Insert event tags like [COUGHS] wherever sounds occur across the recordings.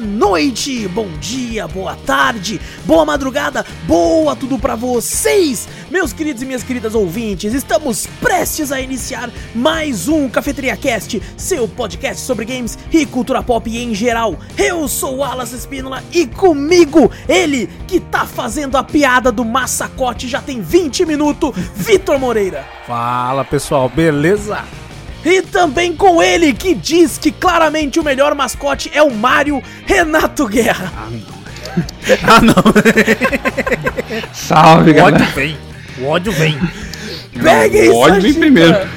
noite, bom dia, boa tarde, boa madrugada, boa tudo pra vocês, meus queridos e minhas queridas ouvintes. Estamos prestes a iniciar mais um Cafeteria Cast, seu podcast sobre games e cultura pop em geral. Eu sou o Alas Espínola e comigo ele que tá fazendo a piada do massacote já tem 20 minutos, Vitor Moreira. Fala pessoal, beleza? E também com ele, que diz que claramente o melhor mascote é o Mario Renato Guerra. Ah não, Salve, o galera. ódio vem, o ódio vem. Peguem o ódio essa vem xícara.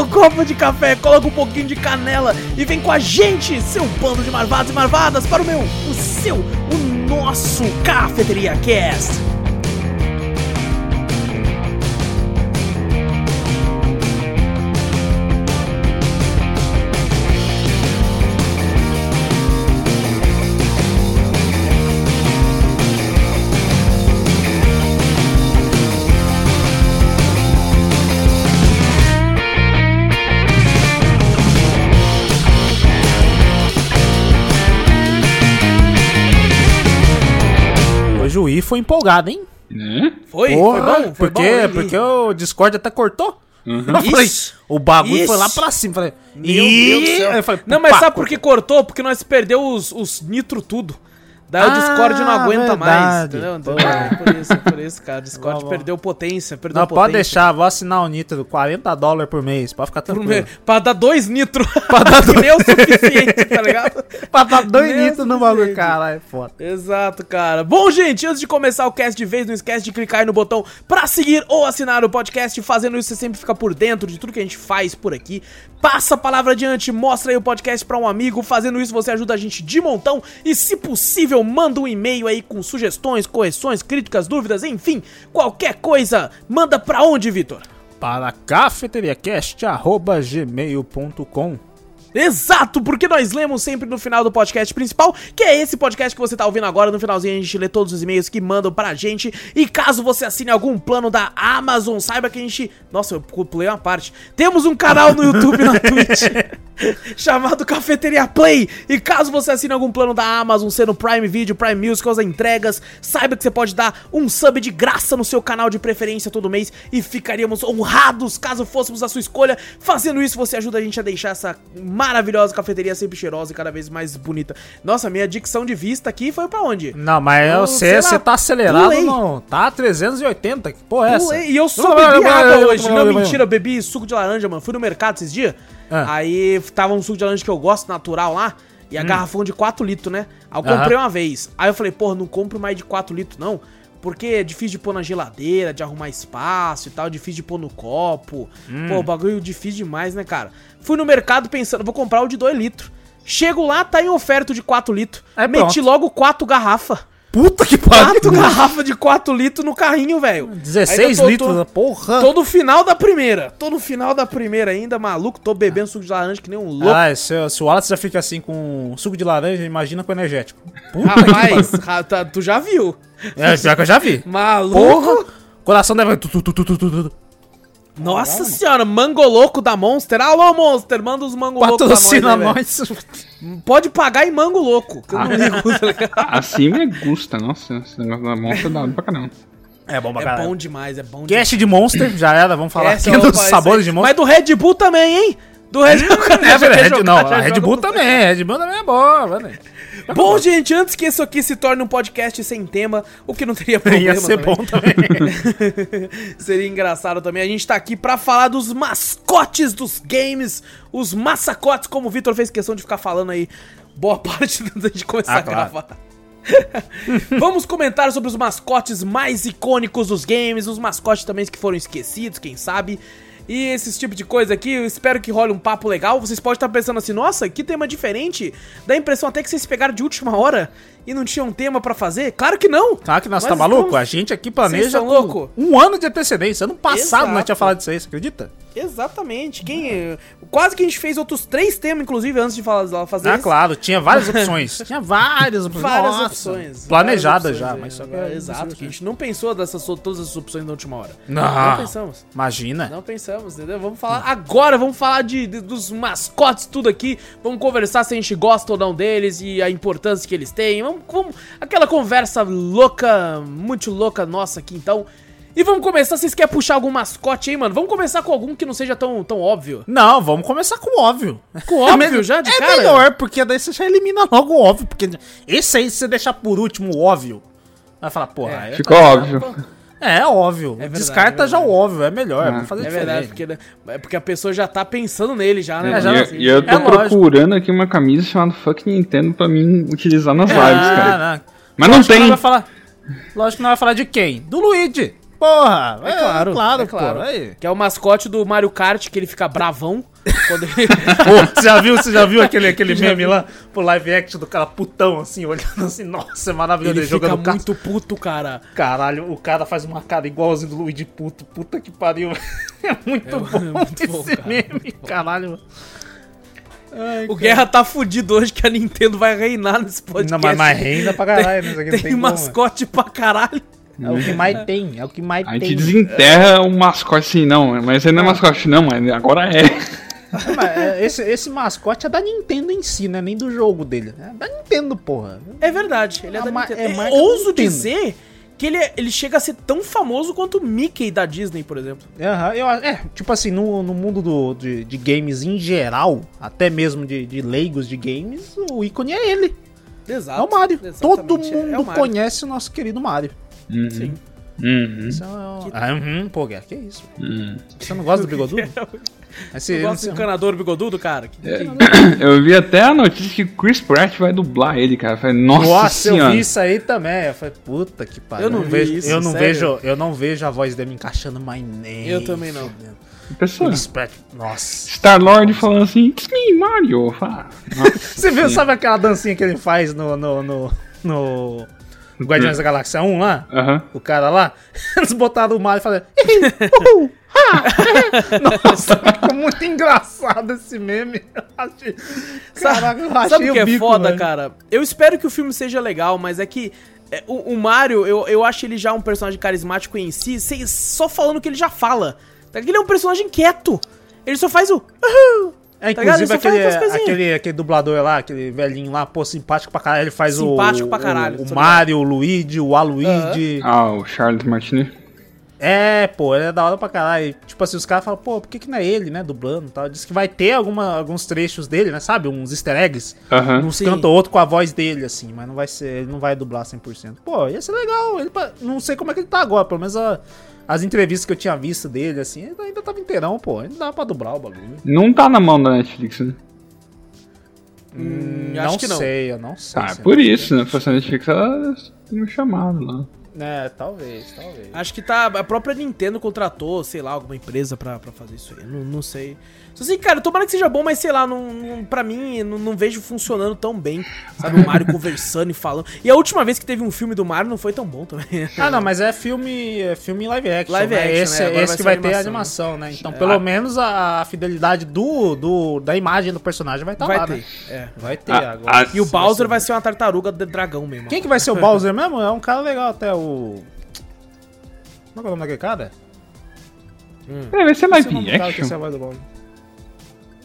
[LAUGHS] o copo de café, coloca um pouquinho de canela e vem com a gente, seu bando de marvados e marvadas, para o meu, o seu, o nosso Cafeteria Cast. Hoje o I foi empolgado, hein? Né? Foi? Porra, foi bom? Foi porque, bom, Uhum. porque o Discord até cortou. Eu Isso. falei, o bagulho Isso. foi lá pra cima. Falei, Meu Deus do céu. Aí eu falei, não, mas pá, sabe por que cortou? Porque nós perdeu os, os nitro tudo. Daí o Ah, Discord não aguenta mais, verdade. entendeu? Pô. É por isso, é por isso, cara. O Discord Bom, bom. perdeu potência, perdeu Não, potência. pode deixar, vou assinar o Nitro, 40 dólares por mês, pode ficar Por tranquilo. me- Pra dar dois nitro. Pra dar [LAUGHS] dois... nem é o suficiente, tá ligado? Pra dar dois Meu Nitro no Deus, bagulho, gente. caralho, é foda. Exato, cara. Bom, gente, antes de começar o cast de vez, não esquece de clicar aí no botão pra seguir ou assinar o podcast. Fazendo isso, você sempre fica por dentro de tudo que a gente faz por aqui. Passa a palavra adiante, mostra aí o podcast pra um amigo. Fazendo isso, você ajuda a gente de montão. E, se possível, manda um e-mail aí com sugestões, correções, críticas, dúvidas, enfim, qualquer coisa. Manda pra onde, Vitor? Para cafeteriacast.gmail.com Exato, porque nós lemos sempre no final do podcast principal, que é esse podcast que você tá ouvindo agora. No finalzinho a gente lê todos os e-mails que mandam pra gente. E caso você assine algum plano da Amazon, saiba que a gente. Nossa, eu pulei uma parte. Temos um canal no YouTube e na [LAUGHS] Twitch chamado Cafeteria Play. E caso você assine algum plano da Amazon, sendo Prime Video, Prime Music, as entregas, saiba que você pode dar um sub de graça no seu canal de preferência todo mês e ficaríamos honrados caso fôssemos a sua escolha. Fazendo isso, você ajuda a gente a deixar essa maravilhosa cafeteria sempre cheirosa e cada vez mais bonita. Nossa, minha dicção de vista aqui foi pra onde? Não, mas Eu, eu, sei você, lá, você tá acelerado, pulei. não. Tá 380, que porra é essa? Ué, E eu só bebi água hoje. Não, mentira, eu bebi suco de laranja, mano. Fui no mercado esses dias. Ah. Hum. Aí tava um suco de laranja que eu gosto, natural lá. E a garrafão de 4 litros, né? Aí eu Aham. comprei uma vez. Aí eu falei, porra, não compro mais de 4 litros, não. Porque é difícil de pôr na geladeira, de arrumar espaço e tal, difícil de pôr no copo. Hum. Pô, bagulho difícil demais, né, cara? Fui no mercado pensando, vou comprar o de 2 litros. Chego lá, tá em oferta o de 4 litros. É, Meti pronto. logo 4 garrafas. Puta que pariu. 4 garrafas de 4 litros no carrinho, velho. Ainda 16 tô- litros, né? tô- porra. Tô no final da primeira. Tô no final da primeira ainda, maluco. Tô bebendo suco de laranja que nem um louco. Ah, se, se o Wallace já fica assim com suco de laranja, imagina com energético. Puta Rapaz, ra- tá- tu já viu. que é, pior que eu já vi. Maluco. Porra! Coração deve. Tu, tu, tu, tu, tu, tu, tu. Nossa senhora, mango louco da Monster. Alô, Monster, manda os mango louco da Patrocina né, nós. Ah. velho? Pode pagar em mango louco. Que eu não ligo, tá ligado? Assim me gusta, nossa, esse negócio da monta dá pra caramba. É bom pra É caralho. bom demais, é bom demais. Cast de Monster, já era, vamos falar Essa aqui é dos o- esse sabores aí. de Monster. Mas do Red Bull também, hein? Do Red Bull. o cara É, já quer Red, jogar, [LAUGHS] não, já a Red joga Bull no- também, a Red Bull também é [LAUGHS] boa, velho. Bom, gente, antes que isso aqui se torne um podcast sem tema, o que não teria problema [LAUGHS] Ia ser também. bom também. [LAUGHS] Seria engraçado também. A gente tá aqui pra falar dos mascotes dos games, os massacotes, como o Vitor fez questão de ficar falando aí boa [LAUGHS] parte antes de começar Ah, a claro. gravar. [LAUGHS] Vamos comentar sobre os mascotes mais icônicos dos games, os mascotes também que foram esquecidos, quem sabe. E esse tipo de coisa aqui, eu espero que role um papo legal. Vocês podem estar pensando assim, nossa, que tema diferente. Dá a impressão até que vocês pegaram de última hora e não tinham tema pra fazer. Claro que não! Tá que nós Mas tá maluco? estamos- A gente aqui planeja são com louco? um ano de antecedência. Ano passado nós Exato. tinha falado disso aí, você acredita? Exatamente. Quem, quase que a gente fez outros três temas, inclusive, antes de falar, fazer Ah, esse. claro, [LAUGHS] tinha várias opções. tinha várias opções. Várias Nossa, opções. Planejada várias opções já, aí, mas só que. é né? Exato, que a gente não pensou dessas todas as opções na última hora. Não. pensamos. Imagina. Não pensamos, entendeu? Vamos falar agora, vamos falar de, de- dos mascotes, tudo aqui. Vamos conversar se a gente gosta ou não deles e a importância que eles têm. Vamos, vamos- aquela conversa louca, muito louca nossa aqui, então. E vamos começar, vocês querem puxar algum mascote aí, mano? Vamos começar com algum que não seja tão, tão óbvio. Não, vamos começar com o óbvio. [LAUGHS] Com óbvio me- já, de é cara? melhor, porque daí você já elimina logo o óbvio. Porque esse aí, se você deixar por último o óbvio, vai falar, porra, é, Ficou óbvio. é, óbvio. verdade, Descarta é já o óbvio, é melhor. Ah, vamos fazer É diferente. verdade, porque, né, é porque a pessoa já tá pensando nele já, né? É, já mano? não- e, eu- e eu tô é lógico. procurando aqui uma camisa chamada Fuck Nintendo pra mim utilizar nas lives, cara. Ah, não. Mas não Lógico que tem. vai falar, lógico que não vai falar de quem? Do Luigi. Porra, é, claro, claro, é claro. pô, aí. Que é o mascote do Mario Kart, que ele fica [LAUGHS] bravão. quando ele- Pô, [LAUGHS] você já viu, você já viu aquele, aquele meme lá pro live action do cara putão assim, olhando assim, nossa, é maravilhoso, [LAUGHS] ele ele fica jogando carro. muito puto, cara. Caralho, o cara faz uma cara igualzinho do Luigi puto, puta que pariu. [LAUGHS] É muito bom muito esse bom, cara, meme, caralho. mano. O Guerra tá fudido hoje que a Nintendo vai reinar nesse podcast. Não, mas, mas renda pra caralho, né? Isso aqui não Tem, tem como, mascote pra caralho. mano. É o que mais tem, é o que mais Aí te tem. Ah. desenterra um mascote assim, não, mas ele não é mascote, não, mas agora é. Mas, é, esse, esse mascote é da Nintendo em si, né? Nem do jogo dele. É da Nintendo, porra. É verdade, ele é, É da ma- Nintendo. é Eu marca ouso Nintendo. dizer que ele, é- ele chega a ser tão famoso quanto o Mickey da Disney, por exemplo. Aham, eu, a- é, tipo assim, no, no mundo do, de, de games em geral, até mesmo de, de leigos de games, o ícone é ele. Exato. é o Mario. exatamente, Todo é- mundo é o Mario. conhece o nosso querido Mario. Uhum. Sim. Uhum. Isso é um... ah, uhum, pô, Guerra, que isso? Uhum. Você não [LAUGHS] gosta do bigodudo? Esse, Você gosta do encanador bigodudo, cara? Que- É. Eu vi até a notícia que Chris Pratt vai dublar ele, cara. Eu falei, nossa, Nossa, eu senhora. vi isso aí também. Eu falei, puta que pariu. Eu não vi vejo, isso, eu não sério. vejo, eu não vejo a voz dele encaixando mais nem. Eu também não. Pessoa, Chris Pratt, Nossa. Star-Lord falando assim, it's me, Mario. Eu falei, ah, nossa [LAUGHS] Você viu, senhora. sabe aquela dancinha que ele faz no no no, no Guardiões da Galáxia 1 lá? Aham. O cara lá, [LAUGHS] eles botaram o Mario e falaram. "Ih, uhul, ha, [LAUGHS] eh". Nossa, ficou muito engraçado esse meme. Eu achei- Caraca, eu achei Sabe o que é bico, foda, mano. cara? Eu espero que o filme seja legal, mas é que é, o, o Mario, eu, eu acho ele já um personagem carismático em si, sem- só falando o que ele já fala. Tá? Ele é um personagem quieto. Ele só faz o. "Uhul", É, tá ligado? inclusive, Ele só faz aquele, aquelas coisinhas. aquele, aquele dublador lá, aquele velhinho lá, pô, simpático pra caralho, ele faz o- Simpático o. pra caralho, O, tudo Mario, o Luigi, o Aluigi. Ah, o Charles Martinet. É, pô, ele é da hora pra caralho. E, Tipo assim, os caras falam, pô, por que, que não é ele, né, dublando e tal? Diz que vai ter alguma, alguns trechos dele, né, sabe? Uns easter eggs. Aham. Uns Sim. canta ou outro com a voz dele, assim, mas não vai ser, ele não vai dublar 100%. Pô, ia ser legal. Ele, pa- não sei como é que ele tá agora, pelo menos a- as entrevistas que eu tinha visto dele, assim, ele ainda tava inteirão, pô. Ainda dá pra dublar o bagulho. Não tá na mão da Netflix, né? Hum, não, sei, eu não sei. Ah, é se- por isso, né? Se fosse a Netflix, ela tem um chamado lá. É, talvez, talvez. Acho que tá. A própria Nintendo contratou, sei lá, alguma empresa pra, pra fazer isso aí. Não, não sei. Só assim, cara, tomara que seja bom, mas sei lá, não, não, pra mim, não, não vejo funcionando tão bem. Sabe, o Mario [LAUGHS] conversando e falando. E a última vez que teve um filme do Mario não foi tão bom também. Ah, não, mas é filme, é filme live action. Live né? action, esse né? Agora esse vai ser que vai ter a animação, É. animação, né? Então, pelo menos a, a fidelidade do, do, da imagem do personagem vai estar Vai lá, ter. né? É. Vai ter Ah, agora. ah, E o Bowser vai ser uma tartaruga de dragão mesmo. Quem que vai ser o Bowser [LAUGHS] mesmo? É um cara legal até, o... Como é que é o nome daquele cara? É, vai ser Hum. Não sei o live nome do cara que esse é action? a voz do Bowser.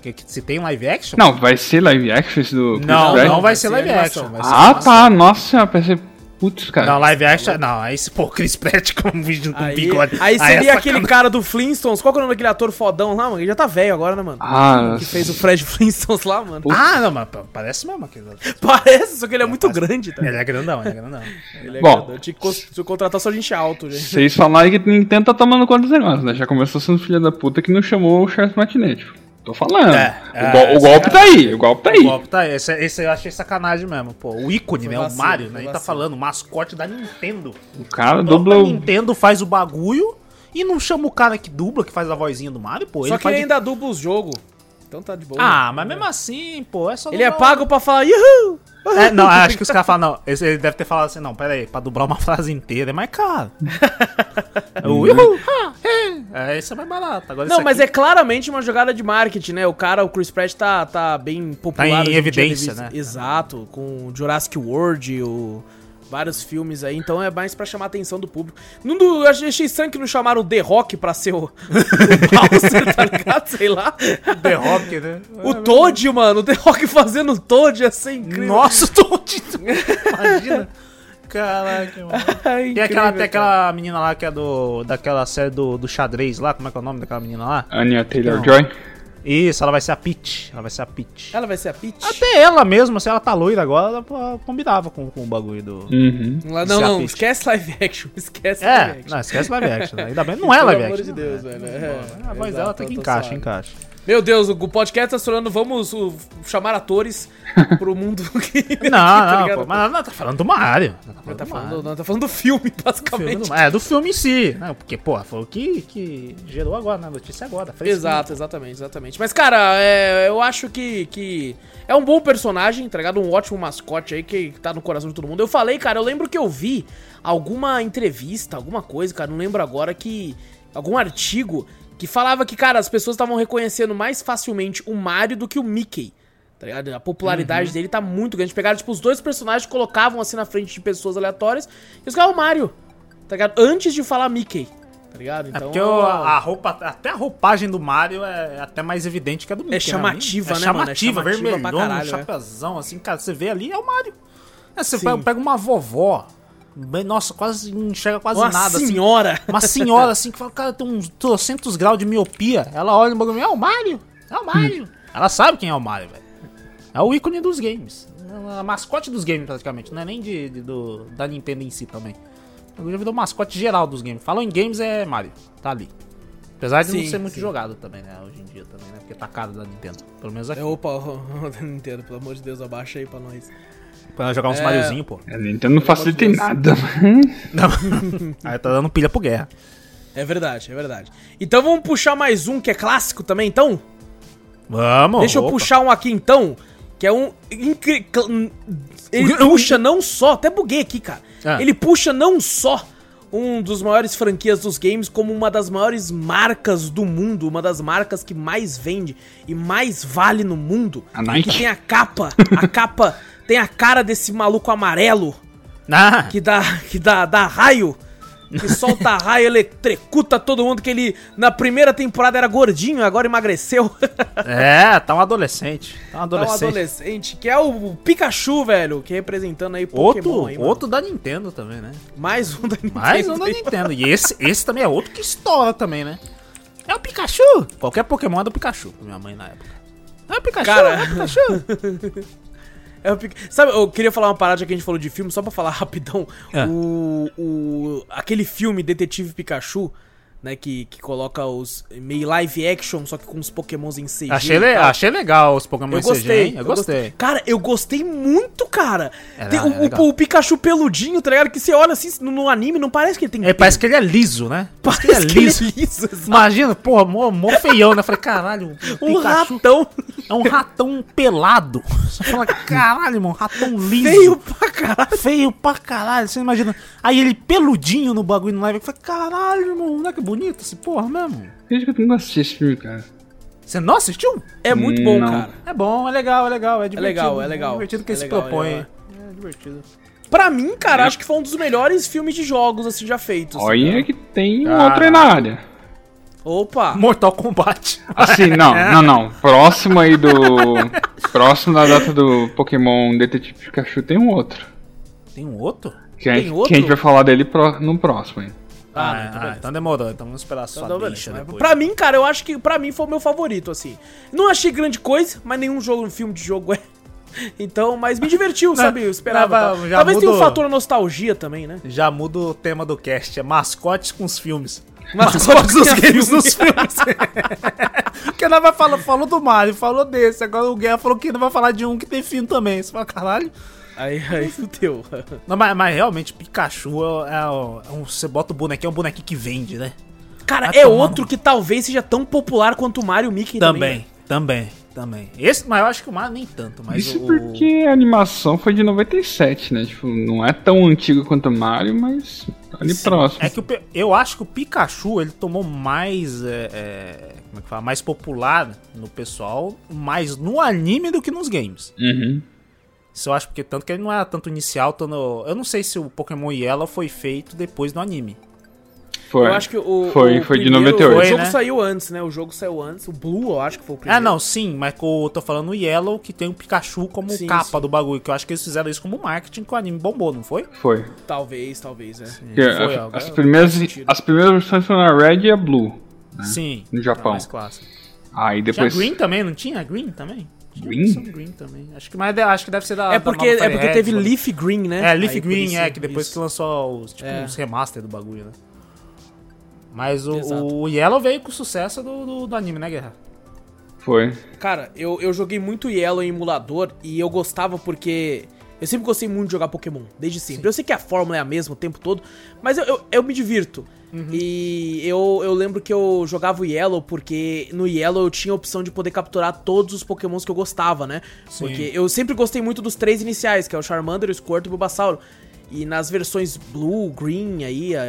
Que- que- se tem live action? Não, vai ser live action esse do Chris não, Pratt? não vai ser Vai ser live animação. action. vai ser Ah, animação. tá. Nossa, pensei... Putz, cara. Não, live action, não, aí se pô, Chris Pratt com um vídeo com Aí, bigode. aí seria é aquele cara do Flintstones. Qual que é o nome daquele ator fodão lá, mano? Ele já tá velho agora, né, mano? Ah, Que fez o Fred [LAUGHS] Flintstones lá, mano. Ah, não, mas pa- parece mesmo aquele. Parece, só que ele é muito parece- grande, tá? Ele é grandão, ele é grandão. Ele é Bom. grandão. Tinha que con- tinha que contratar só gente né? alto, gente. Vocês falaram que a Nintendo tá tomando conta dos negócios, né? Já começou sendo filha da puta que não chamou o Charles Martinet. tipo. Tô falando. É, o, é, go- o esse golpe cara- tá aí, o golpe tá aí. O golpe tá aí. Esse, esse eu achei sacanagem mesmo, pô. O ícone, Foi né? vacilo, o Mario, foi né? Ele tá vacilo. falando, o mascote da Nintendo. Então, O cara A dubla é própria o... Nintendo faz o bagulho e não chama o cara que dubla, que faz a vozinha do Mario, Só pô. ele que ele faz de- ainda dubla os jogos. Então tá de boa. Ah, né? mas mesmo assim, pô, é só Ele é dublar pago pra falar Yuhu! uma- É, não, acho que os caras falam, não, esse- ele deve ter [LAUGHS] [LAUGHS] falado assim, não, pera aí, pra dublar uma frase inteira é mais caro. o Ihu, ha, he, É, é, isso é mais barato. Agora Não, esse mas aqui é claramente uma jogada de marketing, né? O cara, o Chris Pratt tá, tá bem popular. em hoje dia, evidência, ele- né? Exato, com Jurassic World, o... vários filmes aí, então é mais pra chamar a atenção do público. Não, do- eu achei estranho que não chamaram o The Rock pra ser o, [LAUGHS] o Bowser, tá ligado? Sei lá. The Rock, né? é- [LAUGHS] O Toad, mano, o The Rock fazendo o Toad ia ser incrível. Nossa, o Toad! Imagina. Caraca, mano. [LAUGHS] É Tem incrível, aquela, tem cara. aquela menina lá que é do, daquela série do, do xadrez lá, como é que é o nome daquela menina lá? Anya Taylor-Joy. Isso, ela vai ser a Peach. Ela vai ser a Peach. Ela vai ser a Peach? Até ela mesma, se ela tá loira agora, ela pô, combinava com, com o bagulho do. Uhum. Não, Isso não, é a não, Peach. esquece live action, [LAUGHS] esquece live É, action. não, esquece live action. né? Ainda bem, [LAUGHS] não é live Pelo amor action. de Deus, velho. É, A voz exato, dela tá até que eu tô encaixa, suave. [LAUGHS] encaixa. Meu Deus, o podcast tá estourando, vamos o, chamar [LAUGHS] atores pro mundo [LAUGHS] gamer. Não, tá não, ligado? pô, mas ela tá falando do Mario. Ela Tá Tá falando do Mario. falando, não, tá falando do filme, Filme do- basicamente. é, do filme em si. Né? Porque, pô, foi o que, que gerou agora, né? A notícia agora. fresquinha. Exato, exatamente, exatamente. Mas, cara, é, eu acho que, que é um bom personagem, tá ligado? Um ótimo mascote aí que tá no coração de todo mundo. Eu falei, cara, eu lembro que eu vi alguma entrevista, alguma coisa, cara, não lembro agora, que. algum artigo que falava que, cara, as pessoas estavam reconhecendo mais facilmente o Mario do que o Mickey. Tá ligado? A Uhum. popularidade dele tá muito grande. Pegaram, tipo, os dois personagens, colocavam assim na frente de pessoas aleatórias e os caras, "Ah, o Mario, tá ligado? Antes de falar Mickey, tá ligado? É porque o- a a roupa, até a roupagem do Mario é até mais evidente que a do Mickey. chamativa, né, É mano? É chamativa, chamativa pra vermelhona, um caralho, né? chapéuzão, assim, cara, você vê ali, é o Mario. É, você Sim. pega, pega uma vovó, bem- nossa, quase não enxerga quase Uma nada, assim. senhora. [LAUGHS] Uma senhora, assim, que fala, cara, tem uns 200 graus de miopia. Ela olha no bagulho, é o Mario, é o Mario. Ela sabe quem é o Mario, velho. É o ícone dos games. A mascote dos games, praticamente. Não é nem de, de- do, da Nintendo em si também. Eu já vi o mascote geral dos games. Falam em games, é Mario. Tá ali. Apesar de Sim, não ser muito sim. jogado também, né? Hoje em dia também, né? Porque tá caro da Nintendo. Pelo menos aqui. É, Opa, [LAUGHS] ô, Nintendo, pelo amor de Deus, abaixa aí pra nós. Pra jogar uns É. Mariozinho, pô. A Nintendo não facilita em Deus. nada, [LAUGHS] mas... Aí tá dando pilha pro guerra. É verdade, é verdade. Então vamos puxar mais um que é clássico também, então? Vamos! Deixa eu opa. puxar um aqui então, que é um. incri- cl- hum, Ele Eu- puxa não só. Até buguei aqui, cara. Ah. Ele puxa não só um dos maiores franquias dos games, como uma das maiores marcas do mundo, uma das marcas que mais vende e mais vale no mundo. A Nike. Que tem a capa, a [LAUGHS] capa tem a cara desse maluco amarelo. Ah, que dá, que dá, dá raio, que [LAUGHS] solta raio, eletrocuta todo mundo, que ele na primeira temporada era gordinho, agora emagreceu. [LAUGHS] É, tá um adolescente. Tá um Tá um adolescente. adolescente, que é o Pikachu, velho, que representando aí Outro, aí, mano. outro da Nintendo também, né? Mais um da Nintendo. [LAUGHS] Mais um da aí. Nintendo. E esse, esse também é outro que estoura também, né? É o Pikachu! Qualquer Pokémon é do Pikachu, pra minha mãe na época. É o Pikachu, Cara. é o Pikachu. É o Pik- Sabe, eu queria falar uma parada já que a gente falou de filme, só pra falar [LAUGHS] rapidão. É. O, o- aquele filme Detetive Pikachu, né, que, que coloca os meio live action, só que com os pokémons em CG. [LAUGHS] achei, e le- tal. achei legal os Pokémon Eu CG, gostei, hein? Eu gostei. Cara, eu gostei muito, cara. É, Tem é o- legal. o, o Pikachu peludinho, tá ligado? Que você olha assim no, no anime, não parece que ele tem. É, parece que ele é liso, né? Parece ele é liso. ele é liso, [LAUGHS] exato. Imagina, porra, mó, mó feião, né? Falei, [LAUGHS] caralho, o Um Pikachu ratão é um ratão pelado. [LAUGHS] Você fala, caralho, mano, ratão liso. feio pra caralho. Feio pra caralho, você imagina. Aí ele peludinho no bagulho no live. Eu falei, caralho, irmão, não é que bonito esse porra mesmo. Desde que eu tenho que assistir esse filme, cara. Você não assistiu? É muito bom, Não. cara. É bom, é legal, é legal, é divertido. legal, é legal. divertido que É ele legal, se propõe. é legal. É divertido. Pra mim, cara, acho que foi um dos melhores filmes de jogos, assim, já feitos. Olha que tem um Caraca. outro aí na área. Opa! Mortal Kombat. Assim, [LAUGHS] não, É. não, não. Próximo aí do... Próximo da data do Pokémon Detetive Pikachu tem um outro. Tem um outro? Que, a Tem gente- outro? que a gente vai falar dele pro- no próximo, hein. Ah, não, então beleza. então demorou, então vamos esperar só Então, beleza, deixa mas depois. Pra mim, cara, eu acho que pra mim foi o meu favorito, assim. Não achei grande coisa, mas nenhum jogo, um filme de jogo é. [LAUGHS] Então, mas me divertiu, sabe? Eu esperava. não, tal. já Talvez tenha um mudou. fator nostalgia também, [LAUGHS] né? Já muda o tema do cast, é mascotes com os filmes. [LAUGHS] Mascotes Mascotes dos com os games filmes. nos filmes. Porque nós vai falar, falou do Mario, falou desse, agora o Guerra falou que não vai falar de um que tem filme também. Você fala, caralho. [LAUGHS] Aí, aí fudeu. Não, mas, mas realmente, Pikachu é, o- é o- é um. Você bota o bonequinho, é um bonequinho que vende, né? Cara, Vai é tomar no outro que talvez seja tão popular quanto o Mario e o Mickey Também, né? também. Também. Esse, mas eu acho que o Mario nem tanto, mas Isso o. porque a animação foi de 97, né? Tipo, não é tão antigo quanto Mario, mas tá ali Sim, próximo. É que o Pe- eu acho que o Pikachu ele tomou mais. é, é, como é que fala? Mais popular no pessoal, mais no anime do que nos games. Uhum. Isso eu acho porque tanto que ele não era tanto inicial, tanto. Eu não sei se o Pokémon Yellow foi feito depois do anime. Foi. Eu acho que o. Foi- o foi de primeiro- 98. O Foi, jogo né? saiu antes, né? O jogo saiu antes. O Blue, eu acho que foi o Ah, primeiro. não, sim, mas que eu tô falando o Yellow, que tem o Pikachu como Sim, capa sim. do bagulho, que eu acho que eles fizeram isso como marketing que o anime bombou, não foi? Foi. Talvez, talvez, é. Porque Foi, ó, a- as, faz primeiras, sentido. as primeiras versões foram a Red e a Blue. Sim. Tá No Japão. Mais clássico. Aí Tinha depois. Green também, não tinha? Green também? Tinha Green? versão Green também. Acho que, mas de- acho que deve ser da. É da porque, nova é porque Firehead, teve sabe? Leaf Green, né? É, Leaf Aí, por Green, isso- é, que depois isso. que lançou os, tipo, É. os remaster do bagulho, né? Mas o, Exato. o Yellow veio com o sucesso do, do, do anime, né, Guerra? Foi. Cara, eu, eu joguei muito Yellow em emulador e eu gostava porque. Eu sempre gostei muito de jogar Pokémon, desde sempre. Eu sei que a fórmula é a mesma o tempo todo, mas eu, eu, eu me divirto. E eu, eu lembro que eu jogava o Yellow porque no Yellow eu tinha a opção de poder capturar todos os Pokémons que eu gostava, né? Sim. Porque eu sempre gostei muito dos três iniciais, que é o Charmander, o Squirtle e o Bulbasaur. E nas versões Blue, Green, aí, a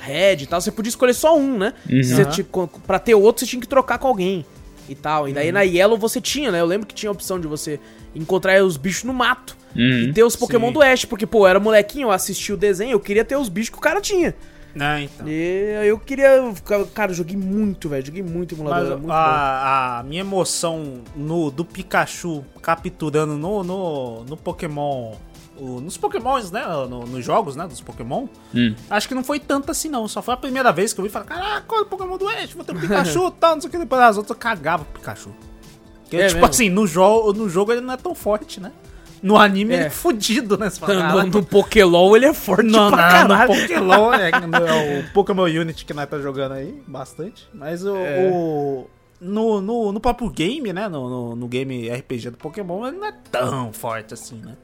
Red e tal, você podia escolher só um, né? Você Aham. ti- co- pra ter outro, você tinha que trocar com alguém e tal. E daí na Yellow você tinha, né? Eu lembro que tinha a opção de você encontrar os bichos no mato Uhum. e ter os Pokémon Sim. do Ash, porque, pô, eu era molequinho, eu assistia o desenho, eu queria ter os bichos que o cara tinha. Né, então. E aí eu queria. Cara, eu joguei muito, velho. Joguei muito emulador, Mas era é muito [LAUGHS] bom. [LAUGHS] a, a minha emoção no, do Pikachu capturando no, no, no Pokémon. o- nos Pokémons, né? no- nos jogos, né? Dos Pokémon. Hum. Acho que não foi tanto assim, não. Só foi a primeira vez que eu vi falar: Caraca, olha o Pokémon do Oeste, vou ter o Pikachu [LAUGHS] e tal, não sei o que. Depois as outras eu cagava pro Pikachu. Porque, É tipo mesmo? assim, no, jo no jogo ele não é tão forte, né? No anime É. ele é fudido, né? Você fala, [LAUGHS] No, "Caraca, no Pokémon ele é forte não, pra não, caralho. no Pokémon, é, no- o Pokémon Unity que nós tá jogando aí, bastante. Mas o. o- no, no, no próprio game, né? No, no, no game RPG do Pokémon, ele não é tão forte assim, né?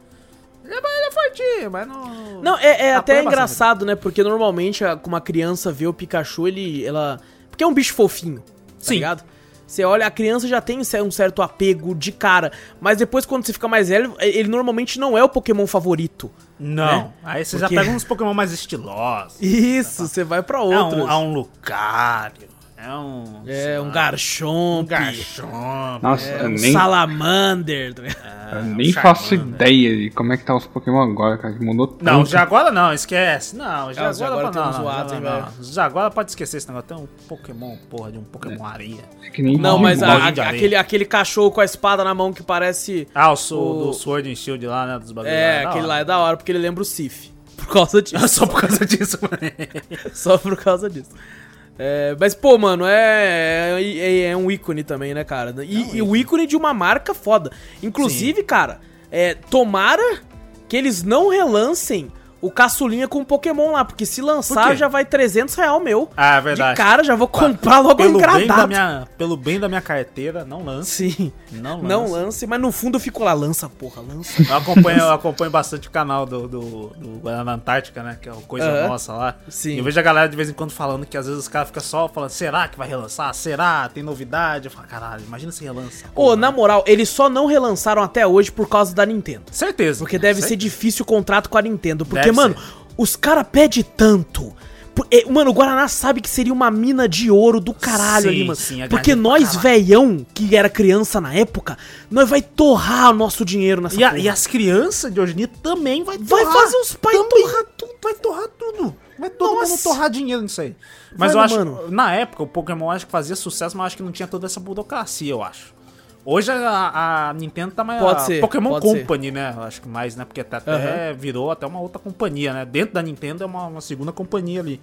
Ele é, ele é fortinho, mas não. Não, é, é Ah, põe até bastante. engraçado, né? Porque normalmente a- uma criança vê o Pikachu, ele. Ela. Porque é um bicho fofinho, tá Sim. ligado? Você olha, a criança já tem um certo apego de cara. Mas depois, quando você fica mais velho, ele normalmente não é o Pokémon favorito. Não. né? Aí você Porque- já pega uns Pokémon mais estilosos. Isso, você vai pra É outro. um, é um Lucario. É um. sei É, um lá, Garchomp. Um Garchomp. Nossa, é, eu um nem, Salamander. tá ligado? eu é um nem faço Charmander. ideia de como é que tá os Pokémon agora, cara. que Mudou tanto. Não, Jaguara não, esquece. Não, Jaguara, os Jaguara pode- não, tem uns não, zoados, não, hein, não. velho? Os Jaguara pode esquecer esse negócio. Tem um Pokémon, porra, de um Pokémon Né? areia. É que nem Não, Digimon. mas a- a- de areia. aquele, aquele cachorro com a espada na mão que parece. Ah, o, so- O- do Sword and Shield lá, né? Dos bagulhos É, da aquele hora. lá é da hora, porque ele lembra o Sif. Por causa disso. [LAUGHS] Só por causa disso, mano. [LAUGHS] Só por causa disso. É, mas, pô, mano, é, é, é um ícone também, né, cara? E, É um e o ícone de uma marca foda. Inclusive, cara, é, tomara que eles não relancem o caçulinha com o Pokémon lá, porque se lançar Por quê? já vai 300 real meu. Ah, é de verdade. cara, já vou comprar logo Pelo bem, da engradado. minha, pelo bem da minha carteira, não lance. Sim, Não lance. não lance, mas no fundo eu fico lá, lança, porra, lança. Eu acompanho, eu acompanho bastante o canal do, do, do Guaraná Antártica, né? Que é o Coisa Aham. Nossa lá. Sim. E eu vejo a galera de vez em quando falando que às vezes os caras ficam só falando, será que vai relançar? Será? Tem novidade? Eu falo, caralho, imagina se relança. Ô, Pô, na moral, eles só não relançaram até hoje por causa da Nintendo. Certeza. Porque deve ser difícil o contrato com a Nintendo. Porque, Deve mano, os caras pedem tanto. Por- é, Mano, o Guaraná sabe que seria uma mina de ouro do caralho Sim, ali, mano. sim, é Porque grande pra nós, caralho. velhão, que era criança na época, nós vai torrar o nosso dinheiro nessa E, a- porra. e as crianças de hoje em dia também vai Vai fazer os pais Também. torrar tudo, vai torrar tudo. Vai todo Nossa. mundo torrar dinheiro nisso aí. Mas Mano, eu acho, mano. na época, o Pokémon acho que fazia sucesso, mas acho que não tinha toda essa burocracia, eu acho. Hoje a, a Nintendo tá mais. Pode a ser, Pokémon pode Company, né? Eu Acho que mais, né? Porque até, até virou até uma outra companhia, né? Dentro da Nintendo é uma, uma segunda companhia ali.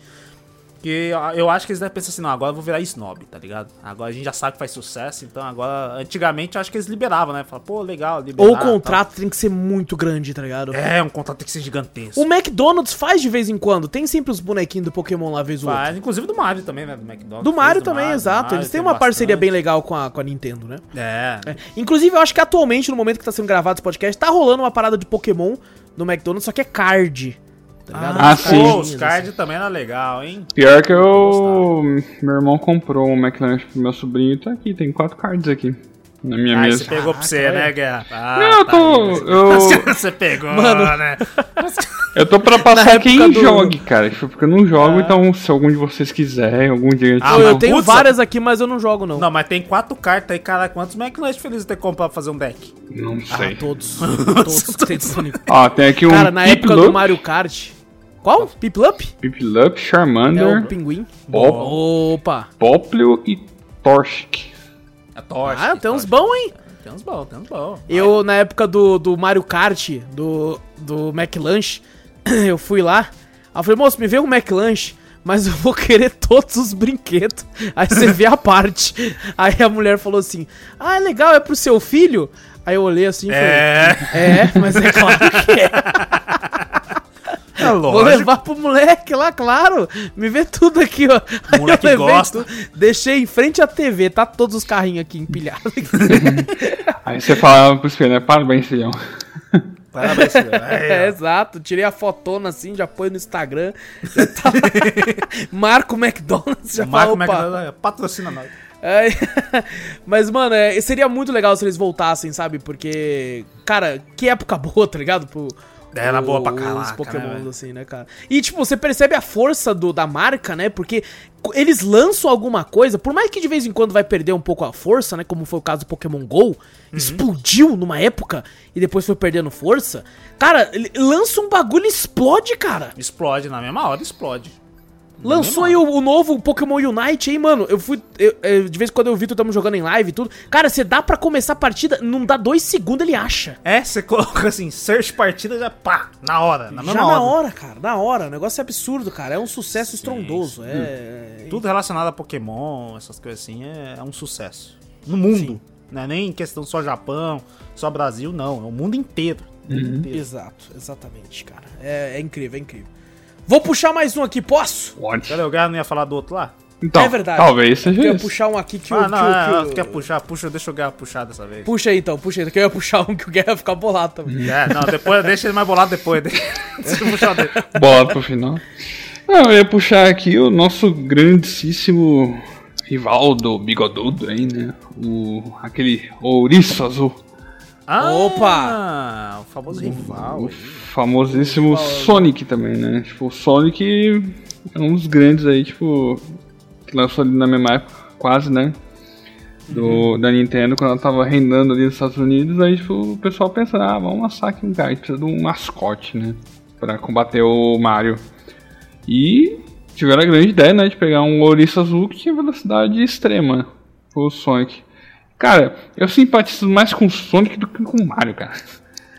Que a- eu acho que eles devem pensar assim, não, agora eu vou virar snob, tá ligado? Agora a gente já sabe que faz sucesso, então agora. Antigamente eu acho que eles liberavam, né? Falaram, pô, legal, liberar. Ou o tal. contrato tem que ser muito grande, tá ligado? tá. É, um contrato tem que ser gigantesco. O McDonald's faz de vez em quando. Tem sempre os bonequinhos do Pokémon lá, vez ou outra. Faz, inclusive do Mario também, né? Do McDonald's. Do Mario Fez também, Mario, do exato. Mario, Eles têm tem uma parceria bem bastante. legal com a, com a Nintendo, né? É. É. Inclusive, eu acho que atualmente, no momento que tá sendo gravado esse podcast, tá rolando uma parada de Pokémon no McDonald's, só que é card. Tá ligado? Ah, Uns sim. Pô, cardinhos, os card também era legal, hein? Pior que tipo, eu. Meu irmão comprou um McLaren pro meu sobrinho e tá aqui, tem quatro cards aqui. na minha Ah, você é- mesa. pegou pra você, Caraca, né, olha. Guerra? Ah, Não, eu tá. tô. Eu, [LAUGHS] Você pegou, Mano. né? eu tô [LAUGHS] pra Na passar quem época do- jogue, cara. Tipo, Porque eu não jogo, então se algum de vocês quiser, algum dia. tipo, Ah, Pô, mas eu tenho putz, várias aqui, mas eu não jogo, não. Não, mas tem quatro cartas aí, cara. Quantos McLanche felizes ter comprado pra fazer um [LAUGHS] deck? Não Ah, sei. [LAUGHS] todos. Um todos que tem disponível. Ó, tem aqui um. Cara, na época do Piplup, Mario Kart. Qual? Piplup? Piplup, É o Charmander, pinguim. Pop- Opa! Poplio e Torchic. A torre. Ah, tem uns bons, hein? Tem uns bons, tem uns bons. Eu, na época do, do Mario Kart, do, do McLanche, [CLEARS THROAT] eu fui lá. Aí eu falei, moço, me vê um McLanche, mas eu vou [LAUGHS] querer todos os brinquedos. Aí você vê a parte. Aí a mulher falou assim: Ah, legal, é pro seu filho? Aí eu olhei assim e falei: É, É, mas é claro que é. [LAUGHS] é Vou lógico. levar pro moleque lá, claro. Me vê tudo aqui, ó. Aí Moleque gosta. tudo, deixei em frente à TV, tá todos os carrinhos aqui empilhados. [LAUGHS] Aí você fala pro espelho, né? Parabéns, filhão. Parabéns, filho. [LAUGHS] É, Aí, ó. exato. Tirei a fotona assim, já põe no Instagram. Já [LAUGHS] tá [LAUGHS] lá. Marco McDonald's, já Marco Marco fala, opa. McLanche patrocina nós. É, [LAUGHS] mas, mano, é, seria muito legal se eles voltassem, sabe? Porque, cara, que época [LAUGHS] boa, tá ligado? Pro, Era É, boa pra Os caraca, né, Pokémon, velho? assim, né, cara? E, tipo, você percebe a força do, da marca, né? Porque co- eles lançam alguma coisa, por mais que de vez em quando vai perder um pouco a força, né? Como foi o caso do Pokémon GO, Uhum. explodiu numa época e depois foi perdendo força. Cara, ele lança um bagulho e explode, cara. Explode na mesma hora, explode. Lançou aí o, o novo Pokémon Unite, hein, mano? Eu fui. eu- eu- de vez em quando eu vi tu tamo jogando em live e tudo. Cara, você dá pra começar a partida, não dá dois segundos, ele acha. É, você coloca assim, search partida já pá, na hora, na mesma Já hora. na hora, cara, na hora. O negócio é absurdo, cara. É um sucesso estrondoso. É. Tudo relacionado a Pokémon, essas coisas assim, é, é um sucesso. No mundo. Não é nem questão só Japão, só Brasil, não. É o mundo inteiro. O mundo Uhum. inteiro. é, Exato, exatamente, cara. É, é incrível, é incrível. Vou puxar mais um aqui, posso? Pode. Cadê o cara não ia falar do outro lá? Então, é verdade. talvez seja Eu ia isso. puxar um aqui que o. ah, não, que o- é, que o- quer puxar, puxa, deixa o Guerra puxar dessa vez. Puxa aí então, puxa aí. Que eu ia puxar um que o Guerra ia ficar bolado também. É, não, depois [LAUGHS] deixa ele mais bolado depois. Deixa eu puxar o dele. Bola pro final. Não, eu ia puxar aqui o nosso grandíssimo rival do Bigodudo aí, né? O, aquele ouriço azul. Opa! Ah, O famoso rival. O famosíssimo Sonic também, né? Tipo, o Sonic é um dos grandes aí, tipo, que lançou ali na mesma época, quase, né? Do, Da Nintendo, quando ela tava reinando ali nos Estados Unidos, aí tipo, o pessoal pensa, ah, vamos lançar aqui um cara, a gente precisa de um mascote, né? Pra combater o Mario. E tiveram a grande ideia, né, de pegar um ouriço azul que tinha velocidade extrema, o Sonic. Cara, eu simpatizo mais com o Sonic do que com o Mario, cara.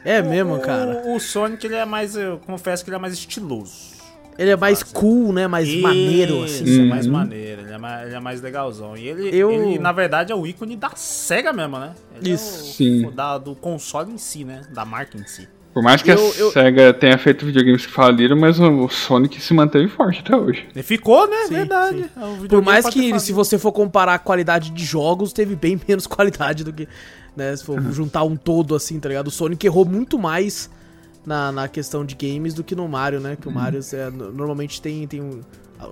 É mesmo, cara. O, o Sonic, ele é mais, eu confesso que ele é mais estiloso. Ele é mais cool, né? Mais maneiro, assim. Isso, Uhum. mais maneiro, ele é mais, ele é mais legalzão. E ele, Eu- ele, na verdade, é o ícone da SEGA mesmo, né? Ele Isso. É Sim. o, da, do console em si, né? Da marca em si. Por mais que Eu- a eu- SEGA tenha feito videogames que faliram, mas o Sonic se manteve forte até hoje. Ele ficou, né? Sim, verdade. sim. É um videogame Por mais pra que, ter ele- falido. se você for comparar a qualidade de jogos, teve bem [LAUGHS] menos qualidade do que. Né, se for juntar um todo assim, tá ligado? O Sonic errou muito mais na, na questão de games do que no Mario, né? Que o Mario é, no- normalmente tem, tem um,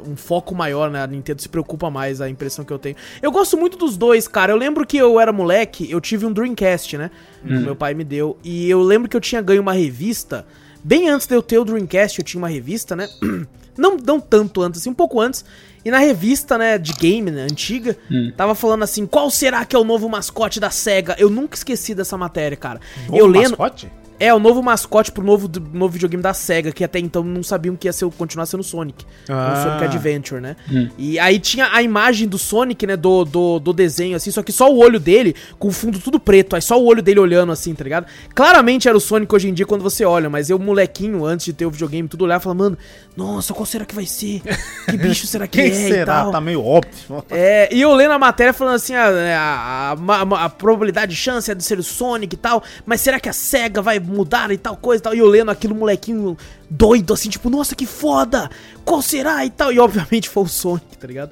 um foco maior, né? A Nintendo se preocupa mais, a impressão que eu tenho. Eu gosto muito dos dois, cara. Eu lembro que eu era moleque, eu tive um Dreamcast, né? Que meu pai me deu. E eu lembro que eu tinha ganho uma revista. Bem antes de eu ter o Dreamcast, eu tinha uma revista, né? [CLEARS THROAT] Não, não tanto antes, assim, um pouco antes. E na revista, né, de game, né, antiga, tava falando assim, qual será que é o novo mascote da SEGA? Eu nunca esqueci dessa matéria, cara. Novo eu lendo... Um mascote? É, o novo mascote pro novo, do- novo videogame da SEGA, que até então não sabiam que ia ser, o- continuar sendo o Sonic. Ah. O Sonic Adventure, né? E aí tinha a imagem do Sonic, né? Do, do, do desenho, assim, só que só o olho dele, com o fundo tudo preto, aí só o olho dele olhando, assim, tá ligado? Claramente era o Sonic hoje em dia quando você olha, mas eu, molequinho, antes de ter o videogame, tudo olhar e falar, mano, nossa, qual será que vai ser? Que bicho será que [LAUGHS] Quem é e será? tal? Tá meio óbvio. É, e eu lendo a matéria falando assim, a, a, a- a probabilidade de chance é de ser o Sonic e tal, mas será que a SEGA vai mudar e tal coisa e tal? E eu lendo aquilo, molequinho doido, assim, tipo, nossa, que foda! Qual será e tal? E obviamente foi o Sonic, tá ligado?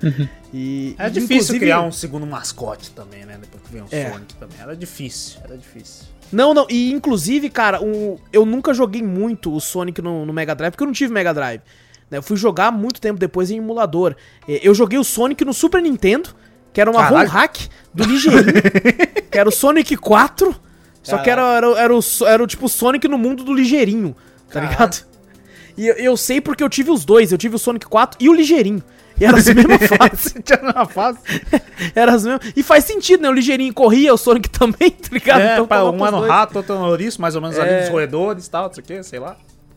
E, É e, difícil inclusive, criar um segundo mascote também, né? Depois que vem o É. Sonic também. Era difícil, [LAUGHS] era difícil. Não, não, e inclusive, cara, um, eu nunca joguei muito o Sonic no, no Mega Drive, porque eu não tive Mega Drive. né? Eu fui jogar muito tempo depois em emulador. É, Eu joguei o Sonic no Super Nintendo, Quero uma ROM Caralho. hack do [LAUGHS] Ligeirinho. quero Sonic 4. Só que era, era, era, o, so- era o tipo Sonic no mundo do Ligeirinho, tá Caralho. ligado? E eu, eu sei porque eu tive os dois. Eu tive o Sonic 4 e o Ligeirinho. E era as [LAUGHS] mesmas fases. Tinha uma fase. Era as mesmas. E faz sentido, né? O Ligeirinho corria, o Sonic também, tá ligado? É, pá, coloca um os ano dois. rato, outro no ouriço, mais ou menos É. ali nos roedores e tal, não sei o que, sei lá.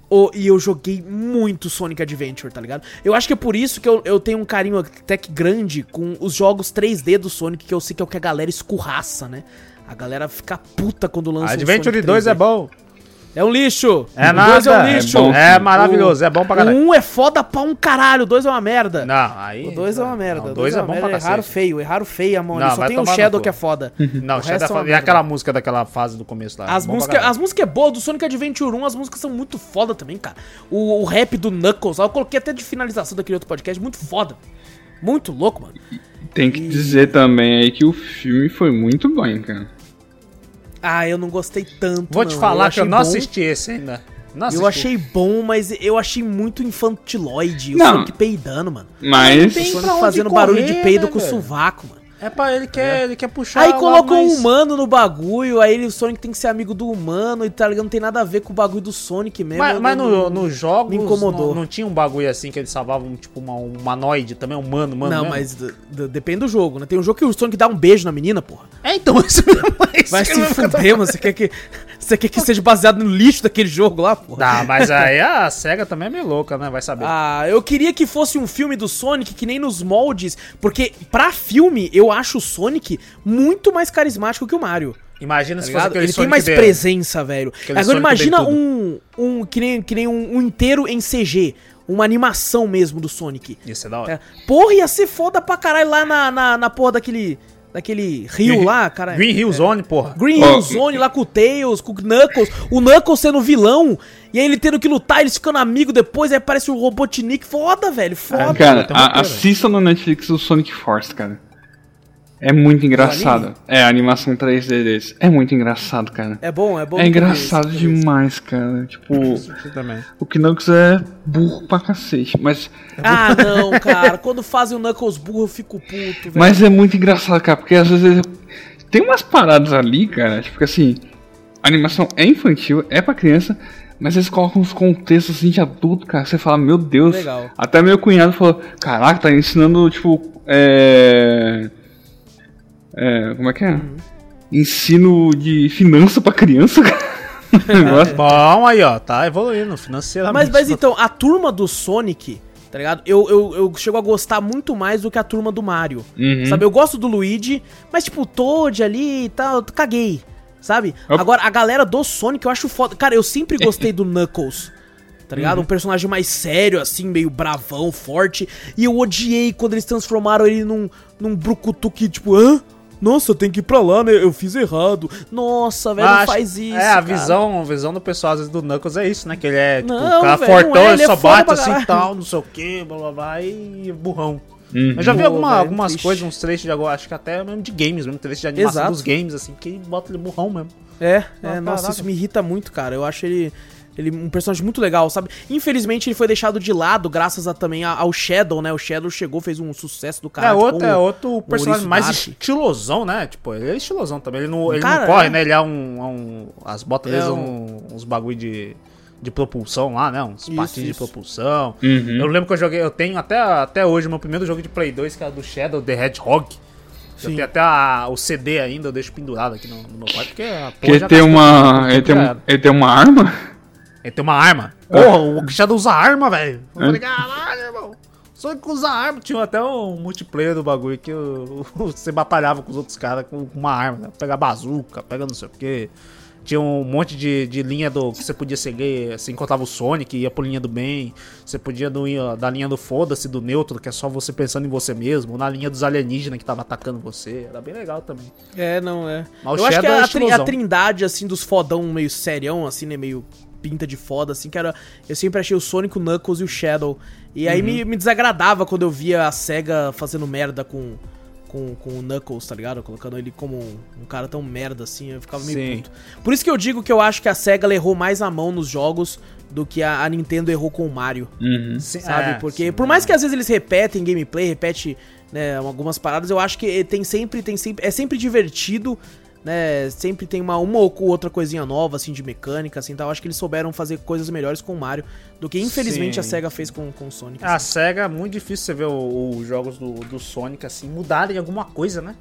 Ô, e eu joguei muito Sonic Adventure, tá ligado? Eu acho que é por isso que eu, eu tenho um carinho até que grande com os jogos 3D do Sonic, que eu sei que é o que a galera escurraça, né? A galera fica puta quando lança um Adventure Sonic 2 é 3D. bom. É um lixo. É O dois nada. é um lixo. bom. É maravilhoso, é bom pra O galera. um é foda pra um caralho, o dois é uma merda. Não, aí. O dois é uma merda. Não, o dois é uma bom pra merda. Erraram cacete. feio, erraram feio, amor. Não, Só vai tem o tomar no Shadow cu. que é foda. Não, resto é Shadow uma é e merda. aquela música daquela fase do começo lá. As Tá, bom pra músicas, caralho. as músicas é boa, do Sonic Adventure 1, as músicas são muito foda também, cara. O, o rap do Knuckles, lá, eu coloquei até de finalização daquele outro podcast, muito foda. Muito louco, mano. Tem que dizer também aí que o filme foi muito bom, cara. Ah, eu não gostei tanto. Vou te não. falar que achei eu não bom, assisti esse ainda. Não Eu achei bom, mas eu achei muito infantiloide. O Não. Sonic peidando, mano. Mas. O Tem Sonic pra onde fazendo correr, barulho de peido né, com o velho? sovaco, mano. É pra ele quer, ele quer puxar. Aí o lado colocou um mais- humano no bagulho, aí ele- o Sonic tem que ser amigo do humano e tá ligado? Não tem nada a ver com o bagulho do Sonic mesmo. Mas, eu mas não- no, nos jogos me incomodou. Não, não tinha um bagulho assim que eles salvavam, tipo, uma, um humanoide também, um humano, humano. Não, mesmo? mas d- d- depende do jogo, né? Tem um jogo que o Sonic dá um beijo na menina, porra. É, então, [LAUGHS] isso mesmo. é isso Vai que se eu- fuder, mano. Você quer que. Você quer que seja baseado no lixo daquele jogo lá, porra? Não, Tá, mas aí a SEGA também é meio louca, né? Vai saber. Ah, eu queria que fosse um filme do Sonic que nem nos moldes, porque pra filme eu acho o Sonic muito mais carismático que o Mario. Tá Imagina se fosse ligado? aquele Ele tem Sonic mais de- presença, velho. Agora Sonic imagina dele um, um que nem, que nem um, um inteiro em CG, uma animação mesmo do Sonic. Isso é da hora. É. Porra, ia ser foda pra caralho lá na, na, na porra daquele, daquele rio lá, cara. Green Hill Zone, porra. Green Ó, Hill Zone lá com o Tails, com o Knuckles, o Knuckles sendo vilão, e aí ele tendo que lutar, eles ficando amigo depois, aí aparece o Robotnik, foda, velho, foda. Cara, tem uma a, pena. assista no Netflix o Sonic Force, cara. É muito engraçado. É, a animação 3D deles. É muito engraçado, cara. É bom, é bom. É engraçado Isso, isso. demais, cara. Tipo, também. o Knuckles é burro pra cacete. Mas, Ah, não, cara, quando fazem o Knuckles burro eu fico puto, velho. mas é muito engraçado, cara. Porque às vezes ele- tem umas paradas ali, cara. Tipo que assim, a animação é infantil, é pra criança. Mas eles colocam uns contextos assim de adulto, cara. Você fala, meu Deus. Legal. Até meu cunhado falou: Caraca, tá ensinando, tipo. É. É. Como é que é? Ensino de finança pra criança, [LAUGHS] cara. Negócio. Bom, aí, ó, tá evoluindo financeiramente. Mas, mas então, a turma do Sonic, tá ligado? Eu, eu, eu chego a gostar muito mais do que a turma do Mario. Uhum. Sabe? Eu gosto do Luigi, mas tipo, o Toad ali e tal, eu caguei. Sabe? Op. Agora, a galera do Sonic eu acho foda. Cara, eu sempre gostei do Knuckles. Tá ligado? Uhum. Um personagem mais sério, assim, meio bravão, forte. E eu odiei quando eles transformaram ele num, num brucutu que, tipo, hã? Nossa, eu tenho que ir pra lá, né? Eu fiz errado. Nossa, velho, não Mas faz isso. É, a cara. visão, a visão do pessoal, às vezes, do Knuckles é isso, né? Que ele é, tipo, Não, o cara velho, não fortão, é, ele, ele é só foda bate pra assim caralho. e tal, não sei o que, blá blá blá, e burrão. Uhum. Eu já vi Pô, alguma- velho, algumas triste. coisas, uns trechos de agora, acho que até mesmo de games, mesmo trecho de animação Exato. dos games, assim, que bota ele burrão mesmo. É, é Ah, nossa, caraca. isso me irrita muito, cara. Eu acho ele, ele um personagem muito legal, sabe? Infelizmente ele foi deixado de lado graças a, também a- ao Shadow, né? O Shadow chegou, fez um sucesso do tipo, um cara. é, outro, é outro personagem Maurício mais Narchi. estilosão, né? Tipo, ele é estilosão também. Ele não, ele Cara, não corre, é. né? Ele é um. é um- as botas É deles são um- uns bagulho de, de propulsão lá, né? Uns Isso, patins de isso. propulsão. Uhum. Eu lembro que eu joguei. Eu tenho até, até hoje meu primeiro jogo de Play 2, que era do Shadow The Hedgehog. Eu Sim. tenho até a- o CD ainda, eu deixo pendurado aqui no, no meu quarto, porque a porra Porque ele já tem gastou uma. tudo, Ele tem, já um- era. ele tem uma arma? Ele tem uma arma. É. Porra, o Shadow usa arma, velho. Eu falei, caralho, irmão. Só que usa arma. Tinha até um multiplayer do bagulho que o- [LAUGHS] você batalhava com os outros caras com com uma arma. Né? Pega bazuca, pega não sei o quê. Tinha um monte de, de linha do que você podia seguir. Você encontrava o Sonic, ia por linha do bem. Você podia do, da linha do foda-se, do neutro, que é só você pensando em você mesmo. Ou na linha dos alienígenas que tava atacando você. Era bem legal também. É, não, é. Mas o eu acho que Shadow a, é a tri- a estilosão. trindade, assim, dos fodão meio serião, assim, né? Meio pinta de foda, assim, que era. Eu sempre achei o Sonic, o Knuckles e o Shadow. E Uhum. aí me, me desagradava quando eu via a SEGA fazendo merda com. Com, com o Knuckles, tá ligado? Colocando ele como um, um cara tão merda assim, eu ficava meio Sim. puto. Por isso que eu digo que eu acho que a SEGA ela errou mais a mão nos jogos do que a, a Nintendo errou com o Mario. Uhum. Sabe? É, Porque sim. por mais que às vezes eles repetem gameplay, repete né, algumas paradas, eu acho que tem sempre, tem sempre, é sempre divertido, né? Sempre tem uma uma ou outra coisinha nova assim de mecânica assim, tal. Eu acho que eles souberam fazer coisas melhores com o Mario do que infelizmente Sim. Ah, a SEGA fez com com o Sonic. assim. A SEGA, muito difícil você ver o- os jogos do, do Sonic assim mudarem alguma coisa, né?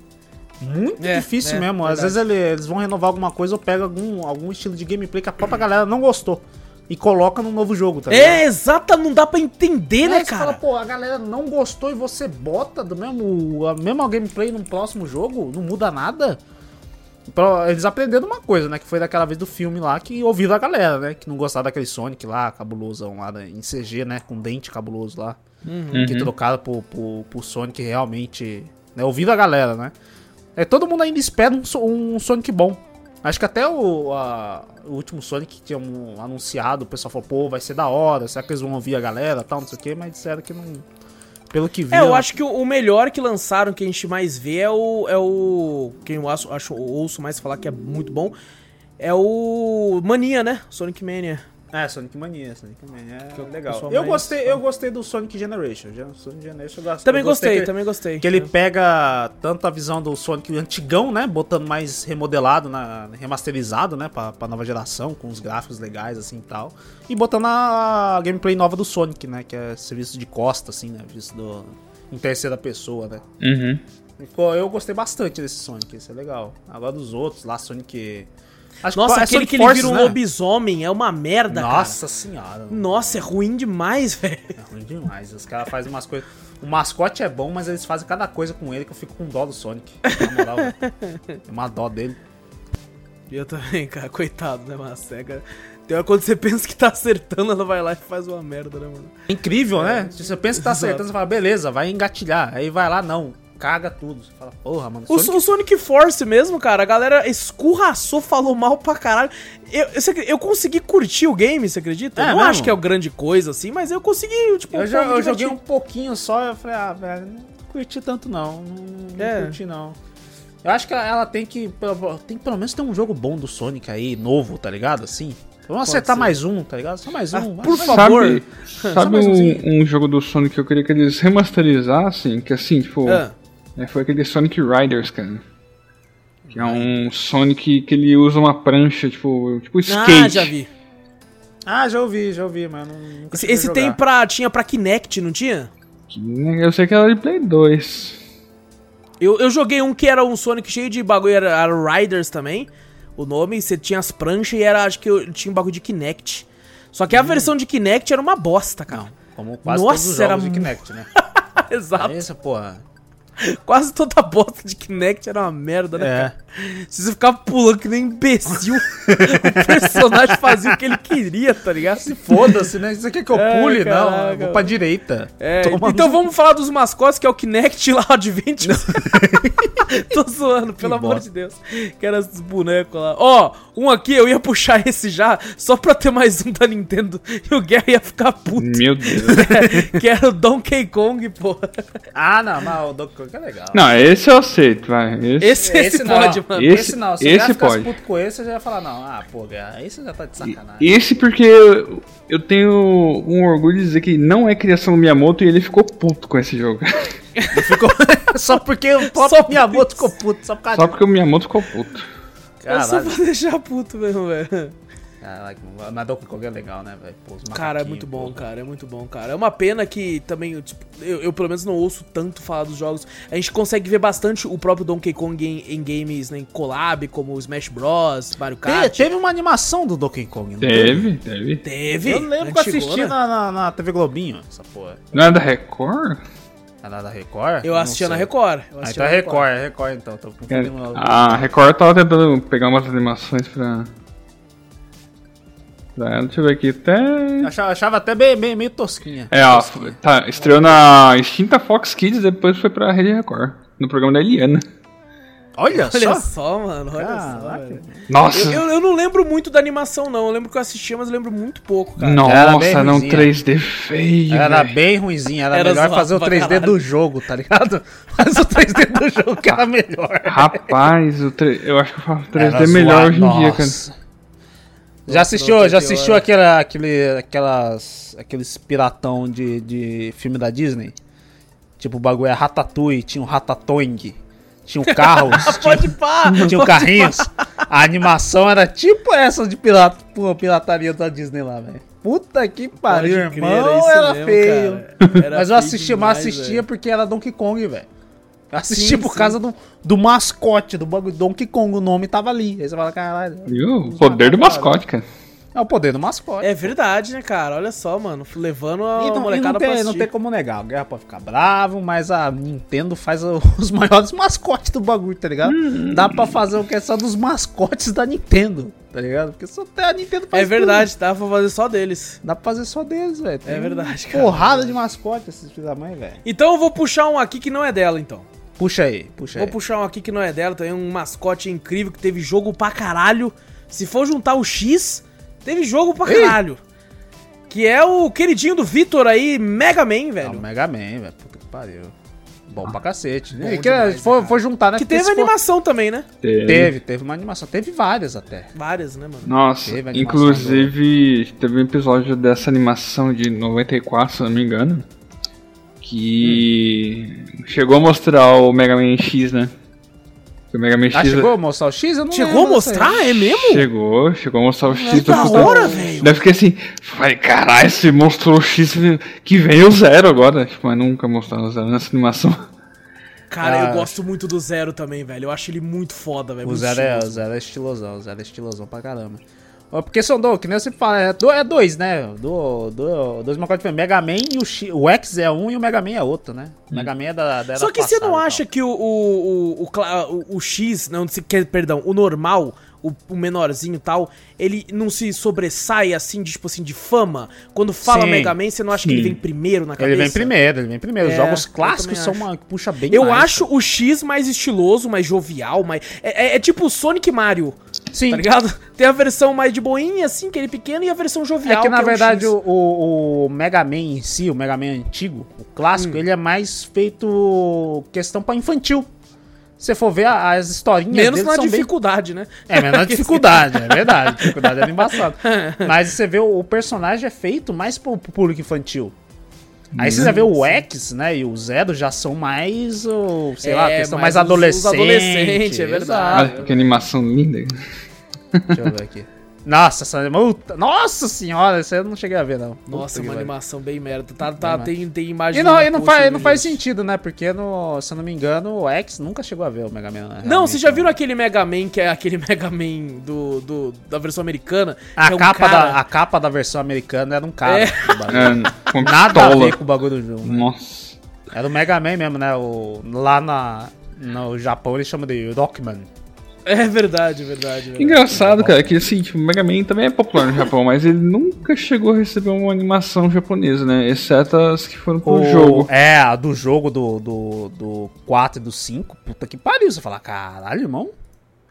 Muito É, difícil é, mesmo. Às verdade. vezes ele- eles vão renovar alguma coisa ou pega algum, algum estilo de gameplay que a própria galera não gostou e coloca num novo jogo, tá ligado? É, exata, não dá pra entender, né, você cara? fala, um pô, a galera não gostou e você bota do mesmo, a mesma gameplay num próximo jogo, não muda nada. Pro- Eles aprenderam uma coisa, né? Que foi daquela vez do filme lá que ouviram a galera, né? Que não gostaram daquele Sonic lá, cabulosão lá né, em CG, né? Com dente cabuloso lá. Que trocaram por, por, por Sonic realmente. Né? Ouviram a galera, né? É, todo mundo ainda espera um, so- um Sonic bom. Acho que até o, a- o último Sonic que tinha um- anunciado, o pessoal falou, pô, vai ser da hora, será que eles vão ouvir a galera tal, não sei o quê, mas disseram que não. Pelo que viu. É, eu acho que o- o melhor que lançaram, que a gente mais vê, é o. É o quem eu acho, acho- ouço mais falar que é muito bom. É o Mania, né? Sonic Mania. É, Sonic Mania, Sonic Mania é o legal. pessoal Eu mais gostei, eu gostei do Sonic Generation. já- Sonic Generation eu gosto- Também eu gostei, que- também gostei. Que ele pega tanto a visão do Sonic antigão, né? Botando mais remodelado, na, remasterizado, né? Pra, pra nova geração, com os gráficos legais, assim e tal. E botando a gameplay nova do Sonic, né? Que é serviço de costa, assim, né? Visto do, em terceira pessoa, né? Uhum. Ficou- Eu gostei bastante desse Sonic, isso é legal. Agora dos outros, lá Sonic. Acho Nossa, é aquele Sonic que ele Forces, vira um né? lobisomem é uma merda, Nossa senhora. cara. Nossa, é ruim demais, [LAUGHS] velho. É ruim demais. Os caras fazem umas coisas. O mascote é bom, mas eles fazem cada coisa com ele que eu fico com dó do Sonic. Na moral, velho. é uma dó dele. Eu também, cara. Coitado, né, mano? A SEGA. Tem hora quando você pensa que tá acertando, ela vai lá e faz uma merda, né, mano? É incrível, né? Se você pensa que tá acertando, você fala, beleza, vai engatilhar. Aí vai lá, não. Caga tudo. Você fala, porra, mano. O, Sonic- o Sonic Force mesmo, cara, a galera escurraçou, falou mal pra caralho. Eu, eu, você- eu consegui curtir o game, você acredita? É eu não mesmo? acho que é o grande coisa, assim, mas eu consegui, tipo, Eu, já- pô, me eu joguei um diverti. pouquinho só, eu falei, ah, velho, não curti tanto não. Não, É. não curti não. Eu acho que ela, ela tem que. pelo- Tem que pelo menos ter um jogo bom do Sonic aí, novo, tá ligado? Assim. Vamos acertar ser. mais um, tá ligado? Só mais um. vai, Ah, por vai. favor. [LAUGHS] Ah, Hum. Sabe, Só sabe mais umzinho. um, um jogo do Sonic que eu queria que eles remasterizassem? Que assim, tipo. Ah, É, foi aquele Sonic Riders, cara. Que é um Sonic que ele usa uma prancha, tipo, tipo skate. ah, já vi. Ah, já ouvi, já ouvi, mas não. nunca Esse, cheguei a esse jogar. tem pra. Tinha pra Kinect, não tinha? Que, né, Eu sei que era de Play 2. Eu, eu joguei um que era um Sonic cheio de bagulho, era, era Riders também. O nome, você tinha as pranchas e era, acho que eu tinha um bagulho de Kinect. Só que a versão de Kinect era uma bosta, cara. Como quase Nossa, todos os era jogos de mu- Kinect, [LAUGHS] né? Exato. Essa, porra. [LAUGHS] Quase toda a bosta de Kinect era uma merda, né, É. cara? Se você ficava pulando que nem imbecil, [LAUGHS] o personagem fazia o que ele queria, tá ligado? Se Foda-se, né? Você quer que eu É, pule? não, caraca, eu vou pra direita. É, Toma então no- vamos falar dos mascotes, que é o Kinect lá, o Adventure. [LAUGHS] Tô zoando, pelo amor bosta. de Deus. Que era esses bonecos lá. Ó, um aqui, eu ia puxar esse já, só pra ter mais um da Nintendo. E o Guerra ia ficar puto. né? Meu Deus. [LAUGHS] que era o Donkey Kong, porra. Ah, não, mas o Donkey Kong é legal. Não, esse eu aceito, vai. Esse, Esse, esse, não. pode, mano. Esse, Esse- não. Se esse eu ficasse pode. puto com esse, eu já ia falar, não. Ah, pô, Guerra, esse já tá de sacanagem. esse porque eu, eu tenho um orgulho de dizer que não é criação do Miyamoto e ele ficou puto com esse jogo. Ficou... [LAUGHS] só porque o Só próprio Miyamoto ficou puto, só por Ah, causa [LAUGHS] Só porque o Miyamoto ficou puto. disso. É só Caralho, pra deixar puto mesmo, velho. Caraca, mas Donkey Kong é legal, né, velho? Pô, os Cara, é macaquinhos, muito bom, pô. cara, é muito bom, cara. É uma pena que também, tipo, eu, eu pelo menos não ouço tanto falar dos jogos. A gente consegue ver bastante o próprio Donkey Kong em, em games, né, em collab, como o Smash Bros, Mario Te- Kart. teve tipo- uma animação do Donkey Kong, não Teve, teve. Teve. né? Eu lembro que eu antigona. assisti na, na, na TV Globinho, essa porra. Não era da Record? Era da Record? Eu Não assistia na sei. Record. Eu Ah, assistia então é na Record, é Record então. Tô Cara, confundindo o- A Record tava tentando pegar umas animações pra. pra deixa eu ver aqui, até. Achava, achava até bem, bem- meio tosquinha. É, ó, tá, estreou na extinta Fox Kids, depois foi pra Rede Record, no programa da Eliana. Olha, Olha só. só, mano, olha só. Caraca. velho. Nossa! Eu, eu, eu não lembro muito da animação, não. Eu lembro que eu assistia, mas eu lembro muito pouco, cara. Era bem Nossa, não ruimzinha. 3D feio. Era velho. bem ruimzinha, era, Era melhor zoado fazer o pra 3D caralho. do jogo, tá ligado? [LAUGHS] Faz o 3D do jogo que era melhor. Rapaz, o tre- eu acho que eu falo 3D Era é melhor zoado, hoje em dia, cara. nossa. Já assistiu, já assistiu aquela, aquele, aquelas, aqueles piratão de, de filme da Disney? Tipo, o bagulho é Ratatouille, tinha o Ratatouille, tinha o [LAUGHS] Carros, tinha, Pode pá! [LAUGHS] tinha o Carrinhos. A animação era tipo essa de pirata, pô, pirataria da Disney lá, velho. Puta que pariu, Pode crer, é irmão, isso era mesmo, feio. cara. Era Mas eu feio assistia, mas demais, assistia velho. porque era Donkey Kong, velho. Eu Assisti Sim, por sim. causa do, do mascote do bagulho Donkey Kong, o nome tava ali. Aí você fala, caralho, Viu? O poder do mascote, cara. é o poder do mascote. É verdade, né, cara? Olha só, mano. Levando E a não, e molecada não, pra tem, não assistir. tem como negar. A guerra pode ficar bravo, mas a Nintendo faz o- [LAUGHS] os maiores mascotes do bagulho, tá ligado? Uhum. Dá pra fazer o que é só dos mascotes da Nintendo, tá ligado? Porque só tem a Nintendo faz É verdade, dá pra fazer só deles. tudo. Dá pra fazer só deles, velho. Tem É verdade, uma cara. Porrada de mascote esses filhos da mãe, velho. Então eu vou puxar um aqui que não é dela, então. Puxa aí, puxa Vou aí. puxar um aqui que não é dela também, um mascote incrível que teve jogo pra caralho. Se for juntar o X, teve jogo pra Ih! caralho. Que é o queridinho do Vitor aí, Mega Man, Ah, o velho. Mega Man, velho. Puta que pariu. Bom pra cacete. Bom E que demais, foi, cara. foi juntar, né? que Porque teve se for- animação também, né? Teve, teve uma animação. Teve várias até. Várias, né, mano? Nossa, Teve animação inclusive teve um episódio dessa animação de 94, se eu não me engano, que Hum. chegou a mostrar o Mega Man X, né? O Mega Man Ah, X chegou a mostrar o X? Eu não é- Chegou a lembro mostrar? dessa É mesmo? chegou, chegou a mostrar o X. Que eu da fui- hora, velho. Daí eu fiquei assim, falei, caralho, se mostrou o X que vem o zero agora. Tipo, mas nunca mostraram o zero nessa animação. Cara, eu Ah. gosto muito do Zero também, velho. Eu acho ele muito foda, velho. O muito Zero, é, o estiloso. Zero é estilosão, o Zero é estilosão pra caramba. Ó, Porque são dois, que nem eu sempre falo, é do- é dois, né? Do, do, dois mascotes diferentes. Mega Man e o, X, o X é um e o Mega Man é outro, né? O Mega Man é da, da era Hum. então. Só que você passada não e tal. acha que o, o, o, o, cla- o- o X, não, se- que- perdão, o normal, o, o menorzinho e tal, ele não se sobressai assim, de, tipo assim, de fama? Quando fala Sim, Mega Man, você não acha que ele vem primeiro na cabeça? Ele vem primeiro, ele vem primeiro. Os É, jogos eu clássicos também são acho. uma que puxa bem Eu mais, acho o X mais estiloso, mais jovial, mais. É, é- é tipo o Sonic Mario, cara. Sim, tá ligado? [LAUGHS] Tem a versão mais de boinha, assim, que ele pequeno, e a versão jovial. É que na o verdade um X. o, o, o Mega Man em si, o Mega Man antigo, o Hum. clássico, ele é mais feito questão pra infantil. Se você for ver a- as historinhas Menos dele na são bem dificuldade, né? é, [LAUGHS] mas na dificuldade, é verdade. A dificuldade era embaçada. Mas você vê o, o personagem é feito mais pro, pro público infantil. Aí você já vê Hum, o X, né, e o Zero já são mais, o, sei lá, É, questão mais mais, os- os adolescente. adolescente, é verdade. Exato. Olha, que animação linda. Deixa eu ver aqui. Nossa, essa... puta- Nossa senhora, isso aí eu não cheguei a ver, não. Puta Nossa, que uma pariu. animação bem merda. Tá, tá, Bem tem, tem imagem. E não, no e não, post aí, faz, não faz gente. sentido, né? Porque, no, se eu não me engano, o X nunca chegou a ver o Mega Man. né? Não, Realmente, vocês já né? viram aquele Mega Man que é aquele [LAUGHS] Mega Man do, do- da versão americana? né? A, Que é um capa cara- [LAUGHS] da, a capa da versão americana era um cara. É. com o bagulho. [LAUGHS] É, com [LAUGHS] Nada a ver pistola. com o bagulho do jogo. Nossa. Era o Mega Man mesmo, né? O, lá na, no Japão eles chamam de Rockman. É verdade, verdade. verdade. Engraçado, cara, que assim, tipo, o Mega Man também é popular no Japão, mas ele nunca chegou a receber uma animação japonesa, né? Exceto as que foram pro jogo. É, a do jogo do, do, do 4 e do 5. Puta que pariu. Você fala, caralho, irmão.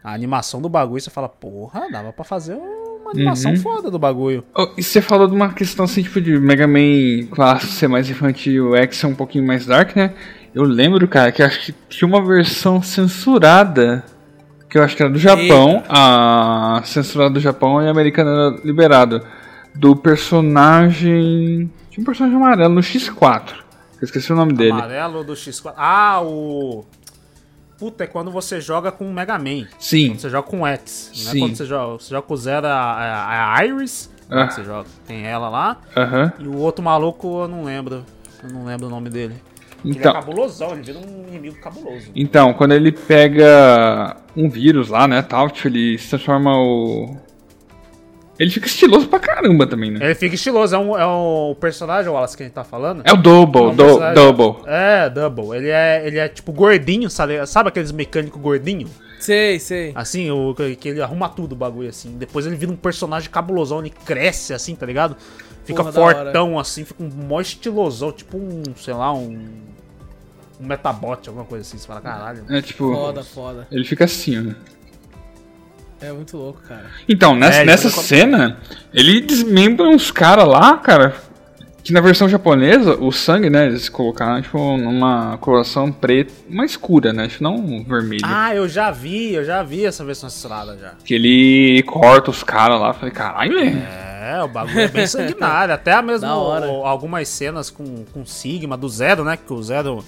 A animação do bagulho, você fala, porra, dava pra fazer uma Uhum. animação foda do bagulho. Oh, e você falou de uma questão assim, tipo, de Mega Man clássico ser mais infantil, o X é um pouquinho mais dark, né? Eu lembro, cara, que acho que tinha uma versão censurada, que eu acho que era do Japão, a censurada do Japão e a americana era liberada, do personagem... Tinha um personagem amarelo no X4, eu esqueci o nome dele. Amarelo do X4. Ah, o. Puta, é quando você joga com o Mega Man. Sim, Quando você joga com o X. Não é Sim. quando você joga. Você joga com o Zero a, a- a Iris. né, Ah. que Você joga, tem ela lá. aham. E o outro maluco eu não lembro. Eu não lembro o nome dele. Ele é Então, cabulosão, ele vira um inimigo cabuloso. Então, quando ele pega um vírus lá, né, tal, tipo, ele se transforma o... Ele fica estiloso pra caramba também, né? Ele fica estiloso, é um, é um personagem, Wallace, que a gente tá falando. É o Double, É um do- personagem. Double. É, Double. Ele é, ele é tipo gordinho, sabe? Sabe aqueles mecânicos gordinho? Sei, sei. Assim, o, que que ele arruma tudo o bagulho, assim. Depois ele vira um personagem cabulosão, ele cresce, assim, tá ligado? Fica Porra, da fortão, assim, fica um mó estilosão, tipo um, sei lá, um. Um metabot, alguma coisa assim. Você fala, caralho. É tipo. Foda, foda. Ele fica assim, né? É muito louco, cara. Então, nessa, É, ele nessa fica- cena, ele desmembra uns caras lá, cara. Que na versão japonesa, o sangue, né, eles colocaram, tipo, numa coloração preta, uma escura, né, tipo, não vermelha. Ah, eu já vi, eu já vi essa versão censurada já. Que ele corta os caras lá, falei, caralho, né?" velho. É, o bagulho é bem sanguinário. Até [LAUGHS] mesmo Da hora. o- algumas cenas com, com Sigma, do Zero, né? Que o Zero,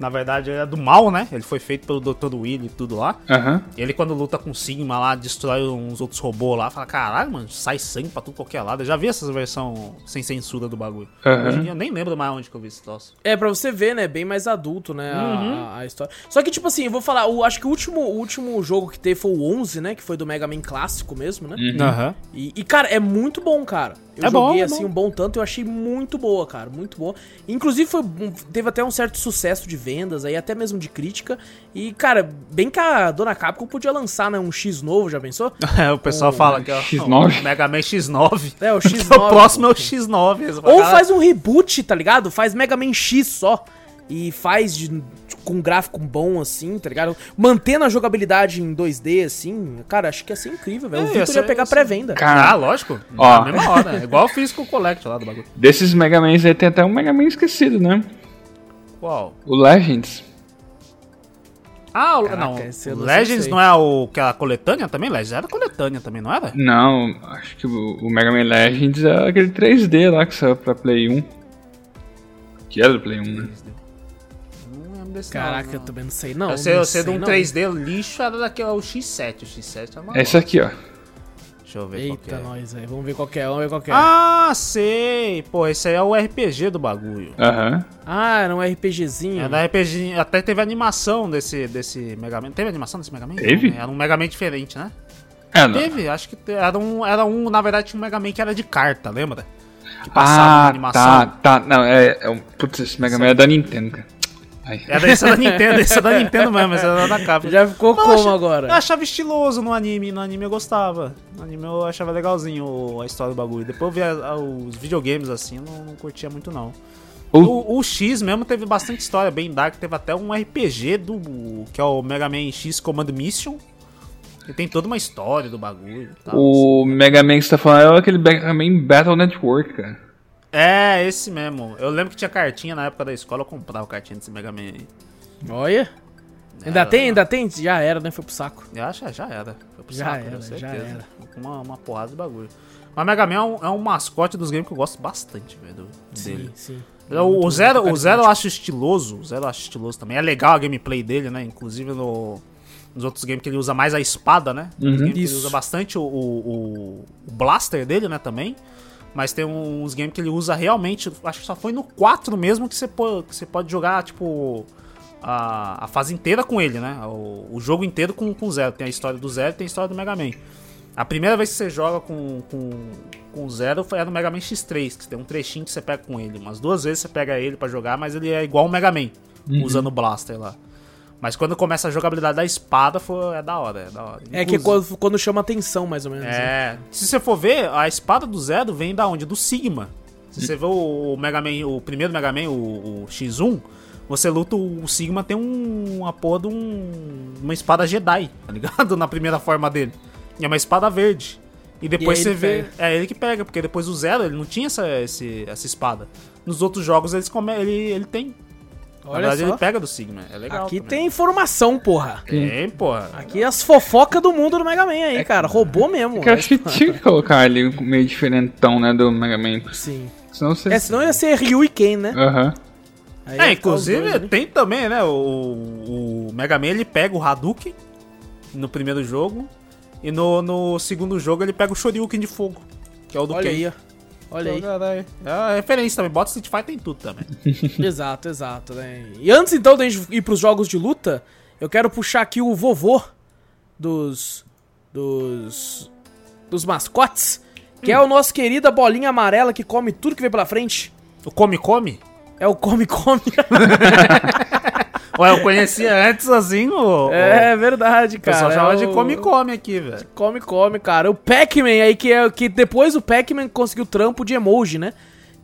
na verdade, é do mal, né? Ele foi feito pelo Dr. Will e tudo lá. Aham. Ele, quando luta com Sigma lá, destrói uns outros robôs lá, fala: caralho, mano, sai sangue pra tudo qualquer lado. Eu já vi essa versão sem censura do bagulho. Aham. Hoje em dia eu nem lembro mais onde que eu vi esse troço. É, pra você ver, né? Bem mais adulto, né? a- Uhum. A, a história. Só que, tipo assim, eu vou falar, o, acho que o último, o último jogo que teve foi o 11, né? Que foi do Mega Man clássico mesmo, né? Aham. E, e, cara, é muito bom, cara. Eu É bom, joguei é assim bom. um bom tanto, eu achei muito boa, cara, muito boa. Inclusive foi um- teve até um certo sucesso de vendas aí, até mesmo de crítica. E cara, bem que a dona Capcom podia lançar, né, um X novo, já pensou? o pessoal fala que [LAUGHS] é o X9. o Mega Man X9. É, [LAUGHS] o X9. o próximo é o X9. eles falam, Ou "Caralho, faz um reboot, tá ligado? Faz Mega Man X só. E faz de- com um gráfico bom, assim, tá ligado? Mantendo a jogabilidade em 2D, assim. Cara, acho que ia ser incrível, velho. É, o ia Victor ser- ia pegar ia ser- pré-venda. Cara, Ah, lógico. Ó. Na mesma hora. É Igual eu fiz com o Collect lá do bagulho. desses Mega Mans aí tem até um Mega Man esquecido, né? Qual? O Legends. Ah, o, Caraca, esse eu não. não Legends sei. não é o que a coletânea também? Legends era coletânea também, não era? Não, acho que o o Mega Man Legends é aquele 3D lá que saiu pra Play 1. Que era do Play 1, né? Não lembro desse Caraca, eu também não sei, não. eu sei, não eu sei de um não. 3D lixo, era daquele o X7. O X7 era uma É esse bosta. aqui, ó. Deixa eu ver qual que Eita, é. nós, velho. Vamos ver qual que é, vamos ver qual que é. Ah, Ah, sei! Pô, esse aí é o RPG do bagulho. Aham. era um RPGzinho. É da RPG, até teve animação desse, desse Mega Man. Teve animação desse Mega Man? Teve? Não, né? Era um Mega Man diferente, né? É, não. Teve, acho que te- era um, era um. Na verdade, tinha um Mega Man que era de carta, lembra? Que Ah, na tá, tá. Não, é, é um. Putz, esse Mega Man é da Nintendo, cara. Ai. Era esse da Nintendo, esse é da Nintendo mesmo, esse era da [LAUGHS] Capcom. Já ficou Mas eu como achava- agora? Eu achava estiloso no anime, no anime eu gostava. No anime eu achava legalzinho o- a história do bagulho. Depois eu vi a- a- os videogames assim, eu não, não curtia muito não. O- O, o X mesmo teve bastante história, bem dark, teve até um RPG do. que é o Mega Man X Command Mission. E tem toda uma história do bagulho e tal. O Mega Man que você tá falando é aquele Mega Man Battle Network, cara. É, esse mesmo. Eu lembro que tinha cartinha na época da escola, eu comprava cartinha desse Mega Man aí. Olha. Ainda Era- tem, ainda tem? Já era, né? Foi pro saco. Eu acho que já era. Foi pro Já saco, era, com certeza. já era. Uma, uma porrada de bagulho. Mas Mega Man é um, é um mascote dos games que eu gosto bastante, velho. do- Dele. É sim. O, o Zero, o Zero eu acho estiloso. O Zero eu acho estiloso também. É legal a gameplay dele, né? Inclusive no, nos outros games que ele usa mais a espada, né? Nos games que ele Isso. usa bastante o, o, o blaster dele, né? Também. Mas tem uns games que ele usa realmente. Acho que só foi no 4 mesmo que você, pô, que você pode jogar, tipo. A, a fase inteira com ele, né? O, o jogo inteiro com com o Zero. Tem a história do Zero tem a história do Mega Man. A primeira vez que você joga com, com, com o Zero foi no Mega Man X3, que tem um trechinho que você pega com ele. Umas duas vezes você pega ele pra jogar, mas ele é igual o Mega Man, Uhum. usando o Blaster lá. Mas quando começa a jogabilidade da espada, foi, é da hora, é da hora. É que Inclusive- quando, quando chama atenção, mais ou menos. né? é. Se você for ver, a espada do Zero vem da onde? Do Sigma. Se você ver o Mega Man, o primeiro Mega Man, o, o X1, você luta, o Sigma tem um, uma porra de um, uma espada Jedi, tá ligado? [LAUGHS] Na primeira forma dele. E é uma espada verde. E depois E aí você ele vê. pega. É ele que pega, porque depois o Zero, ele não tinha essa, esse- essa espada. Nos outros jogos eles come, ele, ele tem. Na Olha verdade, só. ele pega do Sigma. É legal. Aqui também. tem informação, porra. Tem, porra. Aqui é as fofocas do mundo do Mega Man É aí, cara. Roubou mesmo. é tipo, [LAUGHS] Cara, acho que tinha que colocar ele meio diferentão, né, do Mega Man. Sim. Senão você. É, senão ia ser Ryu e Ken, né? Aham. Aí ia É, ficar os inclusive dois, né? tem também, né? O, o Mega Man ele pega o Hadouken no primeiro jogo. E no, no segundo jogo ele pega o Shoryuken de fogo. Que é o do Olha Ken. aí, ó. Olha aí. Caralho. É uma referência também. Bota Street Fighter em tudo também. Exato, exato, né? E antes então de a gente ir pros jogos de luta, eu quero puxar aqui o vovô dos. dos. dos mascotes, que é o nosso querida bolinha amarela que come tudo que vem pela frente. O Come Come? É o Come Come. Ué, eu [LAUGHS] conhecia antes assim o. é verdade, o cara. pessoal chama é de o- Come Come aqui, velho. Come Come, cara. O Pac-Man aí, que, é, que depois o Pac-Man conseguiu trampo de emoji, né?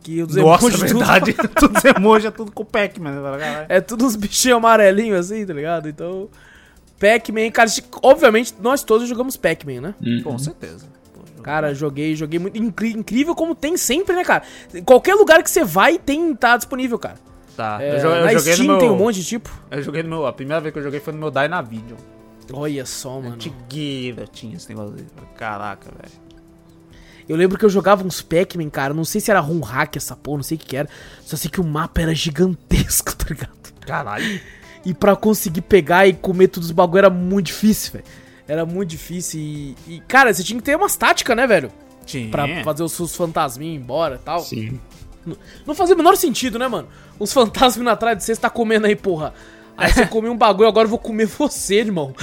Que os Nossa, é emojis tudo- verdade. [LAUGHS] tudo os emoji é tudo com o Pac-Man. né? Caralho. É tudo uns bichinhos amarelinhos assim, tá ligado? Então. Hum. Pac-Man, cara, se- obviamente nós todos jogamos Pac-Man, né? Com certeza. Pô, Cara, joguei, joguei muito. Incri- incrível como tem sempre, né, cara? Qualquer lugar que você vai, tem, tá disponível, cara. Tá, É, eu, jo- eu na joguei Steam no meu... tem um monte de tipo. Eu joguei no meu... A primeira vez que eu joguei foi no meu Dynavision. Olha só, mano. Antigueira tinha esse negócio aí. Caraca, velho. Eu lembro que eu jogava uns Pac-Man, cara. Não sei se era ROM hack essa porra, não sei o que, que era. Só sei que o mapa era gigantesco, [LAUGHS] tá ligado? Caralho. E pra conseguir pegar e comer todos os bagulho era muito difícil, velho. Era muito difícil e, e, Cara, você tinha que ter umas táticas, né, velho? Tinha. Pra fazer os seus fantasminhos embora e tal. Sim. Não fazia o menor sentido, né, mano? Uns fantasmas indo atrás de você, você tá comendo aí, porra. Aí [LAUGHS] você comeu um bagulho, agora eu vou comer você, irmão.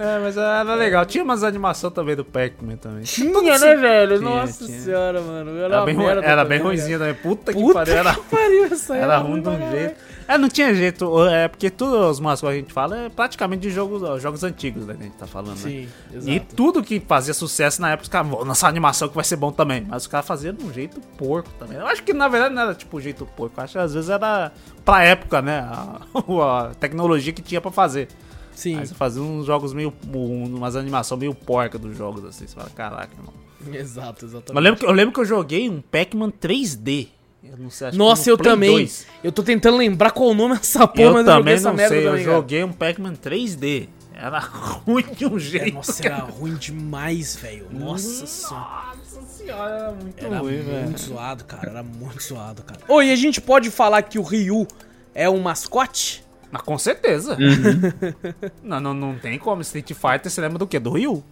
É, mas era legal. Tinha umas animações também do Pac-Man também. Tinha, né, velho? Tinha, Nossa tinha. senhora, mano. Era, Era uma bem, ru- merda era bem também, né, ruimzinha também. Puta, cara. Puta que pariu. Era, que [LAUGHS] pariu né, essa aí. [LAUGHS] era ruim de um pra jeito. É, não tinha jeito. É, porque todos os mascotes que a gente fala é praticamente de jogos, jogos antigos, né, que a gente tá falando, né? Sim, exato. E tudo que fazia sucesso na época, os caras, nossa animação que vai ser bom também. Mas os caras faziam de um jeito porco também. Eu acho que na verdade não era tipo um jeito porco. Eu acho que às vezes era pra época, né? A, [LAUGHS] a tecnologia que tinha pra fazer. Sim, Aí você fazia uns jogos meio. um- umas animações meio porca dos jogos assim. Você fala, caraca, irmão. [LAUGHS] exato, exatamente. Eu lembro, que, eu lembro que eu joguei um Pac-Man 3D. Eu não sei, acho que Nossa, no eu Play também. 2. Eu tô tentando lembrar qual o nome dessa porra, mas Eu também eu joguei essa não merda sei, eu também, cara. joguei um Pac-Man 3D. Era [LAUGHS] ruim de um É, jeito. nossa, era ruim demais, velho. Nossa senhora. Nossa senhora, era muito Era ruim, muito velho. zoado, cara. Era muito zoado, cara. Ô, e a gente pode falar que o Ryu é um mascote? Mas com certeza. Uhum. [LAUGHS] não, não, não tem como. Street Fighter, você lembra do quê? Do Ryu.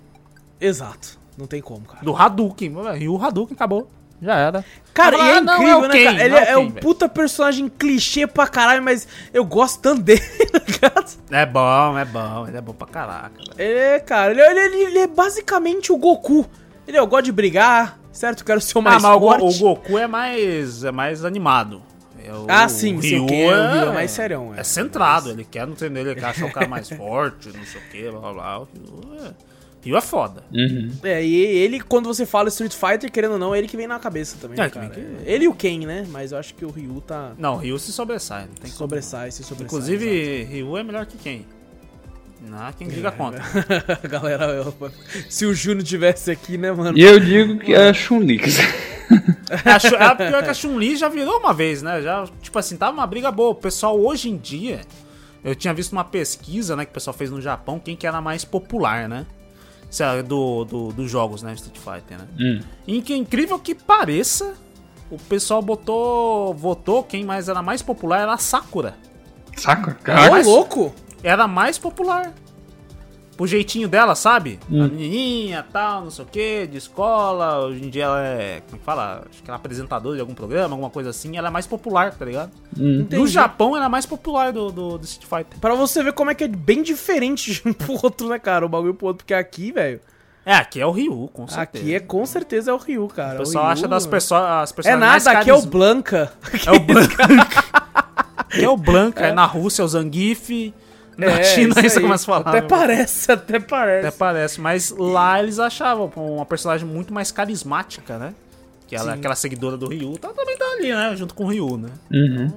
Exato. Não tem como, cara. Do Hadouken. Ryu Hadouken, acabou. Já era. Cara, Fala, e é "Ah, não, incrível, é o né, Ken, cara? Ele não é o é, um Ken, velho." puta personagem clichê pra caralho, mas eu gosto tanto dele, [LAUGHS] tá ligado? É bom, é bom. Ele é bom pra caraca. velho. É, cara, ele, ele- ele- ele é basicamente o Goku. Ele é o gosto de brigar, certo? Quero ser o mais ah, mas o Go- forte. o, Goku é mais, é mais animado. É o- Ah, sim, o sim, o Ryu Ken, o Ryu é mais serião, é. É, centrado, ele quer, não tem ele quer achar o [LAUGHS] cara mais forte, não sei o que, blá blá blá. O Ryu é, Ryu é foda. Uhum. É, e ele, quando você fala Street Fighter, querendo ou não, é ele que vem na cabeça também, É, cara. que vem Ele e o Ken, né? Mas eu acho que o Ryu tá... Não, o Ryu se sobressai, não tem como. Sobressai, se sobressai. Inclusive, exato. É. Ryu é melhor que quem? Não, quem liga contra. [LAUGHS] Galera, eu- se o Juno tivesse aqui, né, mano? E eu digo que é a Chun-Li. É, A, Chu- a pior que a Chun-Li já virou uma vez, né? Já, tipo assim, tava uma briga boa. O pessoal hoje em dia, eu tinha visto uma pesquisa, né, que o pessoal fez no Japão, quem que era mais popular, né? Sei lá, Do, do, dos jogos, né? Street Fighter, né? Hum. E que incrível que pareça, o pessoal botou. votou quem mais era mais popular era a Sakura. Ô, Saca? é Caraca. louco! Era mais popular. Pro jeitinho dela, sabe? A Hum. menininha, tal, não sei o que, de escola. Hoje em dia ela é. Como é que fala? Acho que ela é apresentadora de algum programa, alguma coisa assim. Ela é mais popular, tá ligado? Hum. Entendi. No Japão ela é mais popular do, do, do Street Fighter. Pra você ver como é que é bem diferente de um pro outro, né, cara? O bagulho pro outro, porque aqui, velho... É, aqui é o Ryu, com certeza. Aqui é com certeza é o Ryu, cara. O pessoal Ryu, acha das mano. perso as É personagens. mais nada, aqui é o carisma- Blanca. É o Blanca. [LAUGHS] Aqui é o Blanca, é. na Rússia é o Zangief. Na É, China [LAUGHS] é isso aí. que mais falava. Até parece, até Até parece. parece, mas lá eles achavam uma personagem muito mais carismática, né? Que ela, Sim. aquela seguidora do Ryu tá, também tá ali, né? Junto com o Ryu, né? Uhum.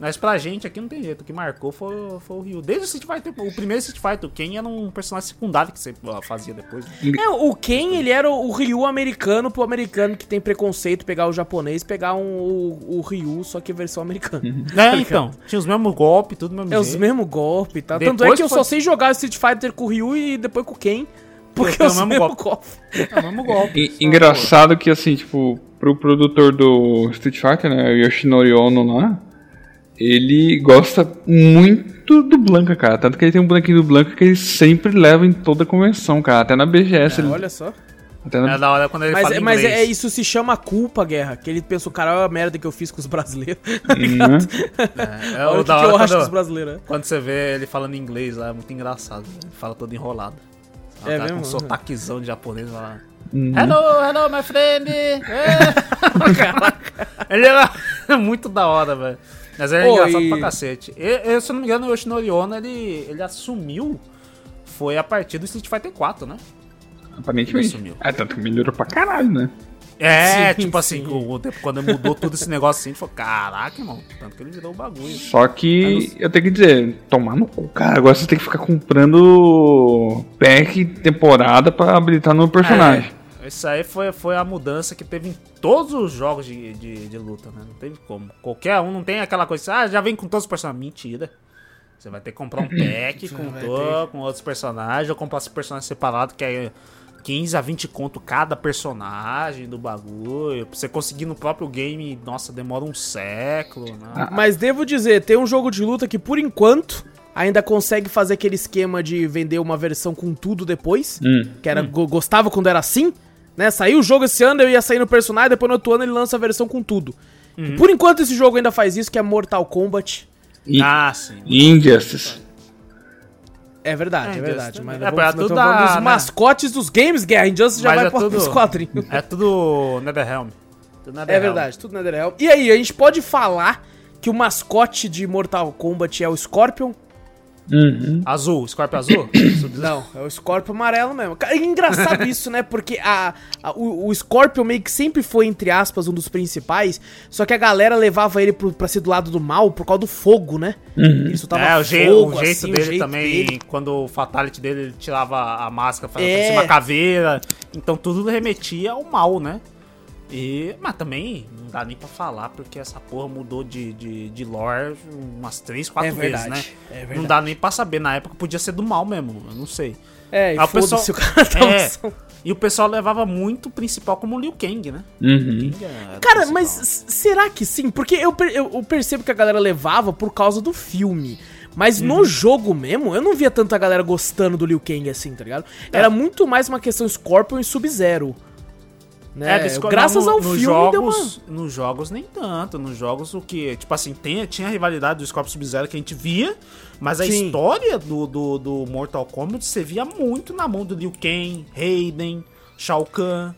Mas pra gente aqui não tem jeito. O que marcou foi, o- foi o Ryu. Desde o Street Fighter, o primeiro Street Fighter, o Ken era um personagem secundário que você ó, fazia depois. né? É, o Ken, ele era o o Ryu americano pro americano que tem preconceito pegar o japonês, pegar um, o, o Ryu, só que versão americana. [LAUGHS] É, então. Tinha os mesmos golpes, tudo do mesmo É os jeito. mesmos golpes e tal. Tanto é Depois que eu foi- só sei jogar Street Fighter com o Ryu e depois com o Ken. Porque é Tem os o mesmo mesmos golpes. É o mesmo golpe. E- Engraçado que, assim, tipo, pro produtor do Street Fighter, né, o Yoshinori Ono lá, ele gosta muito do Blanca, cara. Tanto que ele tem um bonequinho do Blanca que ele sempre leva em toda convenção, cara. Até na BGS. ele- É, Olha só. né? até na- É da hora quando ele Mas, Hum. fala é- em mas é, inglês. isso se chama culpa, guerra. Que ele pensou, cara, olha a merda que eu fiz com os brasileiros. Né? [LAUGHS] É, olha o o que, da que hora eu acho quando- dos brasileiros. né? Quando você vê ele falando em inglês lá, é muito engraçado. né? Ele fala todo enrolado. É É tá mesmo? Com um sotaquezão de japonês lá. Uhum. Hello, hello, my friend! [LAUGHS] É. ele era [LAUGHS] muito da hora, velho. Mas ele é Pô, engraçado e- pra cacete. E, e, se eu não me engano, o Yoshinori Ono, ele, ele assumiu. Foi a partir do Street Fighter 4, né? Aparentemente. Sumiu. É, tanto que melhorou pra caralho, né? É, Sim, tipo assim, sim. o- o tempo- quando mudou todo esse negócio assim, a gente falou, caraca, irmão, tanto que ele virou o bagulho. Só que eu tenho que dizer, tomar no cu, cara. Agora você tem que ficar comprando pack temporada pra habilitar no personagem. É, isso aí foi, foi a mudança que teve em todos os jogos de, de, de luta, né? Não teve como. Qualquer um não tem aquela coisa, ah, já vem com todos os personagens. Mentira. Você vai ter que [CLEARS THROAT] comprar um pack com, Vai to, com outros personagens, ou comprar os personagens separados, que é 15 a 20 conto cada personagem do bagulho. Pra você conseguir no próprio game, nossa, demora um século, né? Ah, Mas devo dizer, tem um jogo de luta que, por enquanto, ainda consegue fazer aquele esquema de vender uma versão com tudo depois. Hum. Que era, go- gostava quando era assim. Né? Saiu o jogo esse ano, eu ia sair no personagem, depois no outro ano ele lança a versão com tudo. Hum. E Por enquanto esse jogo ainda faz isso, que é Mortal Kombat. E- Ah, sim. e Injustice. É verdade, é, É, verdade. Injustice Mas também. não É, vamos- pra não tudo estamos falando dá, dos né? mascotes dos games, Guerra. Injustice já Mas vai é para tudo- os quadrinhos. É tudo Netherrealm. Tudo É Netherrealm. verdade, tudo Netherrealm. E aí, a gente pode falar que o mascote de Mortal Kombat é o Scorpion? Uhum. Azul, Scorpio [COUGHS] azul? Não, é o Scorpion amarelo mesmo. Cara, É [LAUGHS] engraçado isso, né? Porque a, a- o, o Scorpion meio que sempre foi, entre aspas, um dos principais. Só que a galera levava ele pro, pra ser do lado do mal por causa do fogo, né? uhum. Ele soltava é, o, je- o jeito assim, o dele jeito também, dele. quando o fatality dele ele tirava a máscara, fazia É. por cima a caveira. Então tudo remetia ao mal, né? E, mas também não dá nem pra falar, porque essa porra mudou de, de, de lore umas 3, 4 É vezes, verdade, né? é não verdade. dá nem pra saber. Na época podia ser do mal mesmo, eu não sei. É, e Ah, o foda-se, o pessoal- cara tá É. usando. E o pessoal levava muito o principal como o Liu Kang, né? Uhum. Kang era o Cara, principal. mas s- será que sim? Porque eu, per- eu eu percebo que a galera levava por causa do filme. Mas Uhum. no jogo mesmo, eu não via tanta galera gostando do Liu Kang assim, tá ligado? Era muito mais uma questão Scorpion e Sub-Zero. Né? É, eles Graças no- ao nos filme deu uma... jogos, Nos jogos nem tanto. Nos jogos o que... Tipo assim, tem, tinha a rivalidade do Scorpion Sub-Zero que a gente via, mas a Sim. história do, do, do Mortal Kombat você via muito na mão do Liu Kang, Raiden, Shao Kahn.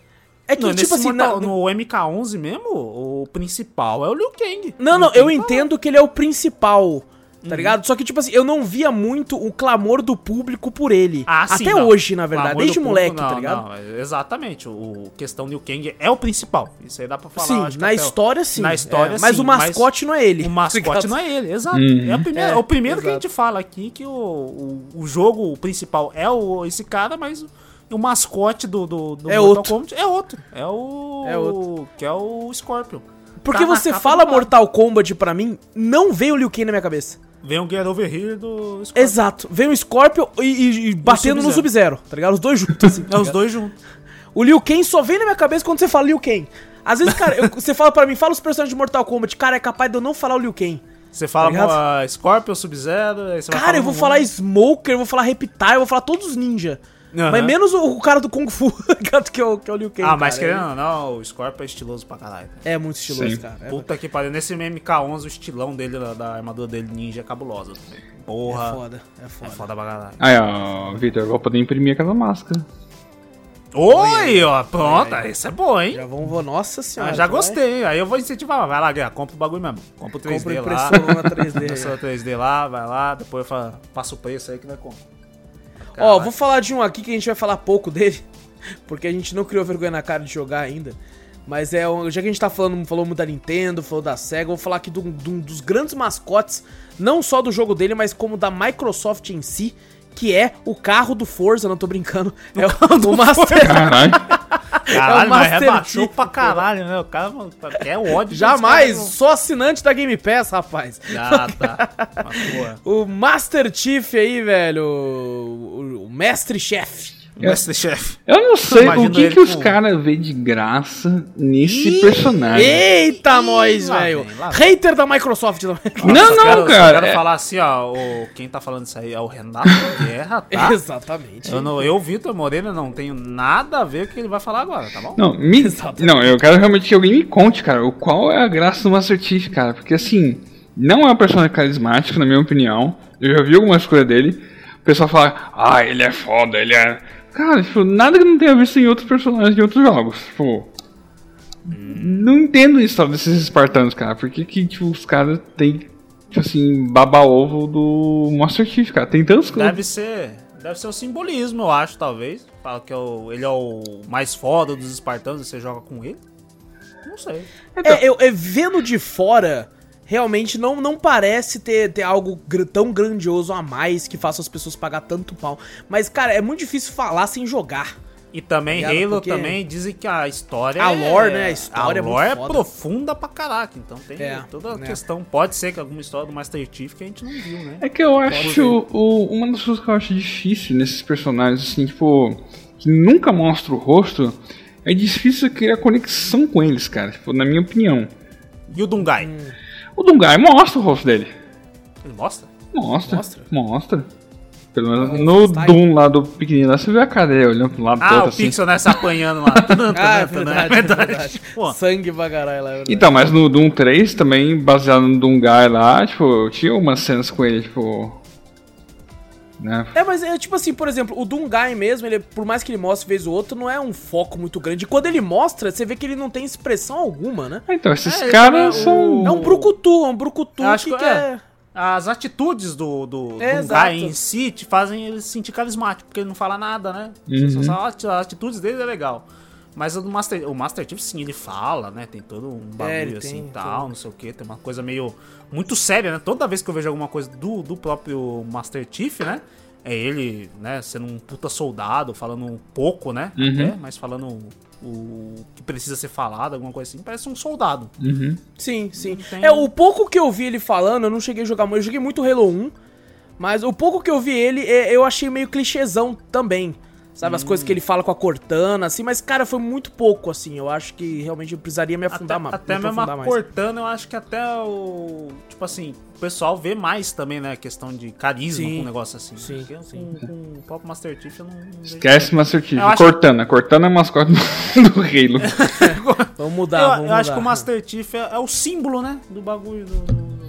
É que, Não, tipo nesse assim, Mortal- na- no MK11 mesmo, o principal é o Liu Kang. Não, não, Liu eu Kang tá lá. entendo que ele é o principal, tá Uhum. ligado? Só que, tipo assim, eu não via muito o clamor do público por ele. Ah, Até sim, não. hoje, na Pelo verdade, amor desde do moleque, público, tá não, ligado? não, é, exatamente. O, o questão Liu Kang é o principal. Isso aí dá pra falar. eu acho sim, que na até o- história sim. Na história é, Mas sim, o mascote não é [LAUGHS] ele. O mascote não é ele, exato. É, o primeiro, É, é o primeiro que a exato. gente fala aqui, que o, o, o jogo principal é o, esse cara, mas o, o mascote do, do, do É Mortal outro. Kombat é outro. É o. É outro. Que é o Scorpion. Porque Tá na você capa fala do lado. Mortal Kombat pra mim, não veio o Liu Kang na minha cabeça. Vem o Get Over Here do Scorpion. Exato. Veio o Scorpion e, e- e batendo no Sub-Zero, tá ligado? Os dois juntos, assim. Um [LAUGHS] É os dois juntos. O Liu Kang só vem na minha cabeça quando você fala Liu Kang. Às vezes, cara, [LAUGHS] eu- você fala pra mim, fala os personagens de Mortal Kombat. Cara, é capaz de eu não falar o Liu Kang. Você fala Tá ligado? ah, Scorpion, Sub-Zero. aí você vai Cara, eu falando vou um falar monte. Smoker, eu vou falar Reptile, eu vou falar todos os ninja. Aham. Mas menos o, o cara do Kung Fu, [LAUGHS] que é o, que é o Liu Kang. Ah, mas cara. querendo ou não, o Scorpion é estiloso pra caralho. É muito estiloso, Sim. cara. É Puta que pariu. Nesse MK11, o estilão dele, da, da armadura dele ninja é cabulosa. Porra. É foda. foda, é foda. pra caralho. Aí, ó, Vitor, eu vou poder imprimir aquela máscara. Oi, ó. Pronto, isso é bom, hein? Já vamos, nossa Ah, senhora. já vai. gostei. Aí eu vou incentivar. Vai lá, Guerra, compra o bagulho mesmo. Compra o 3D Compra lá. impressora 3D. [LAUGHS] Impressora 3D lá, vai lá. Depois eu falo, passa o preço aí que vai comprar. Ó, vou falar de um aqui que a gente vai falar pouco dele, [LAUGHS] porque a gente não criou vergonha na cara de jogar ainda. Mas é, um- já que a gente tá falando, falou muito da Nintendo, falou da SEGA, eu vou falar aqui de um- de um dos grandes mascotes, não só do jogo dele, mas como da Microsoft em si, que é o carro do Forza, não tô brincando, é o, o Master Caralho. é o Caralho, mas Master rebaixou Chief, pra caralho, né? O cara mano, quer ódio. Jamais, desse sou assinante da Game Pass, rapaz. cara, não. Ah, tá. [LAUGHS] Mas, porra. O Master Chief aí, velho, o, o- o mestre-chefe. Masterchef. [LAUGHS] Eu não sei o Imagino que, ele que os com- caras vê de graça nesse personagem. Eita, Ih, nós, lá velho. vem, lá vem. Hater da [LAUGHS] Microsoft Tá? também. Não, não, quero, cara, Eu quero é- falar assim, ó. O, quem tá falando isso aí é o Renato [LAUGHS] Guerra, tá? Exatamente. Eu, não, eu, Vitor Moreira, não tenho nada a ver com o que ele vai falar agora, tá bom? Não, me... Exatamente. não, eu quero realmente que alguém me conte, cara, o qual é a graça do Master Chief, cara. Porque assim, não é um personagem carismático, na minha opinião. Eu já vi algumas coisas dele. O pessoal fala, ah, ele é foda, ele é. Cara, tipo, nada que não tenha visto em outros personagens de outros jogos. Tipo. Não entendo isso sabe, desses espartanos, cara. Por que, que tipo, os caras têm, tipo assim, babar ovo do Master Chief, cara? Tem tantas coisas. Deve ser. Deve ser o um simbolismo, eu acho, talvez. Fala que é o- ele é o mais foda dos espartanos e você joga com ele. Não sei. É, eu, é, vendo de fora, realmente não, não parece ter, ter algo gr- tão grandioso a mais que faça as pessoas pagar tanto pau. Mas, cara, é muito difícil falar sem jogar. E também Tá ligado? Halo Porque- também dizem que a história A lore, é... né? A história é a muito lore é, foda. profunda pra caraca, então tem É, toda a né. questão. Pode ser que alguma história do Master Chief que a gente não viu, né? É que eu acho o- uma das coisas que eu acho difícil nesses personagens, assim, tipo, que nunca mostra o rosto, é difícil criar conexão com eles, cara, tipo, na minha opinião. E o Dungai? Hum. O Dungai mostra o rosto dele. Ele mostra? tá Mostra. Mostra? Mostra. Pelo menos no Doom lá do pequenininho lá, você vê a cara dele olhando pro lado do Ah, outro o assim. Pixel né, se apanhando lá. [LAUGHS] Tanto, [LAUGHS] Ah, é tanto, né? verdade, é verdade. [LAUGHS] Pô, Sangue pra caralho lá, é verdade. Então, mas no Doom 3 também, baseado no Doom Guy lá, tipo, tinha umas cenas com ele, tipo. Né? É, mas é tipo assim, por exemplo, o Dungai mesmo, ele, é, por mais que ele mostre vez ou outra, não é um foco muito grande. E quando ele mostra, você vê que ele não tem expressão alguma, né? Ah, então, esses É, ele caras também- são. o- É um brucutu, é um brucutu Eu acho que é. que- quer... as atitudes do, do, É, do Dungai exato. em si te fazem ele se sentir carismático, porque ele não fala nada, né? Uhum. Só- só As atitudes dele é legal. Mas o do Master, o Master Chief, sim, ele fala, né? Tem todo um É, ele bagulho assim tem, e tal, não sei o que. Tem uma coisa meio. muito séria, né? Toda vez que eu vejo alguma coisa do, do próprio Master Chief, né? É ele, né? Sendo um puta soldado, falando pouco, né? Até, mas falando o- o que precisa ser falado, alguma coisa assim. Parece um soldado. Uhum. Sim, sim. tem- É, o pouco que eu vi ele falando, eu não cheguei a jogar muito. Eu joguei muito Halo 1, mas o pouco que eu vi ele, é, eu achei meio clichêzão também. Sabe, as coisas que ele fala com a Cortana, assim, mas, cara, foi muito pouco, assim. Eu acho que realmente eu precisaria me Até, afundar ma- me até mesmo aprofundar a mais. Cortana, eu acho que até o. Tipo assim, o pessoal vê mais também, né? A questão de carisma Sim. com um negócio assim. né? Sim, Porque eu, sim. Com, com o próprio Master Chief eu não. não vejo Esquece Master Chief. Eu acho- Cortana. Cortana é a mascote do [LAUGHS] do Halo. Vamos Eu, mudar, eu vamos acho que mudar. o Master Chief é, é o símbolo, né? Do bagulho do, do-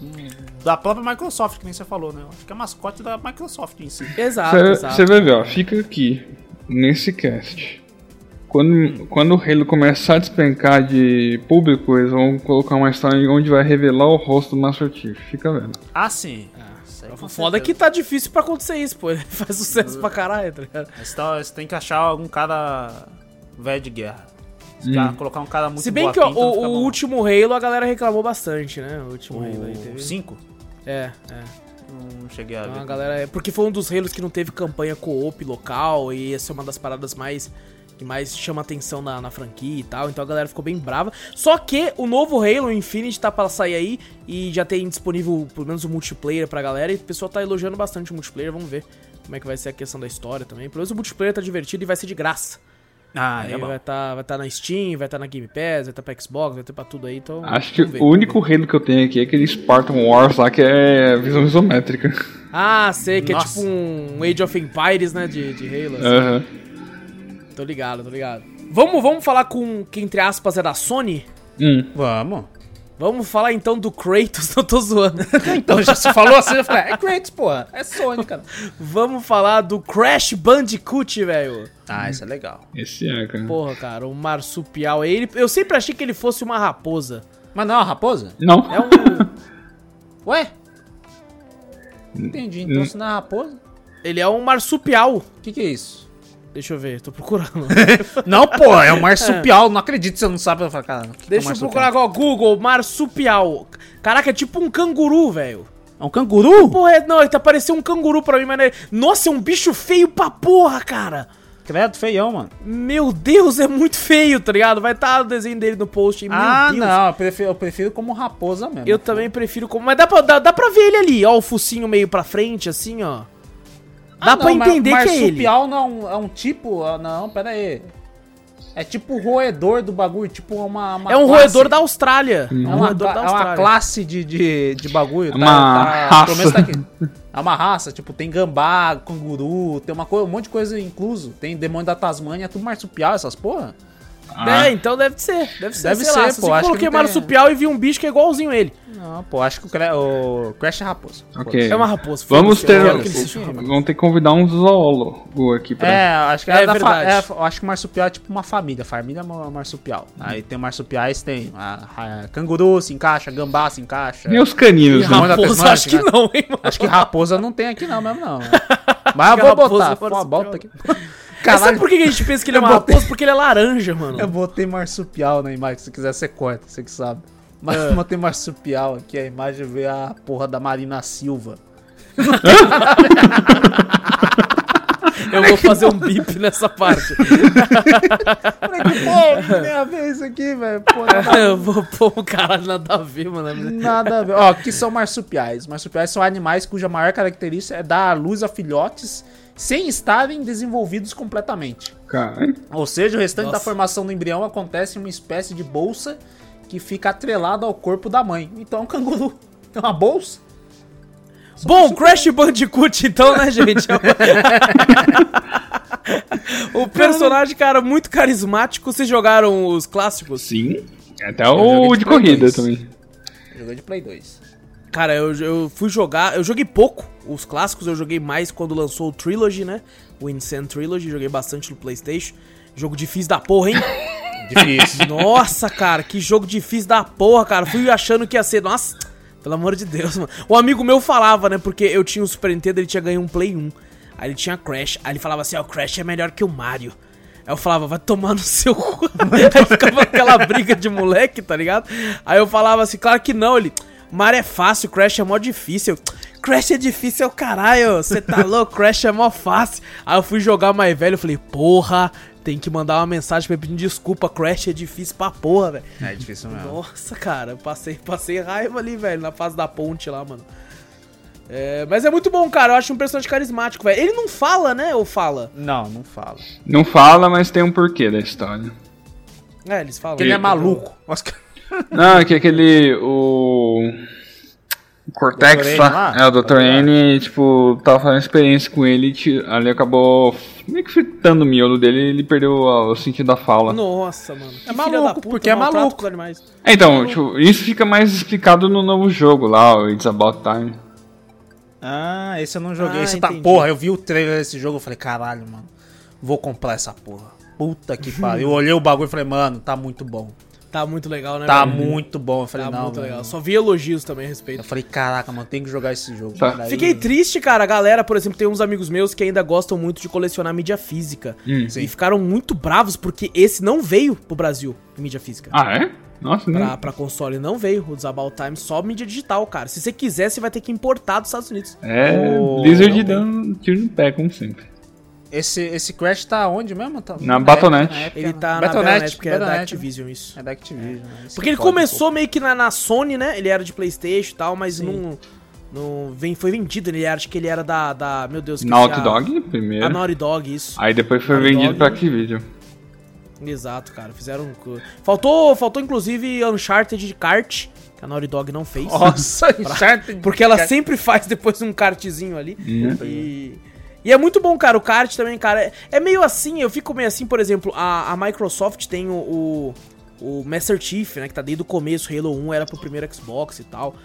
do- Da própria Microsoft, que nem você falou, né? Eu acho que é a mascote da Microsoft em si. Exato, Você exato. você vai ver, ó. Fica aqui, nesse cast. Quando, quando o Halo começar a despencar de público, eles vão colocar uma história onde vai revelar o rosto do Master Chief. Fica vendo. Ah, sim. Isso aí O com foda é que certeza. tá difícil pra acontecer isso, pô. [LAUGHS] Ele faz sucesso pra caralho, tá ligado? Mas tá- Você tem que achar algum cara velho de guerra. Se já Colocar um cara muito Se bem boa que ó, pinta, não o, fica o bom. último Halo a galera reclamou bastante, né? O último Halo aí O teve... 5? É, é. Não cheguei a ver. Então, a galera, é- porque foi um dos relos que não teve campanha co-op local e essa é uma das paradas mais que mais chama atenção na, na franquia e tal, então a galera ficou bem brava. Só que o novo Halo Infinite tá pra sair aí e já tem disponível pelo menos o multiplayer pra galera e o pessoal tá elogiando bastante o multiplayer, vamos ver como é que vai ser a questão da história também. Pelo menos o multiplayer tá divertido e vai ser de graça. Ah, Aí é bom. vai tá, vai tá na Steam, vai tá na Game Pass, vai tá pra Xbox, vai ter pra tudo aí, então... Acho que vamos ver, o vamos ver. único Halo que eu tenho aqui é aquele Spartan Wars lá que é visão isométrica. Ah, sei, que é Nossa. tipo um Age of Empires, né, de, de Halo. assim. Aham. Tô ligado, tô ligado. Vamos, vamos falar com que, entre aspas, é da Sony? Hum. Vamos. Vamos falar então do Kratos, [LAUGHS] não tô zoando. Então já se falou assim, eu falei, é Kratos, porra. É Sony, cara. Vamos falar do Crash Bandicoot, velho. Ah, isso é legal. Esse é, cara. Porra, cara, o marsupial. Ele, eu sempre achei que ele fosse uma raposa. Mas não é uma raposa? Não. É um, Ué? Entendi. Então se não é raposa, ele é um marsupial. o que, que é isso? Deixa eu ver, tô procurando. Não, pô, [LAUGHS] é [LAUGHS] um marsupial. Não acredito que você não sabe. Eu falo, cara, o que que é um Deixa eu procurar marsupial? agora, Google, marsupial. Caraca, é tipo um canguru, velho. É um canguru? Porra, é- não, ele tá parecendo um canguru pra mim, mas... não é- Nossa, é um bicho feio pra porra, cara. Credo, feião, mano. Meu Deus, é muito feio, tá ligado? Vai estar o desenho dele no post. aí, Meu ah, Deus. não. Eu prefiro, eu prefiro como raposa mesmo. Eu também prefiro como. Mas dá pra, dá, dá pra ver ele ali, ó, o focinho meio pra frente, assim, ó. Dá Ah, pra não, mas entender que é ele. Marsupial não é um, é um tipo... ah, Não, pera aí. É tipo o roedor do bagulho. Tipo uma... uma É um classe. roedor da Austrália. É É um uma, roedor cla- da é uma Austrália. classe de, de, de bagulho. É uma raça. pelo menos tá aqui. É uma raça, tipo, tem gambá, canguru, tem uma coisa, um monte de coisa incluso. Tem demônio da Tasmânia, tudo marsupial, essas porra. Ah, É, então deve ser. Deve ser. né? Deve sei lá, ser, se pô, você acho que coloquei não tem- marsupial e vi um bicho que é igualzinho ele. Não, pô, acho que o, Cra- o Crash é raposa. ok. É uma raposa. Vamos foda-se, ter. um eu quero que ele um se chame. Vamos ter que convidar um zoólogo aqui pra. É, acho que É é, da fa- verdade. é, eu acho que marsupial é tipo uma família. Família é uma- marsupial. Aí tem marsupiais, tem a- a- canguru se encaixa, gambá se encaixa. Nem os caninos, né? Raposa, Raposa, acho que não, hein, mano. [LAUGHS] Acho que raposa não tem aqui não mesmo, não. Mas eu Acho que vou botar. raposa é Pô, bota aqui. marsupial. Caralho. Sabe por que a gente pensa que ele é Eu uma botei- raposa? Porque ele é laranja, mano. [LAUGHS] Eu botei marsupial na imagem, se quiser você corta, você que sabe. Mas eu botei marsupial aqui, a imagem veio a porra da Marina Silva. Eu vou fazer um bip nessa parte. Falei, que porra, [LAUGHS] que tem a ver isso aqui, velho? Porra, nada- [LAUGHS] Eu vou pôr um caralho nada a ver, mano. É. Nada a ver. Ó, que são marsupiais. Marsupiais são animais cuja maior característica é dar à luz a filhotes sem estarem desenvolvidos completamente. Caralho. Ou seja, o restante Nossa. da formação do embrião acontece em uma espécie de bolsa que fica atrelada ao corpo da mãe. Então é um canguru. É uma bolsa? Bom, Crash Bandicoot, então, né, gente? [LAUGHS] o personagem, cara, muito carismático. Vocês jogaram os clássicos? Sim. É Até o joguei de de corrida dois. também. Jogou de Play 2. Cara, eu, eu fui jogar, eu joguei pouco os clássicos, eu joguei mais quando lançou o Trilogy, né? O Insane Trilogy, joguei bastante no PlayStation. Jogo difícil da porra, hein? [LAUGHS] Difícil. Nossa, cara, que jogo difícil da porra, cara. Fui achando que ia ser. Nossa, pelo amor de Deus, mano. Um amigo meu falava, né? Porque eu tinha o Super Nintendo, ele tinha ganho um Play 1. Aí ele tinha Crash. Aí ele falava assim: ó, Crash é melhor que o Mario. Aí eu falava, vai tomar no seu cu. [LAUGHS] Aí ficava aquela briga de moleque, tá ligado? Aí eu falava assim, claro que não, ele. Mario é fácil, Crash é mó difícil. Eu, Crash é difícil, é o caralho. Você [LAUGHS] tá louco? Crash é mó fácil. Aí eu fui jogar mais velho, eu falei, porra, tem que mandar uma mensagem pra ele pedir desculpa. Crash é difícil pra porra, velho. É difícil mesmo. Nossa, cara, eu passei, passei raiva ali, velho, na fase da ponte lá, mano. É, mas é muito bom, cara. Eu acho um personagem carismático, velho. Ele não fala, né? Ou fala? Não, não fala. Não fala, mas tem um porquê da [LAUGHS] história. É, eles falam. Porque ele é maluco. Não, é que aquele. O. o Cortex Dr. lá. N lá? É, o Dr. Tá N, tipo, tava fazendo experiência com ele e ti- ali acabou meio que fritando o miolo dele e ele perdeu a- o sentido da fala. Nossa, mano. Que maluco, porque é maltrato maluco. com os animais. É, então, tipo, isso fica mais explicado no novo jogo lá, o It's About Time. Ah, esse eu não joguei. Ah, esse tá. entendi. Porra, eu vi o trailer desse jogo eu falei, caralho, mano. Vou comprar essa porra. Puta que pariu. Eu olhei o bagulho e falei, mano, tá muito bom. Tá muito legal, né? Tá velho? muito bom. Eu falei, Tá não. muito mano. legal. Só vi elogios também a Eu respeito. falei, caraca, mano, tem que jogar esse jogo. Tá. Cara, aí- Fiquei triste, cara. A galera, por exemplo, tem uns amigos meus que ainda gostam muito de colecionar mídia física. Sim. E ficaram muito bravos porque esse não veio pro Brasil, em mídia física. Ah, é? Nossa, né? hum. Pra, pra console não veio o Zabout Time, só mídia digital, cara. Se você quiser, você vai ter que importar dos Estados Unidos. É, Oh, Lizard não. dando um tiro no pé, como sempre. Esse, esse Crash tá onde mesmo? Tá... Na época- Battle.net. época, Ele né? tá na Battle.net, Battle.net, porque é da Battle.net, Activision isso. né? É da Activision. né? Isso Porque ele foda, pô. começou meio que na, na Sony, né? Ele era de Playstation e tal, mas não, não vem, foi vendido. Ele era- acho que ele era da, da meu Deus, esqueci Naughty a- Dog A primeiro. Naughty Dog, isso. Aí depois foi Naughty vendido Dog. pra Activision. Exato, cara. Fizeram. um co- Faltou, faltou inclusive Uncharted de kart, que a Naughty Dog não fez. Nossa, [LAUGHS] Uncharted. Porque ela Cara, sempre faz depois um kartzinho ali. E, e é muito bom, cara. O kart também, cara. É, é meio assim, eu fico meio assim, por exemplo, a, a Microsoft tem o, o, o Master Chief, né? Que tá desde o começo, Halo 1 era pro primeiro Xbox e tal.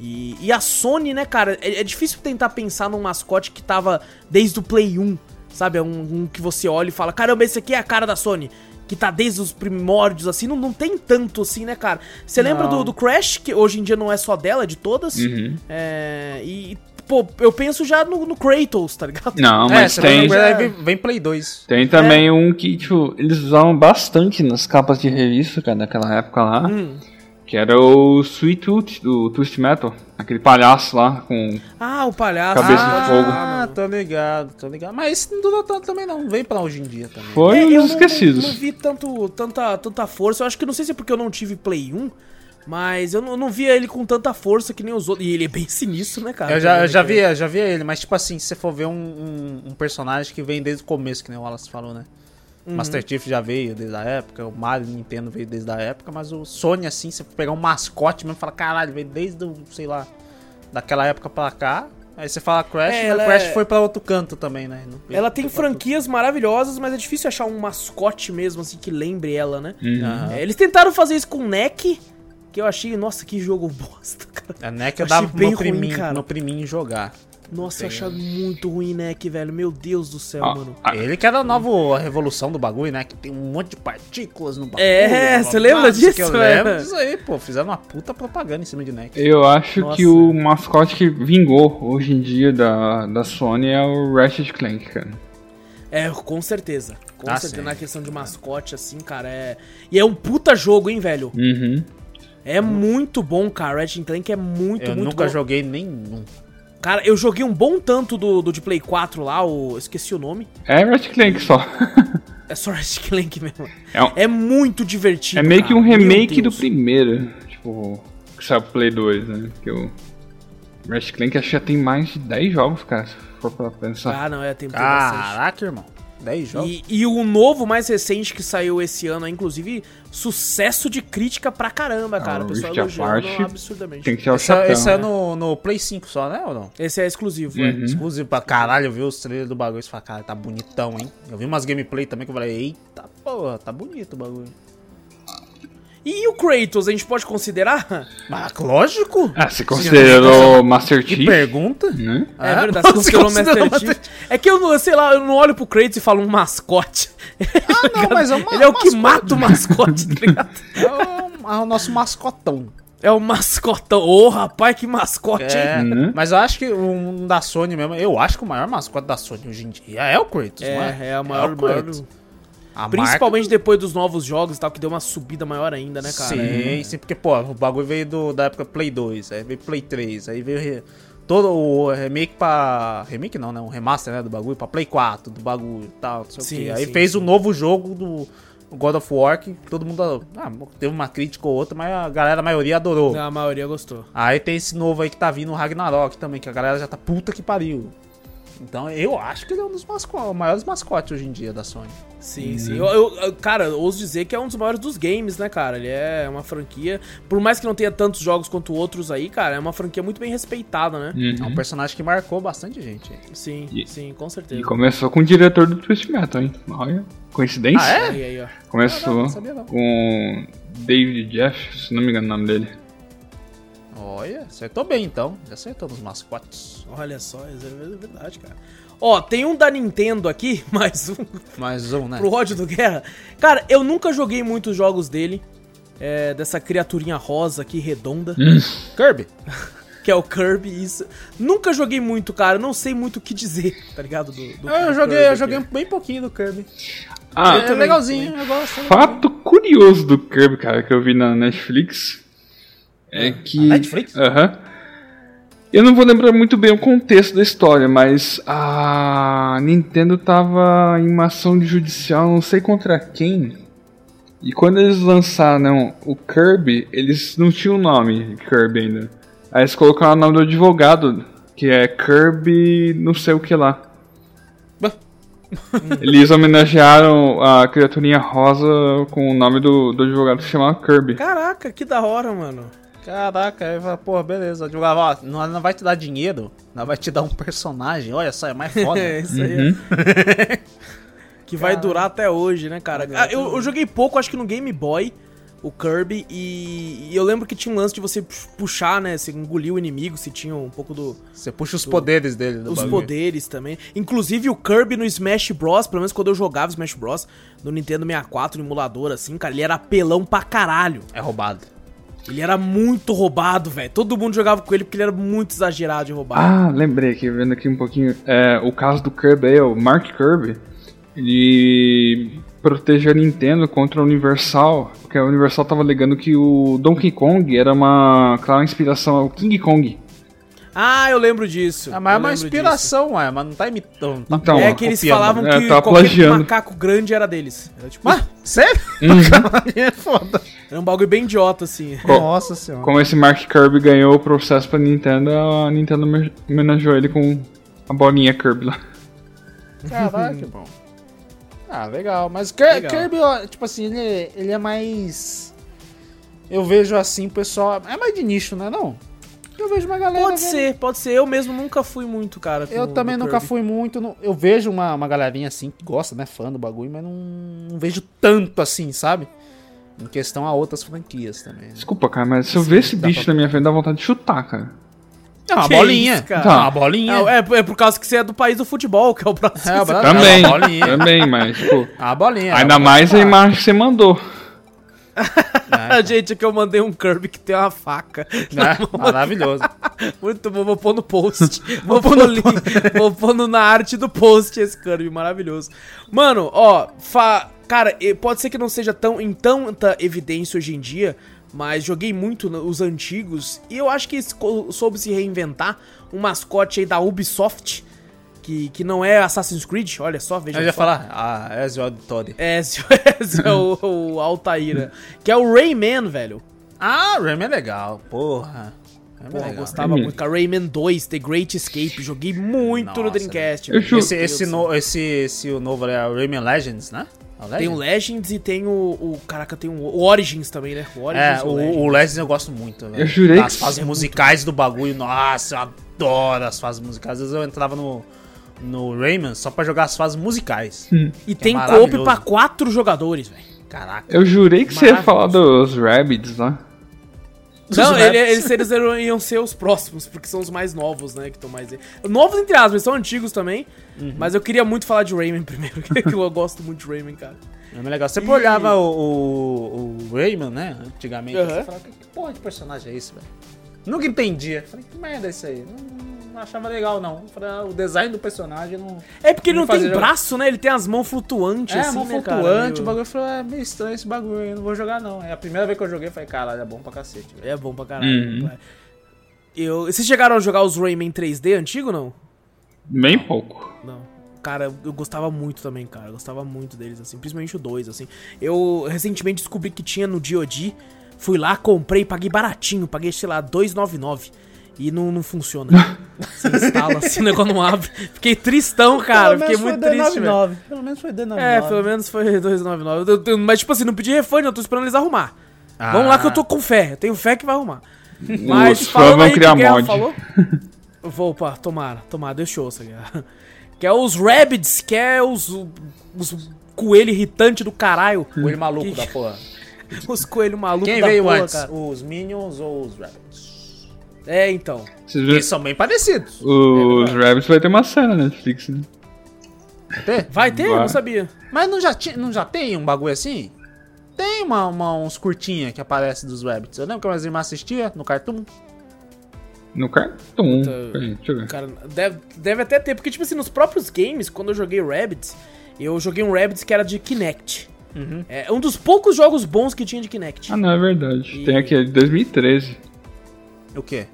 E, e a Sony, né, cara, é, é difícil tentar pensar num mascote que tava desde o Play 1, sabe? É um, um que você olha e fala, caramba, esse aqui é a cara da Sony. Que tá desde os primórdios, assim, não, não tem tanto assim, né, cara? Você lembra Não. do, do Crash, que hoje em dia não é só dela, é de todas. Uhum. É, e, pô, eu penso já no, no Kratos, tá ligado? Não, É, mas você tem. vai lembrar, aí vem, vem Play 2. Tem também um que, tipo, eles usavam bastante nas capas de revista, cara, naquela época lá. Hum. Que era o Sweet Tooth, do Twist Metal. Aquele palhaço lá com. Ah, o palhaço. Cabeça ah, de fogo. Ah, tô ligado, tô ligado. Mas esse não durou tanto também não, vem pra hoje em dia também. Foi É, um eu dos não- esquecidos. Não, não vi tanto, tanta, tanta força. Eu acho que não sei se é porque eu não tive Play 1, mas eu não, não via ele com tanta força que nem os outros. E ele é bem [LAUGHS] sinistro, né, cara? Eu já, eu já vi vi, eu já vi ele, mas tipo assim, se você for ver um, um, um personagem que vem desde o começo, que nem o Wallace falou, né? Uhum. Master Chief já veio desde a época, o Mario Nintendo veio desde a época, mas o Sony, assim, se você pegar um mascote mesmo, fala, caralho, veio desde, o, sei lá, daquela época pra cá. Aí você fala Crash, É, mas ela o Crash é- foi pra outro canto também, né? Não- Ela tem foi pra franquias maravilhosas, mas é difícil achar um mascote mesmo, assim, que lembre ela, né? Uhum. Aham. É, eles tentaram fazer isso com o Neck, que eu achei, nossa, que jogo [LAUGHS] bosta, cara. outro- A NEC é Achei eu dava bem pro ruim, priminho, cara. meu priminho jogar. Nossa, eu achei muito ruim Neck, velho. Meu Deus do céu, Ah, mano. ah, Ele que era a nova a revolução do bagulho, né? Que tem um monte de partículas no bagulho. É, blá, blá, você blá, lembra não sei o que disso, Eu é? lembro disso aí, pô. Fizeram uma puta propaganda em cima de NEC. eu acho Nossa. que o mascote que vingou hoje em dia da, da Sony é o Ratchet Clank, cara. É, com certeza. Com Ah, certeza. sim. Na questão de mascote, assim, cara, é. E é um puta jogo, hein, velho? Uhum. É muito bom, cara. Ratchet and Clank é muito, eu muito nunca bom. joguei nenhum. Cara, eu joguei um bom tanto do, do de Play 4 lá, o... esqueci o nome. É Ratchet Clank só. [LAUGHS] É só [LAUGHS] Ratchet and Clank mesmo. É, um- É muito divertido. é meio que um cara. Meu remake do Deus. primeiro. Tipo, que saiu pro Play 2, né? Que o Ratchet Clank acho que já tem mais de 10 jogos, cara. Se for pra pensar. Ah, não, é tempo bastante. Caraca, irmão. 10 jogos. E, e o novo mais recente que saiu esse ano, é, inclusive, sucesso de crítica pra caramba, cara. Ah, o pessoal Rift elogiando Apart absurdamente. Tem que tirar o Esse, é- chapéu. esse é né? no, no Play 5 só, né, ou não? Esse é exclusivo, Uhum. é. Exclusivo pra caralho, eu vi os trailers do bagulho e falei, cara, tá bonitão, hein? Eu vi umas gameplay também que eu falei, eita porra, tá bonito o bagulho. E o Kratos, a gente pode considerar? [LAUGHS] Mas lógico! Ah, se considerou Master Que Chief, pergunta? né? É Ah, [LAUGHS] verdade, você considerou o Master, considerou Chief. É que eu, não, sei lá, eu não olho pro Kratos e falo um mascote. [LAUGHS] Ah, não, mas é uma, Ele é o que mascote. mata o mascote, tá [LAUGHS] ligado? É o, é o nosso mascotão. É o mascotão. Ô, rapaz, que mascote, hein? É, Uhum. mas eu acho que um da Sony mesmo, eu acho que o maior mascote da Sony hoje em dia é o Kratos, não é? É, é a maior, o maior Kratos. A Principalmente depois dos novos jogos e tal, que deu uma subida maior ainda, né, cara? Sim, sim, porque, pô, o bagulho veio do- da época Play 2, aí veio Play 3, aí veio re- todo o remake pra. Remake não, né? Um remaster, né? Do bagulho, pra Play 4, do bagulho e tal, não sei Sim, o quê. Aí sim, fez o novo jogo do God of War, que todo mundo. Ah, teve uma crítica ou outra, mas a galera, a maioria adorou. A maioria gostou. Aí tem esse novo aí que tá vindo, o Ragnarok também, que a galera já tá puta que pariu. Então eu acho que ele é um dos masco maiores mascotes hoje em dia da Sony. Sim, Uhum. sim. Eu, eu- eu- cara, eu ouso dizer que é um dos maiores dos games, né, cara? Ele é uma franquia. Por mais que não tenha tantos jogos quanto outros aí, cara, é uma franquia muito bem respeitada, né? É um personagem que marcou bastante gente. aí. Sim, E- sim, com certeza. E começou com o diretor do Twist Metal, hein? Olha, coincidência? Ah, é? Aí, aí, ó. Ah, não, Começou não sabia não. com David Jeff, se não me engano o nome dele. Olha, acertou bem então. Já acertou nos mascotes. Olha só, isso é verdade, cara. Ó, tem um da Nintendo aqui, [LAUGHS] mais um Mais um, né? pro ódio do Guerra. Cara, eu nunca joguei muitos jogos dele. é, dessa criaturinha rosa aqui, redonda, Hum. Kirby. que é o Kirby. Isso. Nunca joguei muito, cara. Não sei muito o que dizer, tá ligado? Do, do Eu do joguei, Kirby eu aqui. joguei um bem pouquinho do Kirby. Ah, é legalzinho, eu gosto. né? fato curioso do Kirby, cara, que eu vi na Netflix. É que. Ah, na Netflix? Aham. Eu não vou lembrar muito bem o contexto da história, mas a Nintendo tava em uma ação de judicial, não sei contra quem. E quando eles lançaram o Kirby, eles não tinham o nome Kirby ainda. Aí eles colocaram o nome do advogado, que é Kirby não sei o que lá. Bah. Eles homenagearam a criaturinha rosa com o nome do, do advogado que se chamava Kirby. Caraca, que da hora, mano. Caraca, aí eu falei, pô, beleza. Eu jogava, ó, não, não vai te dar dinheiro, não vai te dar um personagem. Olha só, é mais foda. É, isso aí. [LAUGHS] que vai durar até hoje, né, cara? Ah, eu, eu joguei pouco, acho que no Game Boy, o Kirby, e, e eu lembro que tinha um lance de você pu- puxar, né? Você engolir o inimigo, se tinha um pouco do, Você puxa os poderes dele do os bagulho. poderes também. Inclusive o Kirby no Smash Bros, pelo menos quando eu jogava Smash Bros, no Nintendo 64, no emulador, assim, cara, ele era apelão pra caralho. É roubado. Ele era muito roubado, velho. Todo mundo jogava com ele porque ele era muito exagerado e roubado. Ah, lembrei aqui, vendo aqui um pouquinho. É, o caso do Kirby aí, o Mark Kirby, ele protegeu a Nintendo contra a Universal, porque a Universal tava alegando que o Donkey Kong era uma clara inspiração ao King Kong. Ah, eu lembro disso. Ah, mas é eu uma lembro disso. inspiração, ué, mas não tá imitando. Não tá Então, é ó, que eles copiando. falavam É, que tava qualquer plagiando. macaco grande era deles. Era tipo, Mas, sério? [LAUGHS] é foda. era um bagulho bem idiota, assim. Co- Nossa senhora. Como esse Mark Kirby ganhou o processo pra Nintendo, a Nintendo homen- homenageou ele com a bolinha Kirby lá. Caraca, bom. Ah, legal. Mas Kir- Legal. Kirby, ó, tipo assim, ele, ele é mais. Eu vejo assim, o pessoal. É mais de nicho, né? Não? Eu vejo uma galera. Pode vendo- ser, pode ser. Eu mesmo nunca fui muito, cara. com Eu o também nunca Kirby. fui muito. não- Eu vejo uma, uma galerinha assim que gosta, né? Fã do bagulho, mas não, não vejo tanto assim, sabe? Em questão a outras franquias também. né? Desculpa, cara, mas se eu ver esse bicho na minha frente, dá vontade de chutar, cara. É uma Que bolinha. isso, cara? É uma bolinha. É, é, é por causa que você é do país do futebol, que é o Brasil. É, o Brasil. Também, uma bolinha. [LAUGHS] É, também, mas, tipo, A bolinha. né? Ah, ainda mais a imagem que você mandou. [LAUGHS] A Gente, aqui eu mandei um Kirby que tem uma faca. Né? Maravilhoso. Muito bom, vou pôr no post. [LAUGHS] vou, pôr no link, [LAUGHS] vou pôr no- na arte do post esse Kirby, maravilhoso. Mano, ó, fa- cara, eh, pode ser que não seja tão em tanta evidência hoje em dia, mas joguei muito no- os antigos e eu acho que esse co- soube se reinventar um mascote aí da Ubisoft, que, que não é Assassin's Creed, olha só, veja Eu ia só. falar, ah, Ezio Auditore. É, [LAUGHS] esse, esse é o, o [LAUGHS] Altaira, que é o Rayman, velho. Ah, Rayman é legal, porra. Rayman Porra, é eu legal. gostava muito. cara. Rayman 2, The Great Escape. Joguei muito no Nossa, né? Dreamcast. velho. velho. Esse, Meu Deus esse, do no, esse, esse o novo é o Rayman Legends, né? É céu. Tem o Legends e tem o, o- Caraca, tem o, o Origins também, né? O Origins É, e o, Legends. o Legends eu gosto muito. velho. Eu jurei As que- fases musicais do bagulho, nossa, eu adoro as fases musicais. Às vezes eu entrava no, no Rayman só pra jogar as fases musicais. Hum. E que é tem co-op maravilhoso. pra quatro jogadores, velho. Caraca. Eu jurei que você ia falar dos né? Rabbids lá. Não, Os ele, raps. eles, eles eram- iam ser os próximos, porque são os mais novos, né? Que estão mais. Novos, entre aspas, eles são antigos também. Uhum. Mas eu queria muito falar de Rayman [LAUGHS] primeiro, que eu gosto muito de Rayman, cara. É bem legal. Você sempre olhava o, o- o Rayman, né? Antigamente. Aham. Você falava, que, que porra de personagem é esse, velho? Nunca entendia. Falei, que merda é isso aí? Não, não- não achava legal, não. Falei, ah, o design do personagem não. É porque ele não Vamos tem fazer- braço, né? Ele tem as mãos flutuantes, É, assim, mão né, cara? flutuante, o Meio- bagulho. Eu falei, é meio estranho esse bagulho, eu não vou jogar, não. É a primeira vez que eu joguei, eu falei, caralho, é bom pra cacete, velho. É bom pra caralho. Uhum. cara. Eu, vocês chegaram a jogar os Rayman 3D antigo não? Bem pouco. Não. Cara, eu- eu gostava muito também, cara. Eu gostava muito deles, assim. Principalmente o 2, assim. Eu recentemente descobri que tinha no DOD. Fui lá, comprei, paguei baratinho. Paguei, sei lá, 2,99. E não, não [LAUGHS] funciona. Você instala assim, o negócio não abre. Fiquei tristão, cara. Pelo Fiquei menos muito foi triste, velho. 299. Pelo menos foi D99. É, pelo menos foi 2,99. Eu- eu- Mas, tipo assim, não pedi refund, eu tô esperando eles arrumar. Ah. Vamos lá que eu tô com fé. Eu tenho fé que vai arrumar. Os fãs vão aí que criar o Guerra mod. falou- [LAUGHS] Vou, opa, tomara, tomara, deixou essa guerra. [LAUGHS] Que é os Rabbids, que é os, os coelho irritante do caralho. Ah, O olho maluco Que- [LAUGHS] da porra. Os coelho maluco Quem da veio porra, antes? cara. Os Minions ou os Rabbits? É, então. Vocês viram? Eles são bem parecidos. É Os Rabbids vai ter uma série na Netflix, né? Vai ter? Eu Vai. não sabia. Mas não já, ti- não já tem um bagulho assim? Tem uma, uma- uns curtinha que aparece dos Rabbits. Eu lembro que minhas irmãs assistia no Cartoon. No cartão. Puta- Peraí, deixa eu ver. Cara, deve, deve até ter, porque, tipo assim, nos próprios games, quando eu joguei Rabbids, eu joguei um Rabbids que era de Kinect. Uhum. É um dos poucos jogos bons que tinha de Kinect. Ah, não, é verdade. E- Tem aqui, é de 2013. O quê?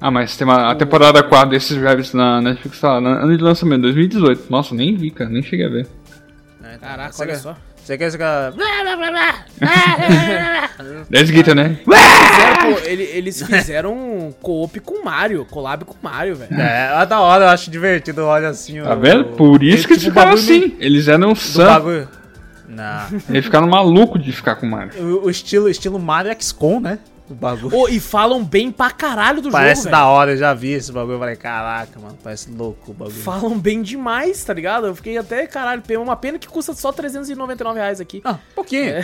Ah, mas tem uma, a temporada 4 desses Rabbids na Netflix, tá lá, na- ano de lançamento, 2018. Nossa, nem vi, cara, nem cheguei a ver. Caraca, olha só. É, então, Você quer ficar. Dead Guitar, né? fizeram, pô, ele- eles [LAUGHS] fizeram um co-op com o Mario, collab com o Mario, velho. É, é da hora, eu acho divertido, olha assim. Tá o- vendo? Por isso que eles tipo, o ficaram bagulho assim. Eles eram Do sã. bagulho. Não. Eles ficaram malucos de ficar com o Mario. O, o estilo, estilo Mario XCOM, né? O bagulho. Ô, e falam bem pra caralho do Parece jogo, da velho. hora, eu já vi esse bagulho. Eu falei, caraca, mano, parece louco o bagulho. Falam bem demais, tá ligado? Eu fiquei até, caralho, pena- uma pena que custa só 399 reais aqui. Ah, um É. pouquinho.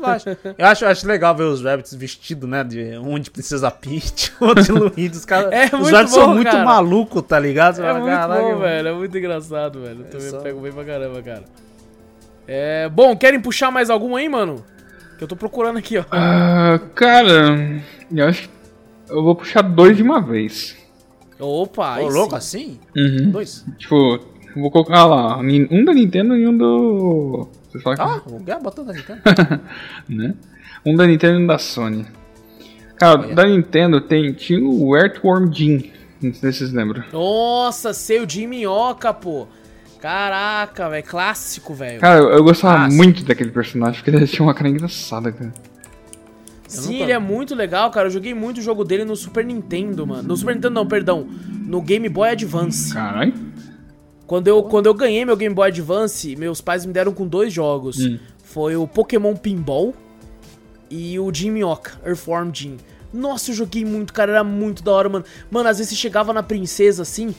Relaxa. Eu acho, acho legal ver os rabbits vestidos, né? De um de Princesa Peach, [LAUGHS] outro de Luigi. Os, caras, É os muito rabbits bom, são muito cara. malucos, tá ligado? Você É fala, muito "Caraca, bom, mano." É velho. É muito engraçado, velho. Eu também só- pego bem pra caramba, cara. É, bom, querem puxar mais algum aí, mano? Que eu tô procurando aqui, ó. Ah, cara, eu acho que eu vou puxar dois de uma vez. Opa, aí Ô, sim. louco assim? Uhum. Dois? Tipo, vou colocar lá, nin- um da Nintendo e um do. Vocês falam que- Ah, o Guerra botou na Nintendo. né? Um da Nintendo e um da Sony. Cara, Olha. da Nintendo tem, tinha o Earthworm Jim. Não sei se vocês lembram. Nossa, seu de minhoca, pô. Caraca, velho. Clássico, velho. Cara, eu, eu gostava Ah, sim. muito daquele personagem, porque ele tinha uma cara engraçada, cara. Sim, nunca- ele é muito legal, cara. Eu joguei muito o jogo dele no Super Nintendo, mano. No Super Nintendo não, perdão. No Game Boy Advance. Caralho. Quando eu, quando eu ganhei meu Game Boy Advance, meus pais me deram com dois jogos. Hum. Foi o Pokémon Pinball e o Jim Minhoca, Earthworm Jim. Nossa, eu joguei muito, cara. Era muito da hora, mano. Mano, às vezes você chegava na princesa assim...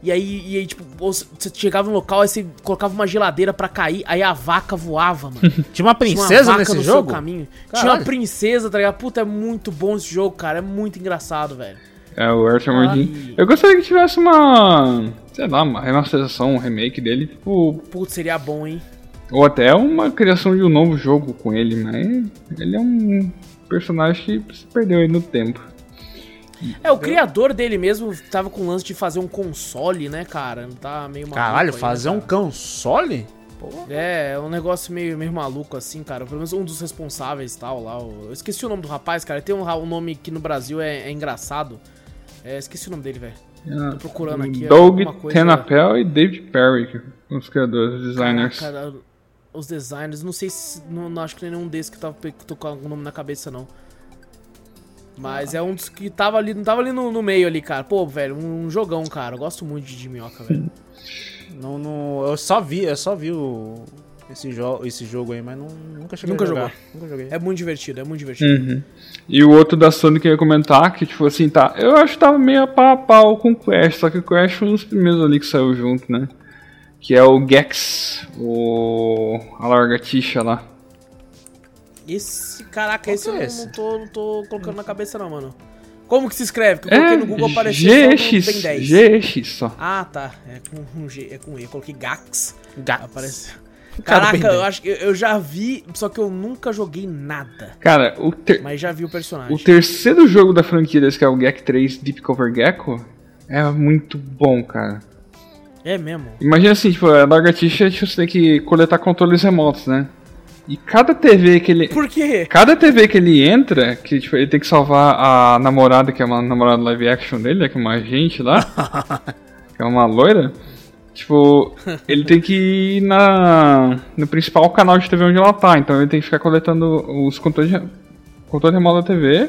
E aí, e aí, tipo, você chegava no local, aí você colocava uma geladeira pra cair, aí a vaca voava, mano. Tinha uma Tinha uma princesa vaca nesse no jogo? Seu caminho. Tinha Caralho. uma princesa, tá ligado? Puta, é muito bom esse jogo, cara. É muito engraçado, velho. É, o Ah. Earthworm Jim. Ai. Eu gostaria que tivesse uma. Sei lá, uma remasterização, um remake dele. Tipo, Putz, seria bom, hein? Ou até uma criação de um novo jogo com ele, mas ele é um personagem que se perdeu aí no tempo. É, o criador dele mesmo tava com o lance de fazer um console, né, cara? Tá meio maluco. Caralho, aí, fazer né, um console? cara? É, é um negócio meio, meio maluco assim, cara. Pelo menos um dos responsáveis e tal lá. o- Eu esqueci o nome do rapaz, cara. Tem um, ra- um nome que no Brasil é, é engraçado. É, esqueci o nome dele, velho. Tô É, procurando aqui. ó, Doug alguma coisa- Tenapel e David Perry, que são os criadores, os designers. Cara, os designers, não sei se. Não, não acho que nenhum desses que tava pe- que tô com algum nome na cabeça, não. Mas é um dos que tava ali, não tava ali no, no meio ali, cara. Pô, velho, um, um jogão, cara. Eu gosto muito de, de minhoca, velho. Não, não, eu só vi, eu só vi o, esse, jo esse jogo aí, mas não, nunca cheguei Nunca a jogar. jogou. Nunca joguei. É muito divertido, é muito divertido. Uhum. E o outro da Sony que eu ia comentar, que tipo assim, tá, eu acho que tava meio a pau a pau com o Crash, só que o Crash foi um dos primeiros ali que saiu junto, né? Que é o Gex, o. a largatixa lá. Esse, caraca, Qual esse que eu é não, esse? não tô, não tô colocando na cabeça, não, mano. Como que se escreve? Que eu coloquei É, no Google apareceu só no Ben GX, 10. GX só. Ah, tá. É com um G, é com E. Eu coloquei Gax. Gax. Apareceu. Cara, Caraca, Ben 10. eu acho que eu- eu já vi, só que eu nunca joguei nada. Cara, o, ter- Mas já vi o personagem. o terceiro jogo da franquia desse, que é o Gek 3 Deep Cover Gecko, é muito bom, cara. É mesmo? Imagina assim, tipo, a lagartixa tipo, você tem que coletar controles remotos, né? E cada TV que ele. Por quê? Cada TV que ele entra, que tipo, ele tem que salvar a namorada, que é uma namorada live action dele, né, que é uma agente lá, que é uma loira, tipo, ele tem que ir na, no principal canal de TV onde ela tá, então ele tem que ficar coletando os controles de- controle remoto da TV.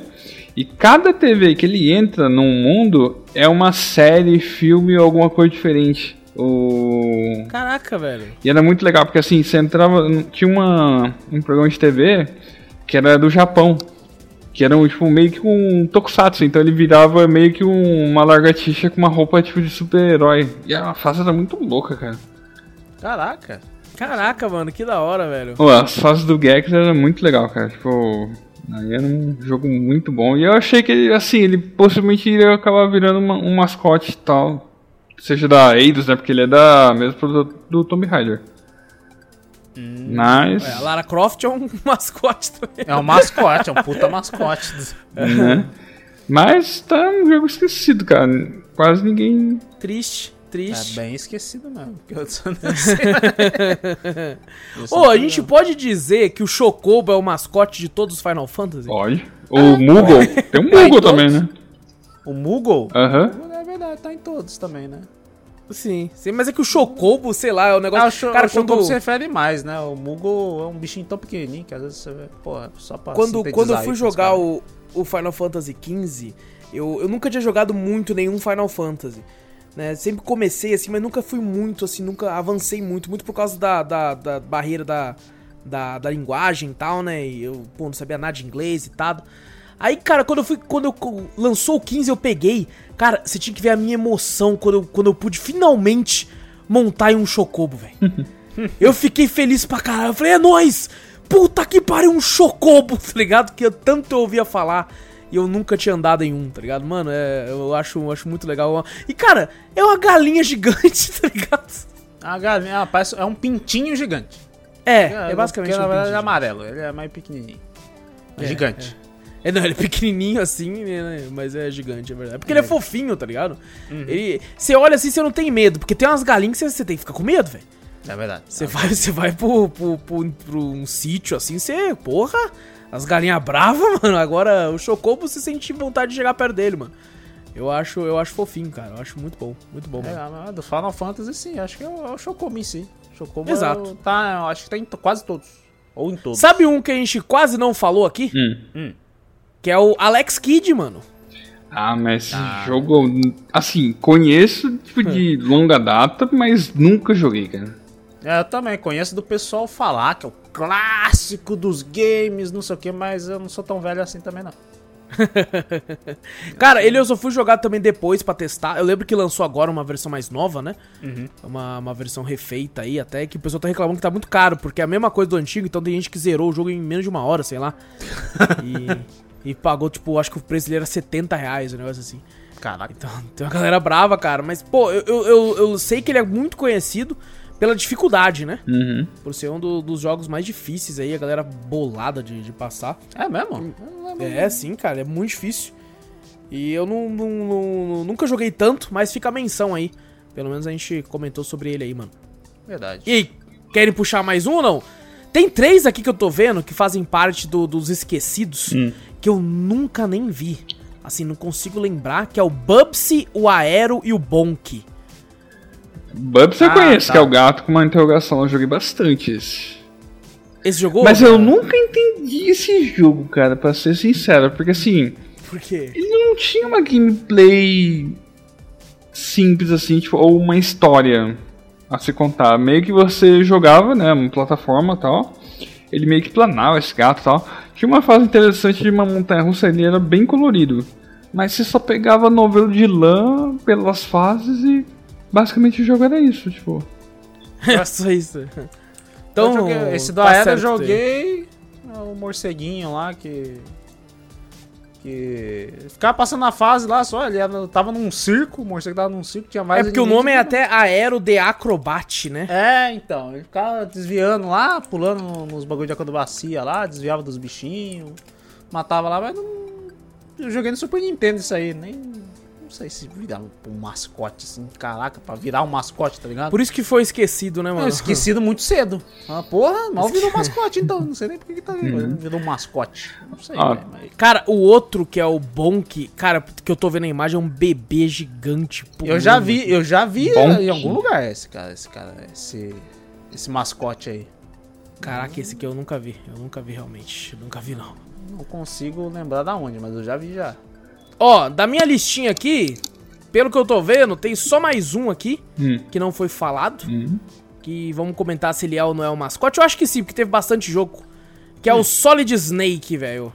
E cada TV que ele entra num mundo é uma série, filme ou alguma coisa diferente. O Caraca, velho. e era muito legal, porque assim, você entrava. Tinha uma, um programa de TV que era do Japão. Que era um, tipo, meio que um tokusatsu. Então ele virava meio que um- uma largatixa com uma roupa tipo de super-herói. E a fase era muito louca, cara. É- Caraca. Caraca, mano, que da hora, velho. Pô, as fases do Gex era muito legal, cara. Tipo. Aí era um jogo muito bom. E eu achei que ele, assim, ele possivelmente iria acabar virando uma- um mascote e tal. Seja da Eidos, né? Porque ele é da mesmo produto do Tomb Raider. Mas. É, a Lara Croft é um [LAUGHS] mascote também. É um mascote, é um puta mascote. [LAUGHS] né? [LAUGHS] Mas tá um jogo esquecido, cara. Quase ninguém. Triste, Tá triste. bem esquecido mesmo. porque Eu [LAUGHS] só não sei. Eu Ô, só não a gente pode dizer que o Chocobo é o mascote de todos os Final Fantasy? Olha. O Moogle. Tem um Moogle também, né? lembro. O Moogle? Aham. É verdade, tá em todos também, né? Sim, sim, mas é que o Chocobo, sei lá, é um negócio... Ah, o Cho- cara, o Chocobo quando, se refere mais, né? O Moogle é um bichinho tão pequenininho que às vezes você vê, porra, só pra quando, quando eu sintetizar fui aí, jogar cara. o, o Final Fantasy XV, eu, eu nunca tinha jogado muito nenhum Final Fantasy. Né? Sempre comecei assim, mas nunca fui muito assim, nunca avancei muito, muito por causa da, da, da barreira da, da, da linguagem e tal, né? E eu pô, não sabia nada de inglês e tal. Aí, cara, quando eu fui. Quando eu co- lançou o 15, eu peguei. Cara, você tinha que ver a minha emoção quando eu, quando eu pude finalmente montar em um chocobo, velho. Eu fiquei feliz pra caralho. Eu falei, é nóis! Puta que pariu, um chocobo, [LAUGHS] tá ligado? Que eu tanto eu ouvia falar e eu nunca tinha andado em um, tá ligado? Mano, é, eu acho, eu acho muito legal. E, cara, é uma galinha [LAUGHS] gigante, tá ligado? A galinha, ela parece, é um pintinho gigante. É, é, basicamente Porque, na um verdade, ele pintinho. é amarelo, ele é mais pequenininho. É, É, gigante. É, não, ele é pequenininho assim, né, mas é gigante, é verdade. Porque ele é fofinho, tá ligado? Uhum. Ele, você olha assim, você não tem medo, porque tem umas galinhas que você, você tem que ficar com medo, velho. É, verdade. Você vai, você vai pro, pro, pro- pro um sítio assim, você, porra, as galinhas bravas, [LAUGHS] mano. Agora o Chocobo você sente vontade de chegar perto dele, mano. Eu acho, eu acho fofinho, cara. Eu acho muito bom, muito bom, É, mano. mas do Final Fantasy, sim, acho que é o, é o Chocobo em si. Chocobo Exato. é o- tá, eu acho que tá em to- quase todos. Ou em todos. Sabe um que a gente quase não falou aqui? Hum. Que é o Alex Kidd, mano. Ah, mas esse jogo. Assim, conheço tipo, de longa data, mas nunca joguei, cara. É, eu também conheço do pessoal falar que é o clássico dos games, não sei o que, mas eu não sou tão velho assim também, não. Cara, ele eu só fui jogar também depois pra testar. Eu lembro que lançou agora uma versão mais nova, né? Uma, uma versão refeita aí, até que o pessoal tá reclamando que tá muito caro, porque é a mesma coisa do antigo, então tem gente que zerou o jogo em menos de uma hora, sei lá. E, e pagou, tipo, acho que o preço dele era 70 reais, um negócio assim. Caraca. Então, tem uma galera brava, cara. Mas, pô, eu, eu, eu, eu sei que ele é muito conhecido. pela dificuldade, né? Uhum. Por ser um do- dos jogos mais difíceis aí, a galera bolada de, de passar. É mesmo? Eu não lembro. É, sim, cara, é muito difícil. E eu não, não- não- nunca joguei tanto, mas fica a menção aí. Pelo menos a gente comentou sobre ele aí, mano. É Verdade. E aí, querem puxar mais um ou não? Tem três aqui que eu tô vendo que fazem parte do- dos esquecidos Hum. que eu nunca nem vi. Assim, não consigo lembrar, que é o Bubsy, o Aero e o Bonk. Bubs eu Ah, conheço, tá. que é o gato com uma interrogação. Eu joguei bastante esse. Esse jogou? Mas eu nunca entendi esse jogo, cara, pra ser sincero. Porque assim, Por quê? [LAUGHS] ele não tinha uma gameplay simples assim, tipo, ou uma história a se contar. Meio que você jogava, né, uma plataforma e tal. Ele meio que planava esse gato e tal. Tinha uma fase interessante de uma montanha russa, ele era bem colorido. Mas você só pegava novelo de lã pelas fases e basicamente o jogo era isso, tipo. É só isso. Então, Então, esse do tá Aero eu certo. joguei é o morceguinho lá que. Que. Ficava passando a fase lá só, ele era- tava num circo, o morcego tava num circo, tinha mais. É porque o inimigos nome é que- até Aero de Acrobat, né? É, então, ele ficava desviando lá, pulando no- nos bagulho de acrobacia lá, desviava dos bichinhos, matava lá, mas não. Eu joguei no Super Nintendo isso aí, nem. Não sei se virava um mascote assim, caraca, pra virar um mascote, tá ligado? Por isso que foi esquecido, né, Não, mano? esquecido muito cedo. Ah, porra, mal virou mascote, então. Não sei nem por que que tá virando. Virou mascote. Não sei, Uhum. Ah. velho, mas... Cara, o outro que é o Bonk, cara, que eu tô vendo a imagem é um bebê gigante. Eu já vi, eu já vi eh, um Bom em que- algum lugar esse cara, esse cara, esse. Esse mascote aí. Caraca, esse aqui eu nunca vi. Eu nunca vi realmente. Eu nunca vi, não. Não consigo lembrar da onde, mas eu já vi já. Ó, da minha listinha aqui, pelo que eu tô vendo, tem só mais um aqui Hum. que não foi falado. Hum. Que vamos comentar se ele é ou não é o mascote. Eu acho que sim, porque teve bastante jogo. Que é o Solid Snake, velho.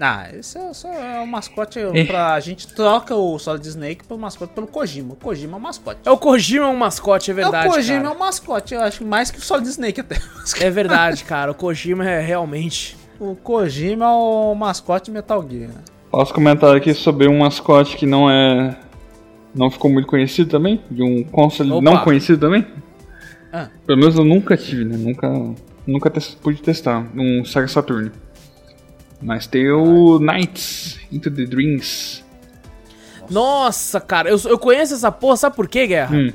Ah, esse é só é um mascote pra. A gente troca o Solid Snake pelo mascote pelo Kojima. O Kojima é o mascote. É o Kojima é um mascote, é verdade. o Kojima cara. é o mascote, eu acho mais que o Solid Snake até. [LAUGHS] É verdade, cara. O Kojima é realmente. o Kojima é o mascote Metal Gear, né? Posso comentar aqui sobre um mascote que não é. Não ficou muito conhecido também? De um console Opa. não conhecido também? Ah. Pelo menos eu nunca tive, né? Nunca, nunca tes- pude testar um Sega Saturn. Mas tem o Knights Into the Dreams. Nossa, cara. Eu, eu conheço essa porra, sabe por quê, Guerra? Hum.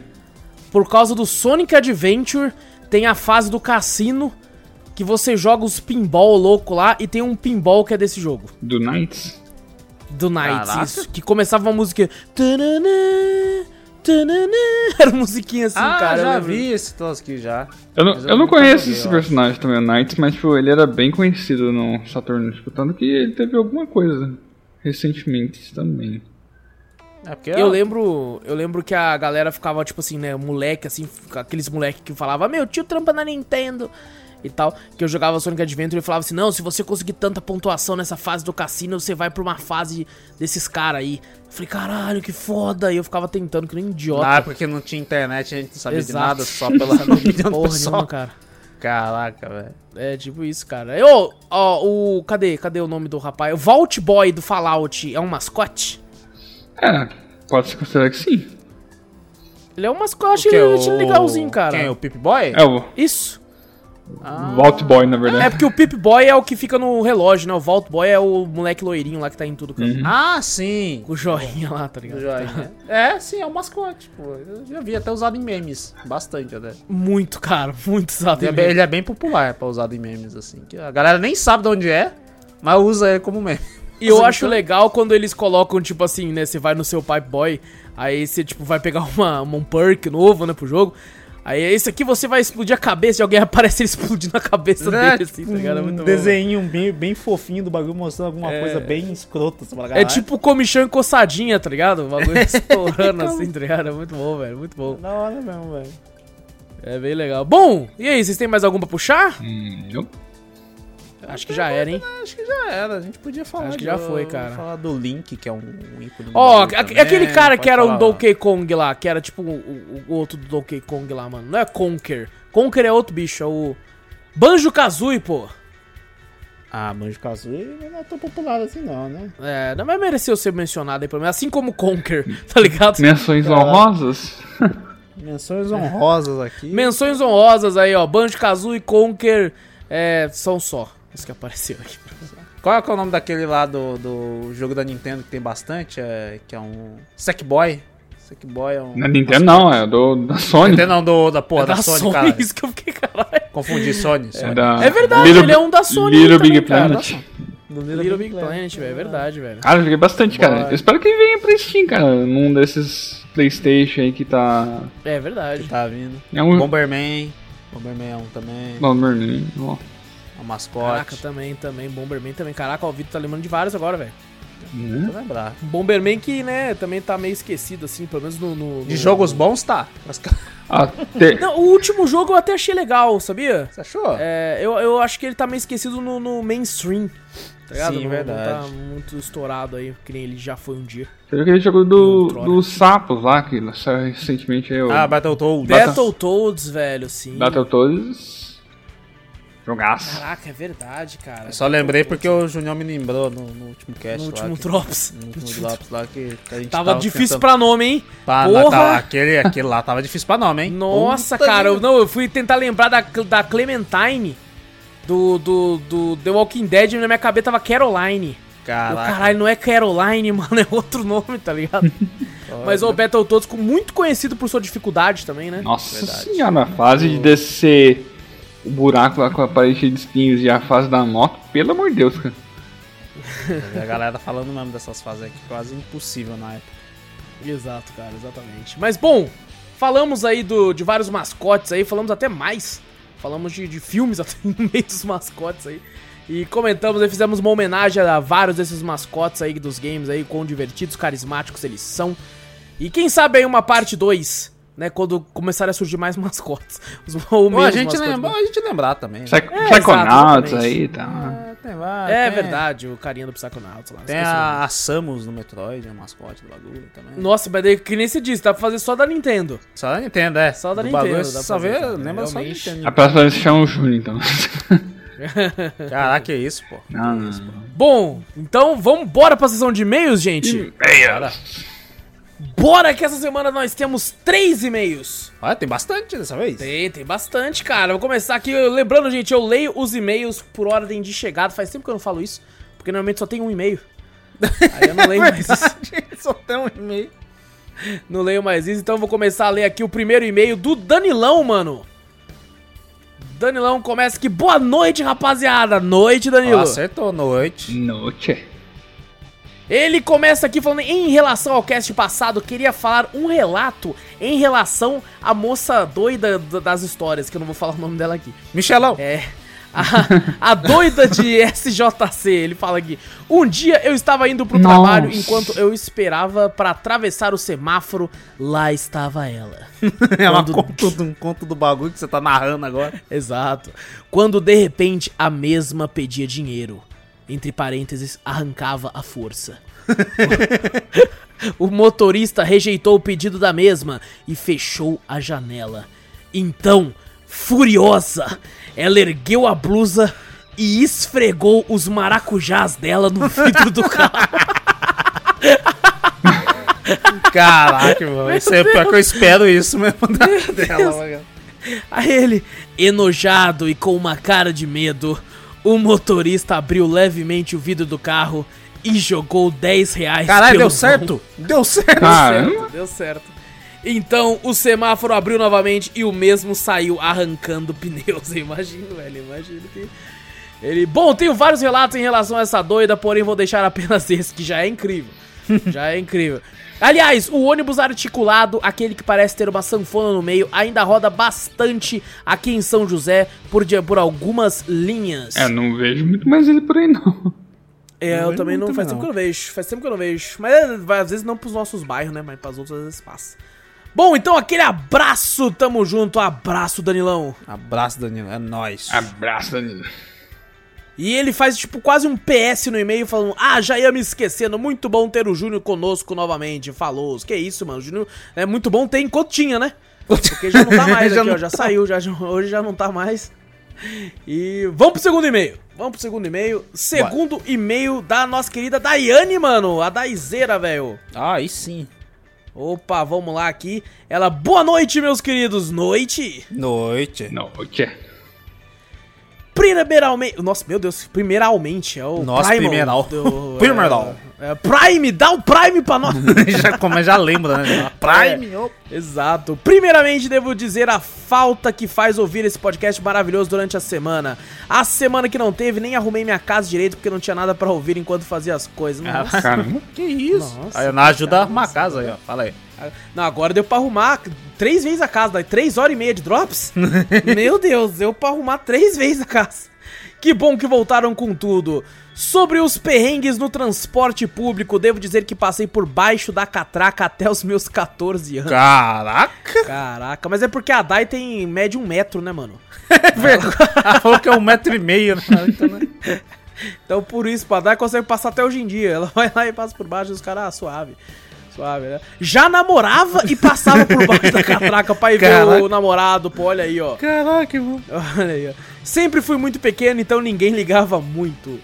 Por causa do Sonic Adventure, tem a fase do cassino que você joga os pinball louco lá e tem um pinball que é desse jogo. Do Knights? Do Nights, Caraca. isso. Que começava uma musiquinha. Tananã, tananã. [LAUGHS] Era uma musiquinha assim, ah, cara. eu já lembro. vi esse troço aqui já. Eu não, Mas eu não nunca conheço joguei, esse eu personagem também, o Knights, mas tipo, ele era bem conhecido no Saturn, tipo, tanto que ele teve alguma coisa recentemente também. acho. É porque Eu lembro, eu lembro que a galera ficava, tipo assim, né, moleque, assim, fica- aqueles moleque que falava, meu, tio trampa na Nintendo e tal, que eu jogava Sonic Adventure e ele falava assim, não, se você conseguir tanta pontuação nessa fase do cassino, você vai pra uma fase desses caras aí. Eu falei, caralho, que foda, e eu ficava tentando, que nem um idiota. Na época que Ah, não tinha internet, a gente não sabia de Exato. [LAUGHS] nada, só [LAUGHS] pela opinião do Porra pessoal. nenhuma, cara. Caraca, velho. É, tipo isso, cara. Ô, ó, o... Cadê? Cadê o nome do rapaz? O Vault Boy do Fallout é um mascote? É, pode se considerar que sim. Ele é um mascote, Que ele, é ele é legalzinho, cara. Quem? O Pip Boy? É o Isso. Ah. Vault Boy, na verdade. É porque o Pip Boy é o que fica no relógio, né? O Vault Boy é o moleque loirinho lá que tá em tudo canto. Ah, sim. Com o joinha lá, tá O ligado? [LAUGHS] joinha. É, sim, é um mascote, pô. Eu já vi até usado em memes. Bastante até. Muito caro, muito usado. Ele é, mesmo. bem, ele é bem popular pra usado em memes, assim. que a galera nem sabe de onde é, mas usa ele como [LAUGHS] meme. E eu acho então. legal quando eles colocam, tipo assim, né? Você vai no seu Pipe Boy, aí você, tipo, vai pegar uma, um perk novo, né, pro jogo. Aí esse aqui você vai explodir a cabeça de alguém, [LAUGHS] aparece ele explodindo a cabeça É, dele, assim, tipo, tá ligado? É um muito bom. desenho bem, bem fofinho do bagulho mostrando alguma É. coisa bem escrota. assim, pra É caralho. tipo comichão e coçadinha, tá ligado? O [LAUGHS] bagulho estourando assim, tá ligado? É muito bom, velho, muito bom. Na hora mesmo, velho. É bem legal. Bom, e aí, vocês têm mais algum pra puxar? Hum, eu- Acho que já era, hein? Acho que já era, a gente podia falar. Acho que de- um- já foi, cara. Falar do Link, que é um um ícone. do Ó, bagulho a- também, aquele cara que É, pode era o falar. né? Donkey Kong lá, que era tipo o, o- o outro do Donkey Kong lá, mano. Não é Conker. Conker é outro bicho, é o. Banjo Kazooie, pô. Ah, Banjo Kazooie não é tão popular assim, não, né? É, não mas [LAUGHS] mereceu ser mencionado aí pelo menos. Assim como Conker, tá ligado? Menções honrosas? Menções Menções honrosas aqui. Menções honrosas aí, ó. Banjo-Kazooie, Conker, é, são só os que apareceram aqui. Qual é, que é o nome daquele lá do, do jogo da Nintendo que tem bastante? É, que é um. Sackboy. Sackboy é um. Na Nintendo não, é do, da Sony. Nintendo não, do, da porra, É da, Sony, Ah, cara. isso que eu fiquei, caralho. Confundi Sony. Sony. da É verdade, Little- ele é um da Sony Little também, Big cara, Planet. da Little Big Planet, velho, é verdade, velho. Cara, eu joguei bastante, cara. Boy. Eu espero que venha pra Steam, cara. Num desses Playstation aí que tá... É verdade. Tá vindo. É um... Bomberman. Bomberman é um também. Não, não, não, não. É um mascote. Caraca, também, também, Bomberman também. Caraca, ó, o Vitor tá lembrando de vários agora, velho. Né? Vou lembrar. Bomberman que, né, também tá meio esquecido, assim, pelo menos no... no- De no- jogos bons, tá. Mas, cara, Ah, Até... Não, o último jogo eu até achei legal, sabia? você achou? É, eu, eu acho que ele tá meio esquecido no, no mainstream, tá ligado? Sim, não, Não tá verdade. muito estourado aí, que nem ele já foi um dia. Teve aquele jogo do, Troll. dos sapos lá, que saiu recentemente aí. o Ah, Battletoads. Battletoads, velho, sim. Battletoads. Jogaço. Caraca, é verdade, cara. Eu só lembrei porque o Junior me lembrou no, no último cast No lá. último que, [LAUGHS] Tá Drops. no último Drops lá que, que a gente Tava difícil tentando- pra nome, hein? Pá, Porra! lá, tá, aquele, aquele lá tava difícil pra nome, hein? Nossa, Puta cara, que- eu, não, eu fui tentar lembrar da, da Clementine do, do, do The Walking Dead e na minha cabeça tava Caroline. Eu, Caraca. caralho, não é Caroline, [LAUGHS] mano, é outro nome, tá [LAUGHS] ligado? Mas o Battletoads, com- muito conhecido por sua dificuldade também, né? Nossa Verdade. senhora, a fase de descer o buraco lá com a parede cheia de espinhos e a fase da moto, pelo amor de Deus, cara. A galera tá falando mesmo dessas fases aqui, quase impossível na época. Exato, cara, exatamente. Mas bom, falamos aí do, de vários mascotes aí, falamos até mais. Falamos de, de filmes [LAUGHS] até no meio dos mascotes aí. E comentamos aí, fizemos uma homenagem a vários desses mascotes aí dos games aí, quão divertidos, carismáticos eles são. E quem sabe aí uma parte 2, né? Quando começarem a surgir mais [LAUGHS] mascotes. Os, ou Bom, a menos gente, mascotes, lembra, né? bom, a gente lembrar também. né? Psych É, Psychonauts exato, aí, tá. Ah, tem vários, É tem- verdade, o carinha do Psychonauts lá. Tem esqueci o nome. a, a Samus no Metroid, é o mascote do bagulho também. Nossa, mas daí, que nem se diz, dá pra fazer só da Nintendo. Só da Nintendo, é. Só da Do Nintendo, Bagulho, dá pra só fazer, É vê, cara. lembra só da Realmente. Nintendo. A próxima vez se chama o Júnior, então. Caraca, é isso, pô. não, não, não. Bom, então vamos bora pra sessão de e-mails, gente. Cara, Bora que essa semana nós temos três e-mails. olha, tem bastante dessa vez. Tem, tem bastante, cara. Vou começar aqui, eu- lembrando, gente, eu leio os e-mails por ordem de chegada. Faz tempo que eu não falo isso, porque normalmente só tem um e-mail. [LAUGHS] Aí eu não leio mais isso. [LAUGHS] só tem um e-mail. Não leio mais isso, então eu vou começar a ler aqui o primeiro e-mail do Danilão, mano. Danilão começa aqui. Boa noite, rapaziada. Noite, Danilo. Ah, acertou, noite. Noche. Ele começa aqui falando em relação ao cast passado, queria falar um relato em relação à moça doida d- das histórias, que eu não vou falar o nome dela aqui. Michelão. É. A, a doida de SJC, ele fala aqui. Um dia eu estava indo pro Nossa. trabalho enquanto eu esperava pra atravessar o semáforo, lá estava ela. [LAUGHS] É uma Quando- conta de um conto do bagulho que você tá [LAUGHS] narrando agora. Exato. Quando de repente a mesma pedia dinheiro. Entre parênteses, arrancava a força. [LAUGHS] o motorista rejeitou o pedido da mesma e fechou a janela. Então, furiosa, ela ergueu a blusa e esfregou os maracujás dela no vidro do carro. Caraca, mano. Isso é pior que eu espero isso mesmo da dela. mano. A ele, enojado e com uma cara de medo, o motorista abriu levemente o vidro do carro e jogou 10 reais. Caralho, pelo deu certo? Deu certo. Caramba. Deu certo. Então o semáforo abriu novamente e o mesmo saiu arrancando [LAUGHS] pneus. Eu imagino, velho. eu Imagino que. Ele. Bom, tenho vários relatos em relação a essa doida, porém vou deixar apenas [LAUGHS] esse, que já é incrível. já é incrível. Aliás, o ônibus articulado, aquele que parece ter uma sanfona no meio, ainda roda bastante aqui em São José por, dia- por algumas linhas. É, eu não vejo muito mais ele por aí, não. É, eu vejo também não. muito, Faz não. tempo que eu não vejo. Faz tempo que eu não vejo. Mas é, vai, às vezes não pros nossos bairros, né? Mas pras outras às vezes passa. Bom, então aquele abraço, tamo junto, abraço, Danilão. Abraço, Danilo. É nóis. Abraço, Danilo. E ele faz tipo quase um PS no e-mail falando: Ah, já ia me esquecendo, muito bom ter o Júnior conosco novamente. Falou, que isso, mano. O Júnior é muito bom ter enquanto tinha, né? Porque já [LAUGHS] não tá mais Já aqui, ó, não já saiu, já, já- hoje já não tá mais. E vamos pro segundo e-mail. Vamos pro segundo e-mail. Segundo e-mail da nossa querida Daiane, mano. A Daizeira, velho. Ah, aí sim. Opa, vamos lá aqui. Ela, boa noite, meus queridos. Noite. Noite. Não, o que é? Primeiramente. Nossa, meu Deus, primeiramente. É o Nossa, primeral. [LAUGHS] do- Primeral. É, é Prime, dá o Prime pra nós. [LAUGHS] [LAUGHS] já, como já lembra, né? Já. É. Prime. ô. Exato. Primeiramente, devo dizer a falta que faz ouvir esse podcast maravilhoso durante a semana. A semana que não teve, nem arrumei minha casa direito porque não tinha nada pra ouvir enquanto fazia as coisas. né? Ah, Nossa. Caramba. Que isso? Nossa, aí, na ajuda a arrumar a casa aí, ó. Fala aí. Não, agora deu pra arrumar três vezes a casa, daí três horas e meia de drops? Meu Deus, deu pra arrumar três vezes a casa. Que bom que voltaram com tudo. Sobre os perrengues no transporte público, devo dizer que passei por baixo da catraca até os meus 14 anos. [LAUGHS] Caraca! Caraca, mas é porque a Dai tem média um metro, né, mano? Ela falou que é um metro e meio, né? Então, né? Então por isso, pô, a Dai consegue passar até hoje em dia. Ela [LAUGHS] vai lá e passa por baixo e os caras, ah, suave. Suave, né? Já namorava e passava por baixo da catraca pra ir ver Caraca. o namorado, pô, olha aí, ó. Caraca, irmão. [LAUGHS] Olha aí, ó. Sempre fui muito pequeno, então ninguém ligava muito.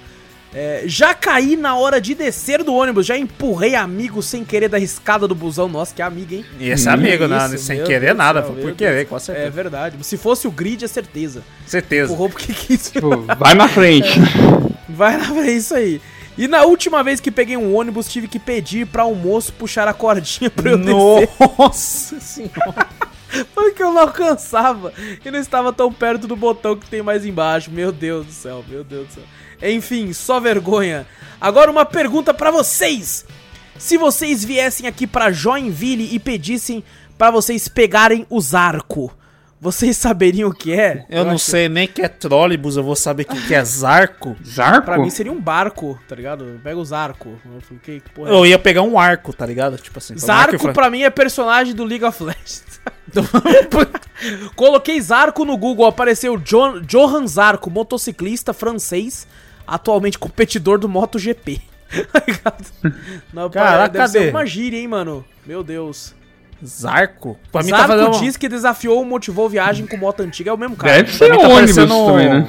É, já caí na hora de descer do ônibus, já empurrei amigo sem querer da escada do busão. Nossa, que amiga, hein? E esse amigo, né? Isso, Sem meu querer Deus nada, do céu, foi meu por Deus. querer, com É certeza. verdade. Se fosse o grid, é certeza. [LAUGHS] Certeza. Empurrou porque quis. Tipo, vai na frente. Vai lá ver isso aí. E na última vez que peguei um ônibus, tive que pedir pra um moço puxar a cordinha pra eu descer. [LAUGHS] Nossa senhora. Porque eu não alcançava. E não estava tão perto do botão que tem mais embaixo. Meu Deus do céu, meu Deus do céu. Enfim, só vergonha. Agora uma pergunta pra vocês. Se vocês viessem aqui pra Joinville e pedissem pra vocês pegarem os arco, vocês saberiam o que é? Eu não sei nem que é trólebus, eu vou saber o que, que é zarco. Zarco? Pra mim seria um barco, tá ligado? Pega os arco. Eu falei, que que porra é Eu ia pegar um arco, tá ligado? Tipo assim. pegar um arco e Zarco falar- pra mim é personagem do League of Legends. [LAUGHS] Coloquei Zarco no Google, apareceu Jo- Johan Zarco, motociclista francês, atualmente competidor do MotoGP. [LAUGHS] Tá ligado? Não, Caraca, deve ser cadê? uma gíria, hein, mano? Meu Deus. Zarco? Pra mim Zarco tá fazendo. diz que desafiou ou motivou viagem com moto antiga, é o mesmo cara. Pra Deve ser mim um tá ônibus parecendo. também, né?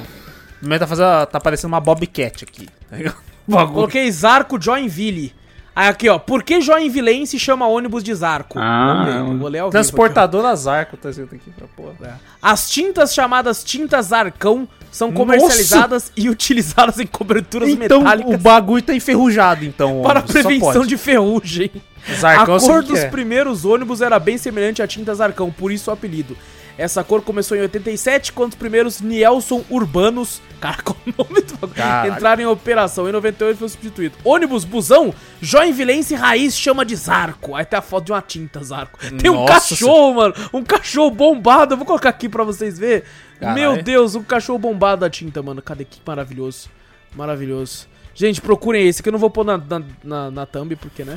Pra mim tá, fazendo... tá parecendo uma Bobcat aqui. Tá ligado? [LAUGHS] Bagulho. Coloquei Zarco Joinville. Aí aqui, ó. Por que Joinville se chama ônibus de Zarco? Ah, Vamos ver, é um- vou ler ao vivo aqui, ó. Transportadora Zarco tá escrito aqui pra porra. As tintas chamadas tintas arcão são Nossa! comercializadas e utilizadas em coberturas Então o metálicas bagulho tá enferrujado, então. para ônibus, só prevenção pode. de ferrugem. Zarcão, a eu sei cor que dos é. primeiros ônibus era bem semelhante à tintas arcão, por isso o apelido. Essa cor começou em 87, quando os primeiros Nielson Urbanos, cara, [LAUGHS] qual o nome do bagulho? Caralho. entraram em operação. Em 98 foi substituído. Ônibus busão, joinvilense raiz chama de Zarco. Aí tem a foto de uma tinta Zarco. Tem um Nossa cachorro, mano, um cachorro bombado. Eu vou colocar aqui pra vocês verem. Caralho. Meu Deus, um cachorro bombado da tinta, mano. Cadê? Que maravilhoso. Maravilhoso. Gente, procurem esse que eu não vou pôr na, na, na, na thumb, porque, né?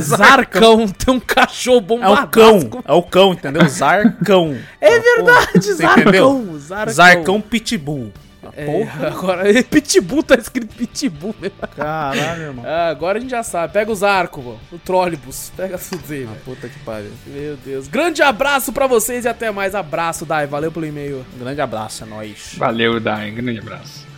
Zarcão, tem um cachorro É o bombado. cão, é o cão, entendeu? [LAUGHS] Zarcão. É Tá, porra. verdade, Você Zarcão. entendeu? Zarcão. Zarcão Pitbull. Tá, É, Porra. agora, Pitbull tá escrito Pitbull mesmo. Caralho, irmão. Ah, agora a gente já sabe. Pega os arcos, mano. O trólebus. Pega tudo aí, velho. Puta que pariu. Meu Deus. Grande abraço pra vocês e até mais. Abraço, Dai. Valeu pelo e-mail. Um grande abraço, é nóis. Valeu, Dai. Grande abraço.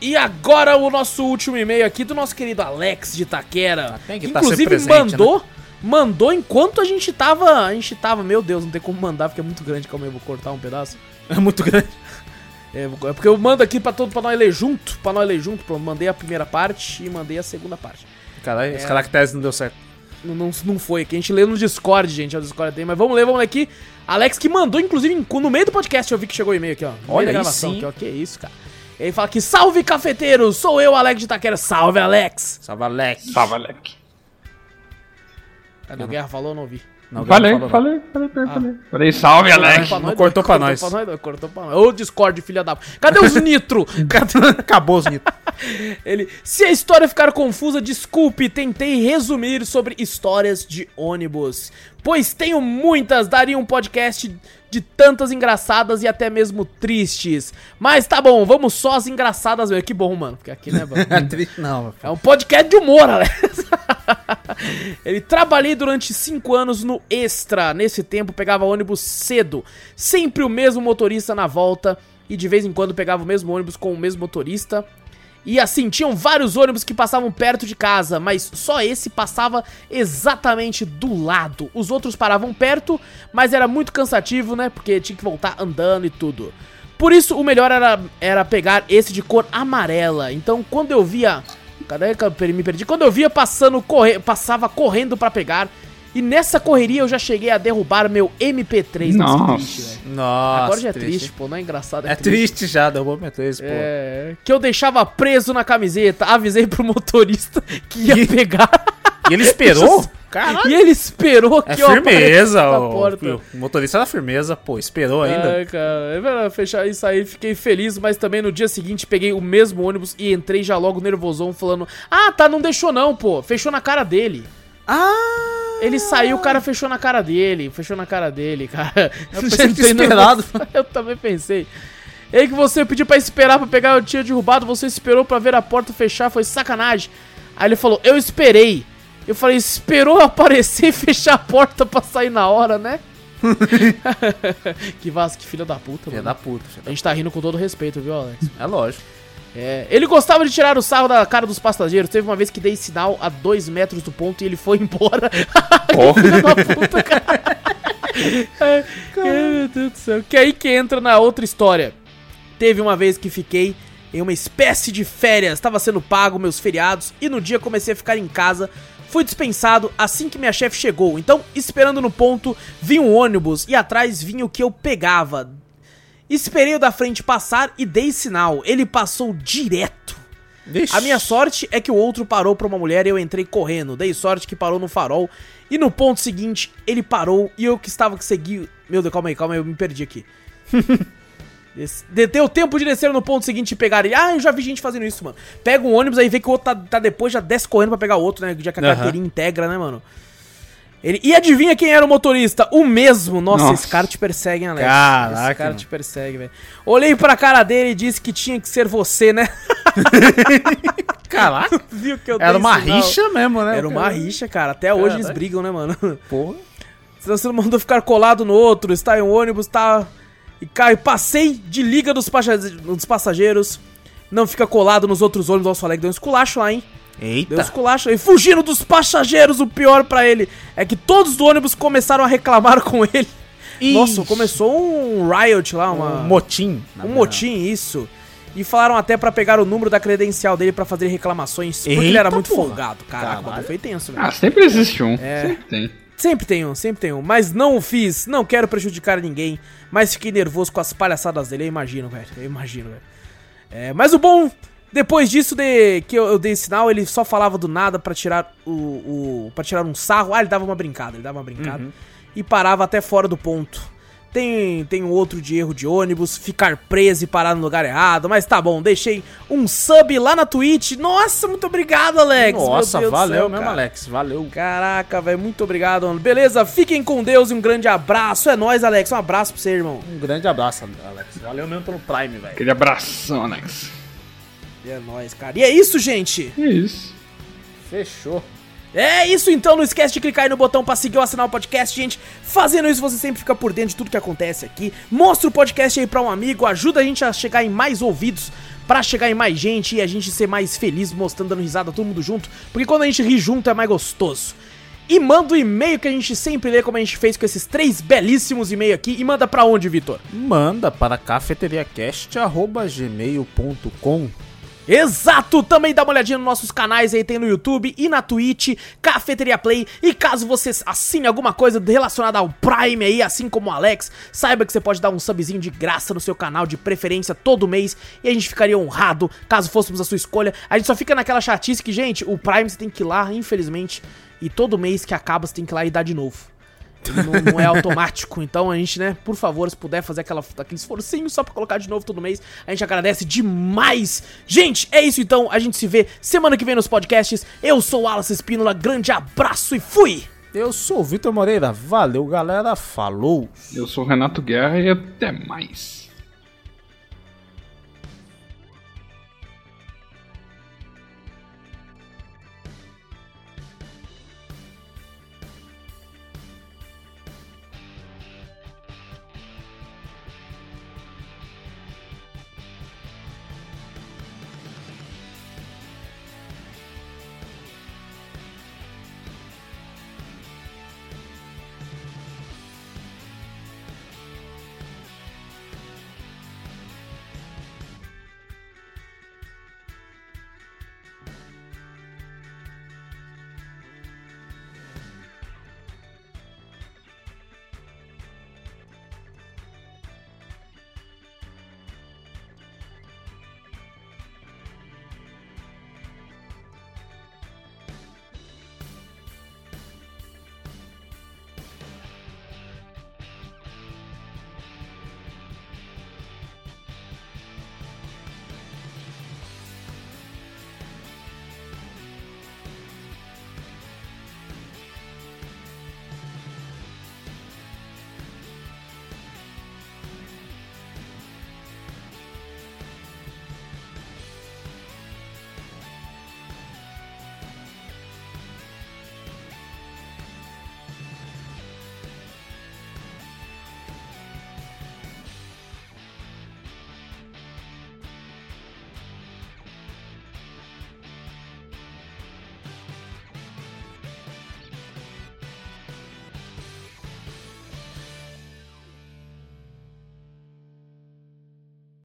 E agora o nosso último e-mail aqui do nosso querido Alex de Taquera. tem que que tá inclusive sempre presente, mandou, mandou enquanto a gente tava, a gente tava, meu Deus, não tem como mandar porque é muito grande, calma aí, eu vou cortar um pedaço. [LAUGHS] É muito grande. É, vou- é porque eu mando aqui pra todo pra nós ler junto, pra nós ler junto, pronto, mandei a primeira parte e mandei a segunda parte. Caralho, os caracteres não deu certo. Não, não, não foi, que a gente lê no Discord, gente, é o Discord tem, mas vamos ler, vamos ler aqui. Alex que mandou, inclusive, em- no meio do podcast, eu vi que chegou o e-mail aqui, ó. No meio Olha da aí gravação sim. aqui, ó. Que isso, cara. Ele fala que salve cafeteiros, sou eu, Alex de Taquera. Salve, Alex! Salve Alex. Salve, Alec. Uhum. Cadê o Guerra? Falou ou não ouvi? Não, Falei, não Ah. falou, não. falei, falei, falei, falei. Falei, salve, Alec. não cortou pra nós. Cortou pra nós, cortou pra nós. Ô, Discord, filha da... Cadê [LAUGHS] os nitro? Cadê... Acabou os [LAUGHS] nitos. Ele... Se a história ficar confusa, desculpe, tentei resumir sobre histórias de ônibus. Pois tenho muitas, daria um podcast de tantas engraçadas e até mesmo tristes. Mas tá bom, vamos só as engraçadas mesmo. Que bom, mano, porque aqui, né, [LAUGHS] mano? Não, É um podcast de humor, Alex. [LAUGHS] Ele trabalhei durante cinco anos no Extra. Nesse tempo pegava ônibus cedo, sempre o mesmo motorista na volta e de vez em quando pegava o mesmo ônibus com o mesmo motorista. E assim, tinham vários ônibus que passavam perto de casa, mas só esse passava exatamente do lado. Os outros paravam perto, mas era muito cansativo, né? Porque tinha que voltar andando e tudo. Por isso, o melhor era, era pegar esse de cor amarela. Então, quando eu via. Cadê que eu per- me perdi? Quando eu via passando, corre... passava correndo pra pegar. E nessa correria eu já cheguei a derrubar meu MP3. Nossa, que triste, Nossa. velho. Nossa. Agora já é triste, hein? pô, não é engraçado. É triste já, derrubou meu 3, pô. É, que eu deixava preso na camiseta. Avisei pro motorista [LAUGHS] que ia pegar. E ele [LAUGHS] esperou? Caralho. e ele esperou É que eu firmeza, aparecesse na o, porta. o motorista é da firmeza, pô, esperou ainda. Ai, cara, é verdade, fechar isso aí, fiquei feliz, mas também no dia seguinte peguei o mesmo ônibus e entrei já logo nervosão falando: Ah, tá, não deixou não, pô. Fechou na cara dele. Ah! Ele saiu, o cara fechou na cara dele, fechou na cara dele, cara. [LAUGHS] Eu pensei que tinha Entrei nervoso. [LAUGHS] esperado. Eu também pensei. Ei, que você pediu pra esperar pra pegar, eu tinha derrubado, você esperou pra ver a porta fechar, foi sacanagem. Aí ele falou, eu esperei. Eu falei, esperou aparecer e fechar a porta pra sair na hora, [LAUGHS] né? [LAUGHS] que vasco, que filho da puta, Filha mano. da puta, filha A gente tá rindo com todo respeito, viu, Alex? da- É lógico. É, ele gostava de tirar o sarro da cara dos passageiros. Teve uma vez que dei sinal a dois metros do ponto e ele foi [LAUGHS] embora. Porra. Filha da puta, cara. É, Ai, meu Deus do céu. Que é aí que entra na outra história. Teve uma vez que fiquei em uma espécie de férias, estava sendo pago meus feriados e no dia comecei a ficar em casa. Fui dispensado assim que minha chefe chegou. Então, esperando no ponto, vi um ônibus e atrás vinha o que eu pegava. Esperei o da frente passar e dei sinal. Ele passou direto. Vixe. A minha sorte é que o outro parou pra uma mulher e eu entrei correndo. Dei sorte que parou no farol. E no ponto seguinte, ele parou e eu que estava que segui. Meu Deus, calma aí, calma aí, eu me perdi [LAUGHS] aqui. Des- de- Deu tempo de descer no ponto seguinte e pegar ele. Ah, eu já vi gente fazendo isso, mano. Pega um ônibus aí, vê que o outro tá, tá depois, já desce correndo pra pegar o outro, né? Já que a Aham. carteirinha integra, né, mano? Ele... E adivinha quem era o motorista? O mesmo. Nossa, Nossa. esse cara te persegue, hein, Alex? Caraca, Esse cara mano. te persegue, velho. Olhei pra cara dele e disse que tinha que ser você, né? [LAUGHS] Caraca. Viu que eu Era dei uma sinal? rixa mesmo, né? Era uma rixa, cara. Até hoje eles Caralho. brigam, né, mano? [LAUGHS] Porra. Se você não mandou ficar colado no outro, está em um ônibus, tá. E cai, passei de liga dos, pacha- dos passageiros. Não fica colado nos outros ônibus. Nossa, o Alec deu um esculacho lá, hein? Eita. Deu um esculacho aí. Fugindo dos passageiros, o pior pra ele é que todos do ônibus começaram a reclamar [LAUGHS] com ele. Ih. Nossa, começou um riot lá, uma. Um motim. na Um verdade. motim, isso. E falaram até pra pegar o número da credencial dele pra fazer reclamações, porque ele Eita, era muito porra. folgado. Caraca, Caralho. o bagulho foi tenso, velho. Ah, sempre existe um. É. Sempre tem. Sempre tem um, sempre tem um. Mas não o fiz, não quero prejudicar ninguém, mas fiquei nervoso com as palhaçadas dele, eu imagino, velho. Eu imagino, velho. É, mas o bom, depois disso de que eu, eu dei sinal, ele só falava do nada pra tirar o, o para tirar um sarro. Ah, ele dava uma brincada, ele dava uma brincada Uhum. e parava até fora do ponto. Tem, tem um outro de erro de ônibus, ficar preso e parar no lugar errado, mas tá bom, deixei um sub lá na Twitch. Nossa, muito obrigado, Alex. meu Nossa, Deus do valeu céu, mesmo, cara. Alex. Valeu. Caraca, velho, muito obrigado, mano. Beleza, fiquem com Deus e um grande abraço. É nóis, Alex. Um abraço pra você, irmão. Um grande abraço, Alex. Valeu mesmo pelo Prime, velho. Aquele abração, Alex. É nóis, cara. E é isso, gente. É isso. Fechou. É isso então, não esquece de clicar aí no botão pra seguir ou assinar o podcast, gente. Fazendo isso, você sempre fica por dentro de tudo que acontece aqui. Mostra o podcast aí pra um amigo, ajuda a gente a chegar em mais ouvidos, pra chegar em mais gente e a gente ser mais feliz, mostrando, dando risada, todo mundo junto. Porque quando a gente ri junto é mais gostoso. E manda o e-mail que a gente sempre lê, como a gente fez com esses três belíssimos e-mail aqui. E manda pra onde, Vitor? Manda para cafeteriacast.gmail.com Exato! Também dá uma olhadinha nos nossos canais aí, tem no YouTube e na Twitch, Cafeteria Play. E caso você assine alguma coisa relacionada ao Prime aí, assim como o Alex, saiba que você pode dar um subzinho de graça no seu canal, de preferência, todo mês. E a gente ficaria honrado caso fôssemos a sua escolha. A gente só fica naquela chatice que, gente, o Prime você tem que ir lá, infelizmente. E todo mês que acaba você tem que ir lá e dar de novo. Ele não, não é automático. Então a gente, né, por favor, se puder fazer aquela, aquele esforcinho só pra colocar de novo todo mês, a gente agradece demais. Gente, é isso então. A gente se vê semana que vem nos podcasts. Eu sou o Alas Espínola, grande abraço e fui! Eu sou o Vitor Moreira. Valeu, galera. Falou. Eu sou o Renato Guerra e até mais.